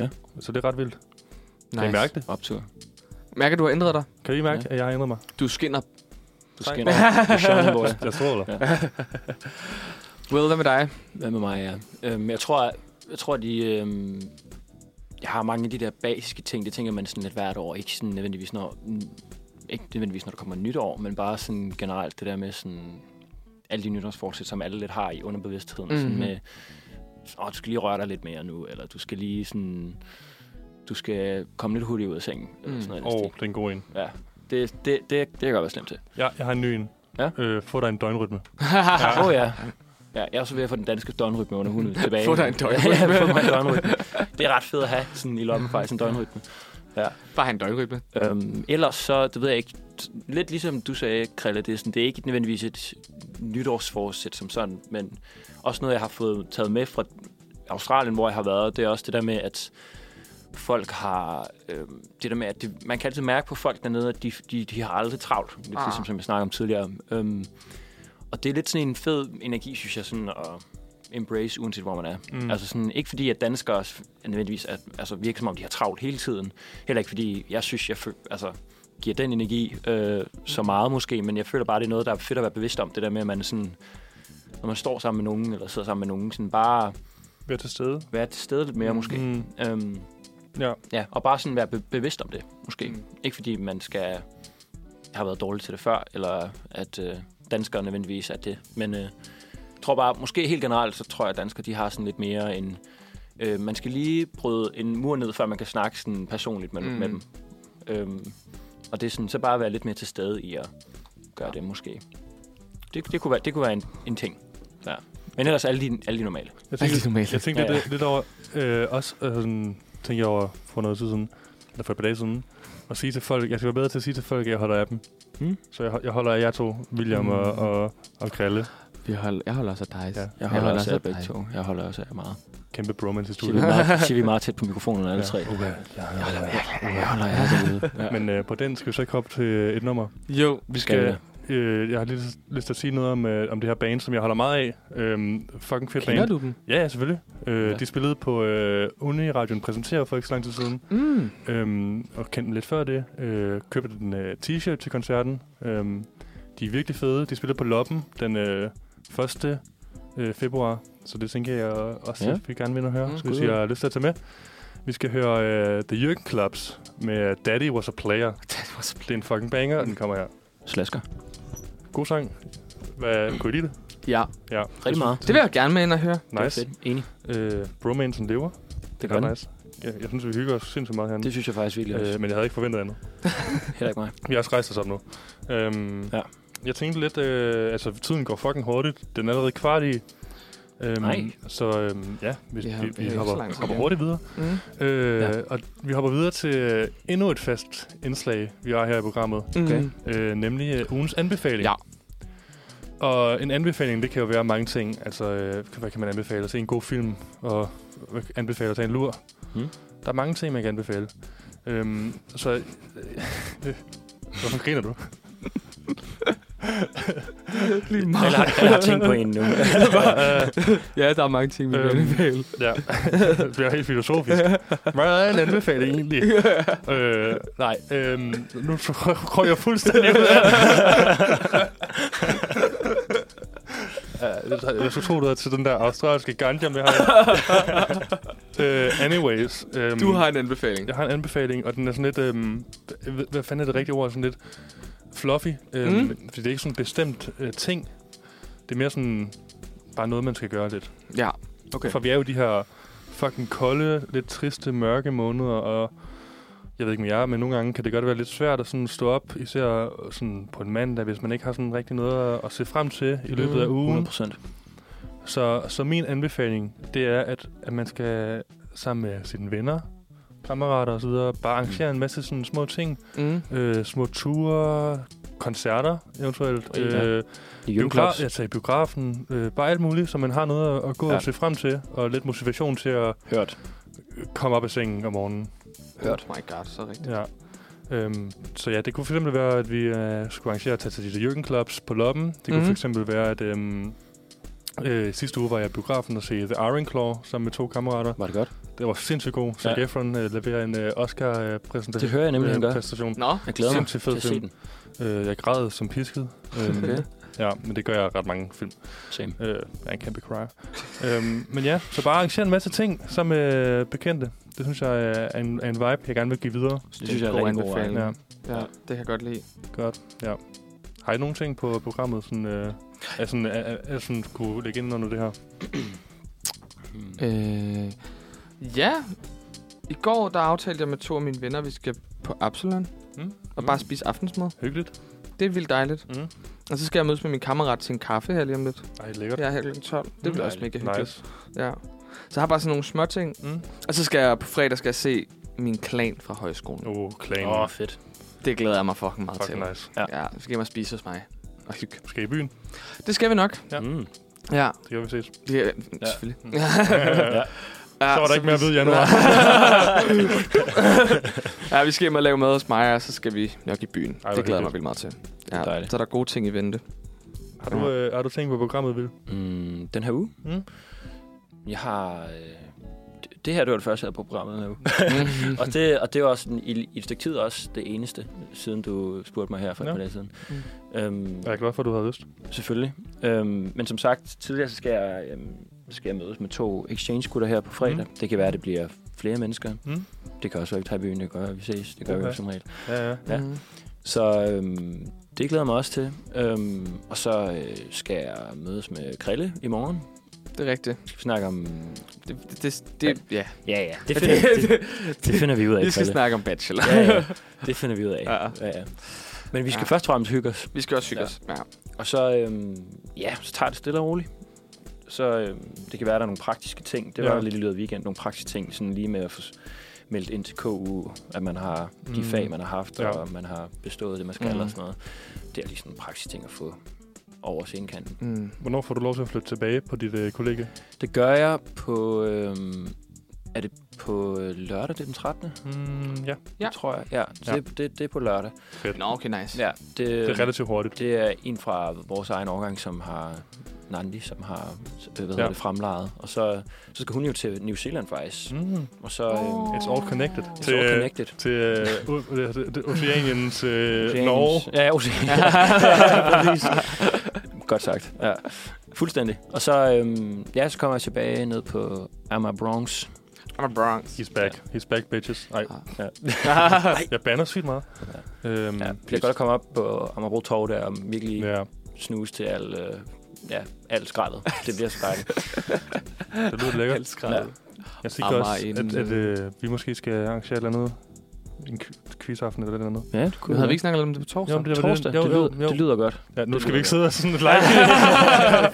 Speaker 3: Ja.
Speaker 1: Så det er ret vildt.
Speaker 2: Nice.
Speaker 1: Kan I mærke det?
Speaker 3: Optur.
Speaker 2: Mærker du har ændret dig?
Speaker 1: Kan I mærke,
Speaker 3: Ja.
Speaker 1: ja. at jeg har ændret mig?
Speaker 2: Du skinner.
Speaker 3: Du
Speaker 1: Tak.
Speaker 3: skinner. Du shine, boy.
Speaker 1: Jeg stråler.
Speaker 3: Ja.
Speaker 1: Ja.
Speaker 2: Will, hvad med dig?
Speaker 3: Hvad med mig, ja. Øhm, jeg tror, jeg tror de... Øhm, jeg har mange af de der basiske ting, det tænker man sådan lidt hvert år. Ikke sådan nødvendigvis, når, ikke nødvendigvis, når der kommer nytår, men bare sådan generelt det der med sådan alle de nytårsforsæt, som alle lidt har i underbevidstheden. Mm-hmm. Sådan
Speaker 2: Mhm.
Speaker 3: med, åh, du skal lige røre dig lidt mere nu, eller du skal lige sådan, du skal komme lidt hurtigt ud af sengen, eller
Speaker 2: Mm.
Speaker 3: sådan noget. i den
Speaker 1: Åh,
Speaker 3: stil.
Speaker 1: det er en god en.
Speaker 3: Ja, det, det, det, det kan jeg godt være slemt til.
Speaker 1: Ja, jeg har en ny en.
Speaker 3: Ja.
Speaker 1: Øh, få dig en døgnrytme.
Speaker 3: Åh oh, ja. Ja, jeg er også ved at få den danske døgnrytme under huden tilbage.
Speaker 2: Få dig en døgnrytme.
Speaker 3: ja, få mig en døgnrytme. Det er ret fedt at have sådan i lommen faktisk, en døgnrytme.
Speaker 2: Bare en døgnrytme.
Speaker 3: Øhm, ellers så, det ved jeg ikke, t- lidt ligesom du sagde, Krille, det er, sådan, det er ikke nødvendigvis et nytårsforsæt som sådan, men også noget, jeg har fået taget med fra Australien, hvor jeg har været, det er også det der med, at folk har... Øhm, det der med, at det, man kan altid mærke på folk dernede, at de, de, de har aldrig travlt, lidt ah.
Speaker 2: Ah.
Speaker 3: ligesom som jeg snakkede om tidligere. Øhm, og det er lidt sådan en fed energi, synes jeg, sådan at embrace, uanset hvor man er. Mm.
Speaker 1: Mm.
Speaker 3: Altså sådan, ikke fordi, at danskere s- er nødvendigvis er, altså, virker som om, de har travlt hele tiden. Heller ikke fordi, jeg synes, jeg føl, altså, giver den energi øh, så meget måske, men jeg føler bare, det er noget, der er fedt at være bevidst om. Det der med, at man sådan, når man står sammen med nogen, eller sidder sammen med nogen, sådan bare
Speaker 1: Vær til stede.
Speaker 3: være til stede lidt mere måske.
Speaker 1: Mm.
Speaker 3: Øhm,
Speaker 1: Ja.
Speaker 3: ja, og bare sådan være be- bevidst om det, måske. Mm.
Speaker 2: Mm.
Speaker 3: Ikke fordi man skal have været dårlig til det før, eller at øh, danskere nødvendigvis er det. Men øh, jeg tror bare, måske helt generelt, så tror jeg, at danskere de har sådan lidt mere en... Øh, man skal lige bryde en mur ned, før man kan snakke sådan personligt med, mm.
Speaker 2: Mm.
Speaker 3: med dem. Øhm, og det er sådan, så bare være lidt mere til stede i at gøre det, måske. Det, det, kunne, være, det kunne være en, en ting. Ja. Men ellers alle de, alle de normale.
Speaker 1: Jeg
Speaker 2: Det er
Speaker 1: tænkte,
Speaker 2: normalt.
Speaker 1: jeg tænkte
Speaker 3: Ja,
Speaker 1: ja, ja. Lidt, lidt over... Øh, også øh, sådan, tænkte jeg over for noget tid siden. Eller for et par dage siden. At sige til folk... Jeg skal være bedre til at sige til folk, at jeg holder af dem.
Speaker 3: Mm.
Speaker 1: Så jeg, jeg holder af jer to. William
Speaker 3: Mm.
Speaker 1: mm. og, og, og Krille.
Speaker 2: Vi holder, jeg holder også af dig.
Speaker 1: Ja.
Speaker 2: Ja.
Speaker 1: Jeg
Speaker 3: Jeg holder, jeg holder også af begge
Speaker 2: dig.
Speaker 3: to. Jeg holder også af meget.
Speaker 1: Kæmpe bromance i
Speaker 3: Siger vi
Speaker 1: studiet.
Speaker 3: meget, siger vi meget tæt på mikrofonen alle tre.
Speaker 1: Okay. Ja, ja, ja.
Speaker 3: Jeg holder af derude. Ja.
Speaker 1: Men øh, på den skal vi så ikke hoppe til øh, et nummer.
Speaker 2: Jo,
Speaker 3: Vi
Speaker 1: skal, øh, jeg har lige lyst til at sige noget om, øh, om det her band, som jeg holder meget af. Øhm, fucking fedt
Speaker 2: Kender
Speaker 1: band.
Speaker 2: du dem?
Speaker 1: Ja, ja, selvfølgelig. Øh,
Speaker 2: Ja.
Speaker 1: ja. De spillede på øh, Uniradion Præsenterer for ikke så lang tid siden.
Speaker 2: Mm.
Speaker 1: øhm, og kendte dem lidt før det. Øh, købte den øh, t-shirt til koncerten. Øhm, de er virkelig fede. De spiller på Loppen den øh, 1. Øh, februar, så det tænker jeg også,
Speaker 3: Ja.
Speaker 1: ja. vi gerne vil høre,
Speaker 2: Mm,
Speaker 1: mm, hvis
Speaker 2: skud.
Speaker 1: I har lyst til at tage med. Vi skal høre øh, The Jürgen Clubs med Daddy Was A Player.
Speaker 2: That was
Speaker 1: Det er en fucking banger, og den kommer her.
Speaker 3: Slasker.
Speaker 1: God sang. Hvad, kunne I lide det?
Speaker 2: Ja.
Speaker 1: Ja.
Speaker 3: Rigtig meget.
Speaker 2: Det vil jeg gerne med ind og høre.
Speaker 3: var
Speaker 1: Nice.
Speaker 3: fedt. Enig.
Speaker 1: Øh, bromancen lever.
Speaker 3: Det gør
Speaker 1: er
Speaker 3: den.
Speaker 1: nice. Jeg, jeg synes, vi hygger os sindssygt meget herinde.
Speaker 3: Det synes jeg faktisk virkelig også.
Speaker 1: øh, men jeg havde ikke forventet andet.
Speaker 3: Heller ikke mig.
Speaker 1: Vi har også rejst os op nu. Øhm,
Speaker 3: Ja.
Speaker 1: Jeg tænkte lidt, øh, altså tiden går fucking hurtigt. Den er allerede kvart i. Øhm,
Speaker 3: Nej.
Speaker 1: Så øhm, ja, vi,
Speaker 2: Ja,
Speaker 1: vi,
Speaker 2: det er
Speaker 1: vi
Speaker 2: ikke så lang
Speaker 1: hopper,
Speaker 2: tid
Speaker 1: hopper
Speaker 2: igen.
Speaker 1: hurtigt videre.
Speaker 2: Mm.
Speaker 1: Øh,
Speaker 3: Ja.
Speaker 1: ja. Og vi hopper videre til øh, endnu et fast indslag, vi har her i programmet.
Speaker 3: Okay.
Speaker 2: Mm.
Speaker 1: Øh, nemlig øh, ugens anbefaling.
Speaker 2: Ja.
Speaker 1: Og en anbefaling, det kan jo være mange ting. Altså, øh, hvad kan man anbefale? At se en god film, og hvad kan- anbefale at tage en lur.
Speaker 3: Hmm.
Speaker 1: Der er mange ting, man kan anbefale. Øhm, så... Øh, øh, hvorfor griner du?
Speaker 2: Lige
Speaker 3: Alle har, alle har tænkt på en nu.
Speaker 2: ja, der er mange ting, vi kan
Speaker 1: Øhm.
Speaker 2: anbefale.
Speaker 1: Ja, det bliver helt filosofisk. Hvad er en anbefaling egentlig?
Speaker 2: Øhm,
Speaker 1: øh, nej, øh, nu tror jeg fuldstændig ud af det. Ja, Jeg skulle tro, du havde til den der australske ganja med her. uh, anyways. Um,
Speaker 2: Du har en anbefaling.
Speaker 1: Jeg har en anbefaling, og den er sådan lidt... Øhm, hvad, hvad fanden er det rigtige ord? Sådan lidt fluffy. Øhm,
Speaker 2: Mm.
Speaker 1: mm. Fordi det er ikke sådan en bestemt øh, ting. Det er mere sådan... Bare noget, man skal gøre lidt.
Speaker 2: Ja. Okay.
Speaker 1: For vi er jo i de her fucking kolde, lidt triste, mørke måneder, og jeg ved ikke med jer, men nogle gange kan det godt være lidt svært at sådan stå op, især sådan på en mandag, hvis man ikke har sådan rigtig noget at- at se frem til i løbet af ugen.
Speaker 3: 100 Mm, procent.
Speaker 1: Så, så min anbefaling, det er, at, at man skal sammen med sine venner, kammerater osv., bare arrangere en masse sådan små ting.
Speaker 2: Mm.
Speaker 1: Øh, små ture, koncerter eventuelt.
Speaker 3: Ja.
Speaker 1: Øh,
Speaker 3: I
Speaker 1: Biograf,
Speaker 3: Jørgen
Speaker 1: altså i biografen. Øh, bare alt muligt, så man har noget at, at gå
Speaker 3: Ja.
Speaker 1: ja. og se frem til, og lidt motivation til at
Speaker 3: Hørt.
Speaker 1: komme op af sengen om morgenen.
Speaker 2: Hørt. Oh my god, så rigtigt.
Speaker 1: Ja. Øhm, så ja, det kunne fx være, at vi øh, skulle arrangere at tage til de der Jürgen Clubs på Loppen. Det kunne
Speaker 2: Mhm.
Speaker 1: mm-hmm. fx være, at øhm, øh, sidste uge var jeg i biografen og se The Iron Claw sammen med to kammerater.
Speaker 3: Var det godt?
Speaker 1: Det var sindssygt god. Så
Speaker 3: Ja.
Speaker 1: ja. Efron øh, leverer en øh, Oscar-præsentation.
Speaker 3: Det hører jeg nemlig, han gør.
Speaker 1: præstation.
Speaker 2: Nå.
Speaker 3: Jeg glæder mig
Speaker 1: Sindssygt fed
Speaker 3: til at se
Speaker 1: film.
Speaker 3: den.
Speaker 1: Øh, jeg græd som pisket. Øhm,
Speaker 2: Okay.
Speaker 1: Ja, men det gør jeg ret mange film.
Speaker 3: Same.
Speaker 1: Øh, jeg er en kæmpe crier. øhm, men ja, så bare arrangere en masse ting som øh, bekendte. Det synes jeg øh, er en, er en vibe, jeg gerne vil give videre.
Speaker 3: Det synes jeg er
Speaker 2: en
Speaker 3: en
Speaker 2: god
Speaker 3: rigtig god
Speaker 2: anbefaling.
Speaker 3: anbefaling.
Speaker 1: Ja,
Speaker 2: Ja, det kan jeg godt lide.
Speaker 1: godt. Ja. Har I nogle ting på programmet, sådan, øh, er sådan, er, er, er sådan kunne lægge ind under det her?
Speaker 2: Øh, ja. I går, der aftalte jeg med to af mine venner, at vi skal på Absalon
Speaker 1: Mm.
Speaker 2: og bare spise aftensmad.
Speaker 1: Hyggeligt.
Speaker 2: Det er vildt dejligt.
Speaker 1: Mm.
Speaker 2: Og så skal jeg mødes med min kammerat til en kaffe her lige om lidt.
Speaker 1: Ej, lækkert.
Speaker 2: Jeg er her kl. 12. Det bliver også mega hyggeligt.
Speaker 1: Nice.
Speaker 2: Ja. Så jeg har bare sådan nogle små ting.
Speaker 1: Mm.
Speaker 2: Og så skal jeg på fredag skal jeg se min klan fra højskolen.
Speaker 1: Oh, klan.
Speaker 3: Mm. Åh,
Speaker 1: Oh,
Speaker 3: fedt.
Speaker 2: Det glæder jeg mig fucking meget
Speaker 1: fucking
Speaker 2: til.
Speaker 1: nice.
Speaker 2: Ja, så skal jeg mig spise hos mig. Og hygge.
Speaker 1: Skal I i byen?
Speaker 2: Det skal vi nok.
Speaker 1: Ja.
Speaker 3: Mm.
Speaker 2: Ja,
Speaker 1: Det kan vi ses.
Speaker 2: det er ja. selvfølgelig.
Speaker 1: Mm. ja.
Speaker 2: Ja,
Speaker 1: Så var der ikke mere at vide i januar.
Speaker 2: ja, vi skal hjem og lave mad hos mig, og så skal vi nok i byen. Ej,
Speaker 1: hvor
Speaker 2: det glæder jeg mig
Speaker 1: hyggeligt.
Speaker 2: vildt meget til.
Speaker 3: er
Speaker 2: Ja,
Speaker 3: dejligt.
Speaker 2: så er der gode ting i vente.
Speaker 1: Har du, øh, har du tænkt på programmet, Vil?
Speaker 3: Mm, den her uge?
Speaker 1: Mm.
Speaker 3: Jeg har... Øh, det- det her, det var det første, jeg havde på programmet den her uge. og, det, og det var sådan, i, i et stykke tid også det eneste, siden du spurgte mig her for et
Speaker 1: Ja.
Speaker 3: par dage siden. Mm. Øhm,
Speaker 1: Jeg er glad for, at du havde lyst.
Speaker 3: Selvfølgelig. Øhm, men som sagt, tidligere så skal jeg, øhm, skal jeg mødes med to exchange-gutter her på fredag. Mm. Det kan være, at det bliver flere mennesker.
Speaker 1: Mm.
Speaker 3: Det kan også være, at vi tager i byen. Det gør, at vi ses. Det gør okay. vi
Speaker 1: Okay.
Speaker 3: jo som regel.
Speaker 1: Ja, ja.
Speaker 3: Ja.
Speaker 2: Mhm.
Speaker 3: Så øhm, det glæder jeg mig også til. Øhm, og så øh, skal jeg mødes med Krille i morgen.
Speaker 2: Det er rigtigt.
Speaker 3: Skal vi snakke om...
Speaker 2: Det, det, det, det ja.
Speaker 3: Ja, ja. Det finder, det,
Speaker 2: det,
Speaker 3: det finder vi ud af,
Speaker 2: vi skal
Speaker 3: Krille.
Speaker 2: snakke om bachelor.
Speaker 3: Ja, ja. Det finder vi ud af.
Speaker 2: Ja.
Speaker 3: Ja, ja. Men vi skal
Speaker 2: Ja.
Speaker 3: ja. først og fremmest hygge os.
Speaker 2: Vi skal også hygge
Speaker 3: Ja.
Speaker 2: os. Ja.
Speaker 3: Og så, øhm, ja, så tager det stille og roligt. Så øhm, det kan være, at der er nogle praktiske ting. Det var
Speaker 1: Ja.
Speaker 3: der lidt i løbet af weekenden. Nogle praktiske ting, sådan lige med at få s- meldt ind til KU, at man har de
Speaker 1: Mm.
Speaker 3: fag, man har haft,
Speaker 1: Ja.
Speaker 3: og om man har bestået det, man skal
Speaker 2: Mm.
Speaker 3: mm. og sådan noget. Det er lige sådan en praktisk ting at få over scenekanten.
Speaker 2: Mm.
Speaker 1: Hvornår får du lov til at flytte tilbage på dit øh, kollega?
Speaker 3: Det gør jeg på øhm, er det på øh, lørdag, det er den 13.
Speaker 1: Mm, ja,
Speaker 2: Ja.
Speaker 3: Det tror jeg. Ja, så
Speaker 1: Ja.
Speaker 3: Det, det, det er på lørdag.
Speaker 2: Nå, okay, nice.
Speaker 3: Ja, det, øh,
Speaker 1: det er relativt hurtigt.
Speaker 3: det er en fra vores egen årgang, som har Nandi, som har øh, hvad hedder
Speaker 1: Ja.
Speaker 3: det, fremlejet. Og så, så skal hun jo til New Zealand faktisk.
Speaker 1: Mm.
Speaker 3: Og så øh,
Speaker 1: It's all connected.
Speaker 3: it's all connected.
Speaker 1: Til øh, u- hvad hedder det? Oceaniens øh,
Speaker 3: James.
Speaker 1: Norge.
Speaker 3: Ja, Oceanien. Godt sagt. Ja. Fuldstændig. Og så, øhm, ja, så kommer jeg tilbage ned på Amager Bronx.
Speaker 2: I'm a Bronx.
Speaker 1: He's back. He's back, bitches. Ej,
Speaker 2: Ah.
Speaker 1: ja. jeg banner sygt meget. Øhm,
Speaker 3: Ja, det bliver godt at komme op på Amagerbro Torv der og virkelig ja.
Speaker 1: Ja,
Speaker 3: snuse til al, øh, ja, alt skraldet. Det bliver så dejligt.
Speaker 1: det lyder lækkert.
Speaker 2: Helt skrald.
Speaker 1: Jeg synes
Speaker 2: Amager
Speaker 1: også, at,
Speaker 2: inden-
Speaker 1: at øh, vi måske skal arrangere et eller andet. En qu- quizaften eller et eller andet.
Speaker 3: Ja, det kunne
Speaker 2: Havde vi ikke snakket om det på torsdag?
Speaker 1: Jo, men det var
Speaker 3: Torsdag,
Speaker 1: Jo,
Speaker 3: det,
Speaker 1: jo,
Speaker 3: lyder,
Speaker 1: jo.
Speaker 3: det lyder godt.
Speaker 1: Ja, nu
Speaker 3: det
Speaker 1: skal vi
Speaker 3: lyder
Speaker 1: ikke sidde og sådan lege.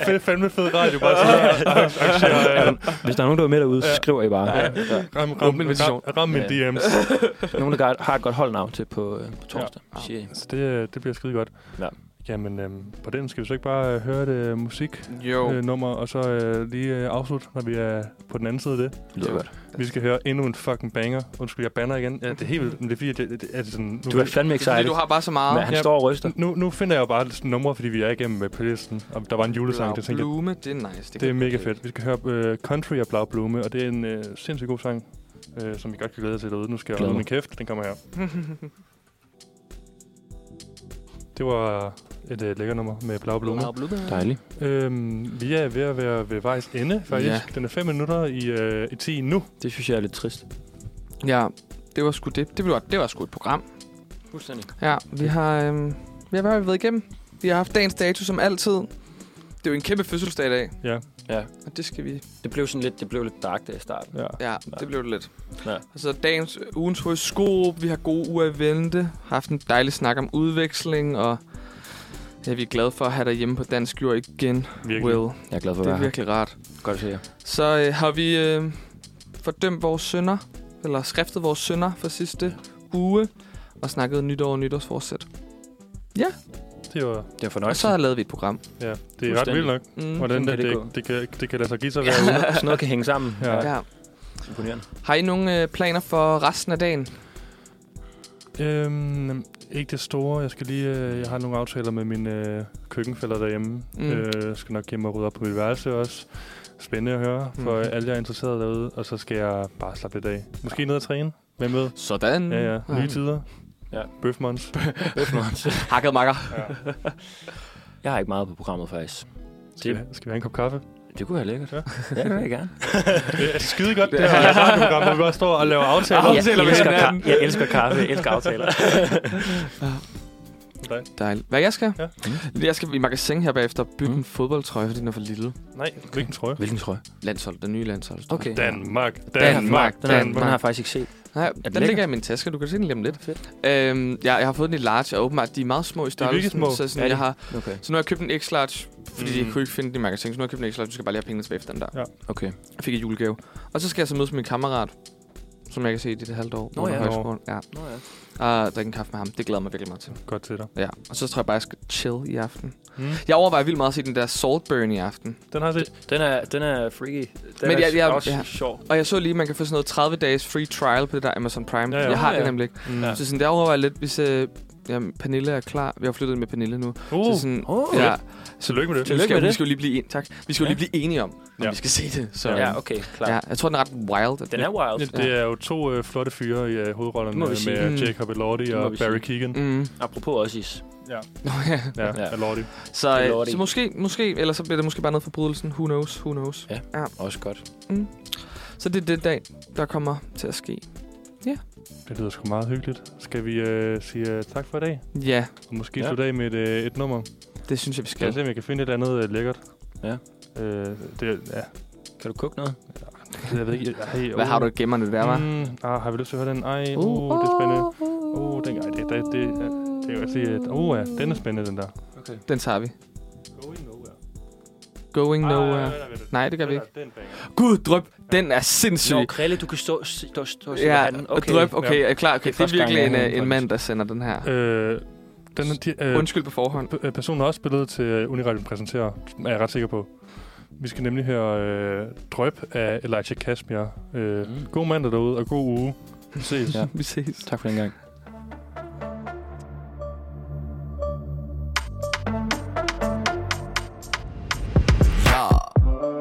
Speaker 1: Fed, fandme fed radio. Bare sådan og arrangere. øh,
Speaker 3: Hvis der er nogen, der er med derude, så
Speaker 1: Ja.
Speaker 3: skriver I bare.
Speaker 1: Ja.
Speaker 3: Ja. Ja.
Speaker 1: Ram, ram,
Speaker 2: Åben invitation.
Speaker 1: ram, ram min
Speaker 3: Ja.
Speaker 1: DM's.
Speaker 3: Nogen, der har et godt holdnavn til på, øh, på torsdag.
Speaker 2: Ja.
Speaker 3: Ja. Siger I.
Speaker 1: Så det, øh, det bliver skide godt.
Speaker 3: Ja.
Speaker 1: Jamen, øhm, på den skal vi så ikke bare øh, høre det øh, musik
Speaker 2: Jo.
Speaker 1: øh, nummer, og så øh, lige øh, afslutte, når vi er på den anden side af det.
Speaker 3: Det lyder godt.
Speaker 1: Øh, Vi skal høre endnu en fucking banger. Undskyld, jeg banner igen. Ja, det er helt vildt, men det er fordi, at det, det, altså sådan... Nu,
Speaker 3: Du er fandme
Speaker 2: Det er fordi,
Speaker 3: excited.
Speaker 2: du har bare så
Speaker 3: Men
Speaker 2: meget.
Speaker 3: han
Speaker 1: Ja.
Speaker 3: står og ryster.
Speaker 1: nu, nu finder jeg jo bare sådan numre, fordi vi er igennem med playlisten, og der var en julesang, der tænkte jeg,
Speaker 2: Blume, det er nice.
Speaker 1: det er mega fedt. Vi skal høre øh, Country af Blau Blume, og det er en øh, sindssygt god sang, øh, som vi godt kan glæde jer til derude. Nu skal jeg
Speaker 3: Glæder
Speaker 1: holde min
Speaker 3: mig.
Speaker 1: kæft, den kommer her. Det var et øh, lækker nummer med Blau Blume.
Speaker 3: Dejligt.
Speaker 1: Øhm, vi er ved at være ved vejs ende, faktisk.
Speaker 2: Ja.
Speaker 1: Ja. Den er 5 minutter i, øh, i 10 nu.
Speaker 3: Det synes jeg er lidt trist.
Speaker 2: Ja, det var sgu det. Det var, det var sgu et program.
Speaker 3: Fuldstændig.
Speaker 2: Ja, vi har, øhm, vi har, hvad har vi været igennem. Vi har haft dagens dato som altid. Det er jo en kæmpe fødselsdag i dag,
Speaker 1: Ja.
Speaker 3: Ja,
Speaker 2: og det skal vi...
Speaker 3: det blev sådan lidt, det blev lidt dark der i starten.
Speaker 1: ja.
Speaker 2: Ja, det blev det lidt.
Speaker 3: Ja.
Speaker 2: Altså dagens ugens højsko, vi har gode uger i vente, haft en dejlig snak om udveksling, og ja, vi er glade for at have dig hjemme på dansk jord igen,
Speaker 1: Virkelig.
Speaker 2: Will.
Speaker 3: Jeg er glad for at
Speaker 2: Det er
Speaker 3: være her.
Speaker 2: virkelig rart.
Speaker 3: Godt at se jer.
Speaker 2: Så øh, har vi øh, fordømt vores sønder, eller skriftet vores sønder for sidste uge, og snakket nytår og nytårsforsæt.
Speaker 1: Det var,
Speaker 3: Det er
Speaker 2: Og
Speaker 3: fornøjelse.
Speaker 2: så har jeg lavet vi et program.
Speaker 1: ja, det er ret
Speaker 3: Fuldstændig.
Speaker 1: vildt nok,
Speaker 2: Mm.
Speaker 1: hvordan
Speaker 3: Sådan
Speaker 1: det,
Speaker 3: kan det
Speaker 1: det,
Speaker 3: gå.
Speaker 1: det, kan, det kan lade sig give sig hver uge.
Speaker 3: Sådan noget kan hænge sammen.
Speaker 1: Ja.
Speaker 2: Ja.
Speaker 3: Imponerende.
Speaker 2: Har I nogle øh, planer for resten af dagen?
Speaker 1: Øhm, ikke det store. Jeg skal lige, øh, jeg har nogle aftaler med mine øh, køkkenfælder derhjemme.
Speaker 2: Mm.
Speaker 1: Mm. Øh, skal nok hjemme og rydde op på mit værelse også. Spændende at høre for
Speaker 2: Mhm.
Speaker 1: mm. alle, jer interesserede derude. Og så skal jeg bare slappe lidt af. Måske ned og træne. Hvem ved?
Speaker 2: Sådan.
Speaker 1: Ja, ja. Nye tider.
Speaker 3: Ja.
Speaker 1: Bøfmons.
Speaker 2: Hakket makker.
Speaker 3: Jeg har ikke meget på programmet, faktisk.
Speaker 1: Skal, vi- skal vi have en kop kaffe?
Speaker 3: Det kunne være lækkert.
Speaker 1: Ja.
Speaker 3: Ja, det vil jeg gerne.
Speaker 1: Det er skide godt, det her radioprogram, hvor vi bare står og laver aftaler.
Speaker 2: Ja. Aftaler med
Speaker 3: Ah, jeg, elsker
Speaker 2: hinanden.
Speaker 3: ka- jeg elsker kaffe, jeg elsker aftaler.
Speaker 2: Dejligt. Hvad jeg skal?
Speaker 1: Ja.
Speaker 2: Mm. Jeg skal i magasin her bagefter bygge mm.
Speaker 3: Mm.
Speaker 2: en fodboldtrøje, fordi den er for lille.
Speaker 1: Nej, hvilken trøje?
Speaker 3: Hvilken trøje?
Speaker 2: Landshold, den nye landshold.
Speaker 3: Okay.
Speaker 1: Danmark,
Speaker 2: Danmark.
Speaker 1: Danmark.
Speaker 3: Den, er, den
Speaker 2: Danmark.
Speaker 3: har jeg faktisk ikke set.
Speaker 2: Nej, den
Speaker 3: den
Speaker 2: lækker?
Speaker 3: lækker?
Speaker 2: ligger i min taske. Du kan se den lige om lidt.
Speaker 3: Fedt.
Speaker 2: Øhm, jeg, jeg har fået den i large, og åbenbart, de er meget
Speaker 1: er
Speaker 2: små i
Speaker 1: virkelig
Speaker 2: størrelsen.
Speaker 1: små.
Speaker 2: Så, sådan,
Speaker 3: Ja, de-
Speaker 2: jeg har,
Speaker 3: Okay.
Speaker 2: så nu har jeg købt en X-large, fordi mm. jeg
Speaker 1: Mm.
Speaker 2: kunne ikke finde den i magasin. Så nu har jeg købt en X-large, du skal bare lige have pengene tilbage efter den der.
Speaker 3: Okay.
Speaker 2: Jeg fik en julegave. Og så skal jeg så mødes med min kammerat, som jeg kan se i det halvt år.
Speaker 3: Nå
Speaker 2: under
Speaker 3: ja.
Speaker 2: højskolen. ja.
Speaker 3: Nå ja.
Speaker 2: Og drikke en kaffe med ham. Det glæder jeg mig virkelig meget til.
Speaker 1: Godt til dig.
Speaker 2: Ja, og så tror jeg bare, jeg skal chill i aften.
Speaker 1: Mm.
Speaker 2: Jeg overvejer vildt meget at se den der Saltburn i aften.
Speaker 1: Den har jeg set.
Speaker 3: Den er, den er freaky. Den
Speaker 2: Men
Speaker 3: er
Speaker 2: jeg- jeg-
Speaker 3: også
Speaker 2: ja.
Speaker 3: sjov.
Speaker 2: Og jeg så lige, at man kan få sådan noget 30 dages free trial på det der Amazon Prime.
Speaker 1: Ja, ja.
Speaker 2: Jeg har
Speaker 3: Ja,
Speaker 2: det
Speaker 3: ja.
Speaker 2: nemlig ikke.
Speaker 1: Mm.
Speaker 3: Ja.
Speaker 2: Så sådan, der overvejer jeg lidt, hvis øh, jamen, Pernille er klar. Vi har flyttet med Pernille nu.
Speaker 1: Uh,
Speaker 2: så sådan,
Speaker 3: Oh,
Speaker 2: ja,
Speaker 1: tillykke med det.
Speaker 2: vi
Speaker 3: Tillykke
Speaker 2: skal,
Speaker 3: med
Speaker 2: vi
Speaker 3: det.
Speaker 2: skal jo lige blive, en, tak. Vi skal jo
Speaker 3: Ja.
Speaker 2: lige blive enige om, om
Speaker 1: Ja.
Speaker 2: vi skal se det. Så,
Speaker 1: Ja.
Speaker 3: Ja, okay, klar.
Speaker 2: ja, jeg tror, den er ret wild.
Speaker 3: Den er wild.
Speaker 1: Ja, Det er jo to øh, flotte fyre i øh, hovedrollerne
Speaker 3: Det må vi
Speaker 1: med
Speaker 3: sige.
Speaker 1: øh,
Speaker 2: Mm.
Speaker 1: Jacob Elordi
Speaker 3: Det må
Speaker 1: og
Speaker 3: vi
Speaker 1: Barry
Speaker 3: sige.
Speaker 1: Keegan.
Speaker 2: Mm.
Speaker 3: Apropos Ossis.
Speaker 1: Ja,
Speaker 2: Nå, ja.
Speaker 1: ja,
Speaker 3: Ja.
Speaker 1: Elordi.
Speaker 2: Så,
Speaker 3: Det er
Speaker 2: øh,
Speaker 3: lortig.
Speaker 2: så måske, måske, eller så bliver det måske bare noget forbrydelsen. Who knows, who knows.
Speaker 3: Ja. Også godt.
Speaker 2: Så det er det dag, der kommer til at ske.
Speaker 1: Det lyder sgu meget hyggeligt. Skal vi øh, sige øh, tak for i dag?
Speaker 2: Ja,
Speaker 1: Og måske
Speaker 3: Ja.
Speaker 1: slutte af med et, øh, et nummer. Skal
Speaker 2: det synes jeg, vi
Speaker 1: jeg
Speaker 2: skal.
Speaker 1: se, om jeg kan finde et eller andet øh, lækkert?
Speaker 3: Ja.
Speaker 1: Øh, det, ja.
Speaker 3: Kan du koge noget?
Speaker 1: Jeg ved ikke. Hey, oh.
Speaker 2: Hvad har du i gemmerne der, var?
Speaker 1: Mm, ah, har vi lyst til at høre den? Ej, uh, uh, det er spændende. Uh, den, ej, det, det, det, det kan jeg godt sige, at uh, ja, den er spændende, den der.
Speaker 3: Okay.
Speaker 2: Den tager vi.
Speaker 1: Going nowhere.
Speaker 2: Going nowhere. Nej, det gør vi ikke. Gud, drøb. Den er sindssyg.
Speaker 3: Nå, Krille, du kan stå, stå, stå, stå
Speaker 2: ja,
Speaker 3: ja, den.
Speaker 2: okay.
Speaker 3: Okay.
Speaker 2: drøb. Okay, er klar. Okay,
Speaker 3: Det er
Speaker 2: det er
Speaker 3: første gang,
Speaker 2: virkelig
Speaker 3: jeg
Speaker 2: en,
Speaker 3: hører
Speaker 2: øh,
Speaker 3: den,
Speaker 2: en mand,
Speaker 3: faktisk.
Speaker 2: der sender den her.
Speaker 1: Øh, den er, de, øh,
Speaker 2: Undskyld på forhånd.
Speaker 1: p- øh, personen har også spillet til øh, Uniradion præsenterer, er jeg ret sikker på. Vi skal nemlig høre øh, Drøb af Elijah Kasmir. Øh,
Speaker 3: Mm.
Speaker 1: mm. God mandag derude, og god uge. Vi ses.
Speaker 3: Ja.
Speaker 2: Vi ses.
Speaker 3: Tak for den gang.
Speaker 4: Ja,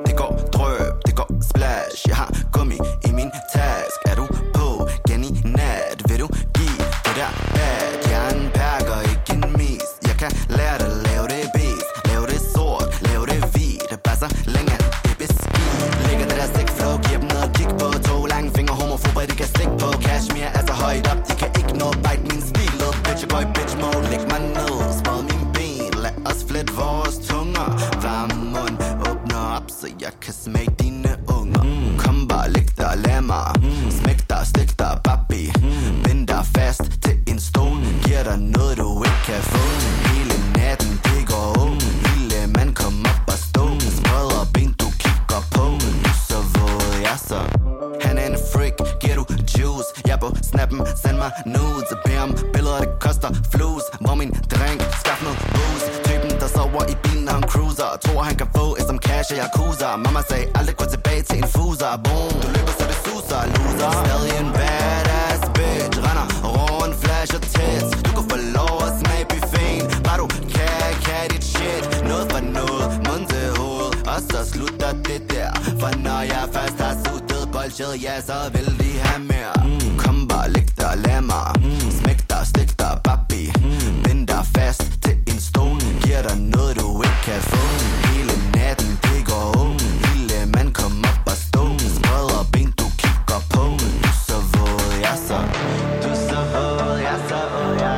Speaker 4: det går drøb, det går splash Jeg har gummi i min task Er du på igen i nat? Vil du give det der bad? Jeg er en perker, ikke en mis Jeg kan lære dig lave det bis Lave det sort, lave det hvidt Bare så længe det er beskidt Lægger det der stik flow, giver dem noget kick på To lange fingre, homofober, de kan stikke på Cashmere er så højt op, de kan ikke nå Bite min stil, little bitch, jeg går i bitch mode Læg mig ned, spred min ben Lad os flette vores tunger Varm mund åbner op, så jeg kan smage dine unger mm. Kom bare, læg dig, lad mig mm. Smæk dig, stik dig, papi mm. Bind dig fast til en stol Giver dig noget, du ikke kan få Hele natten, det går åben Lille mand, kom op og stå Spreder ben, du kigger på Du er så våd, jeg er så Han er en freak, giver du juice Jeg er på snappen, send mig nudes Bed om billeder, det koster flus Hvor min drink, skaf noget booze Typen, der sover i bilen, når han cruiser Tror han kan få et som cash og yakuza Mamma sagde, aldrig gå tilbage til en fuser Boom, du løber, så det suser, loser Stadig en badass bitch Render rundt, flasher tits Du kan få lov at smage buffeten Bare du kan, kan dit shit Noget for noget, mund til hoved Og så slutter det der For når jeg først har suttet bolsjet Ja, så vil de have mere Kom bare, læg dig, lad mig Smæk dig, stik dig, papi Bind dig fast til en stol Giver dig noget, du ikke kan få Hele natten, det går åben Lille mand, kom op og stå Spreder ben, du kigger på Du er så våd, jeg er så Du er så våd, jeg er så våd, jeg er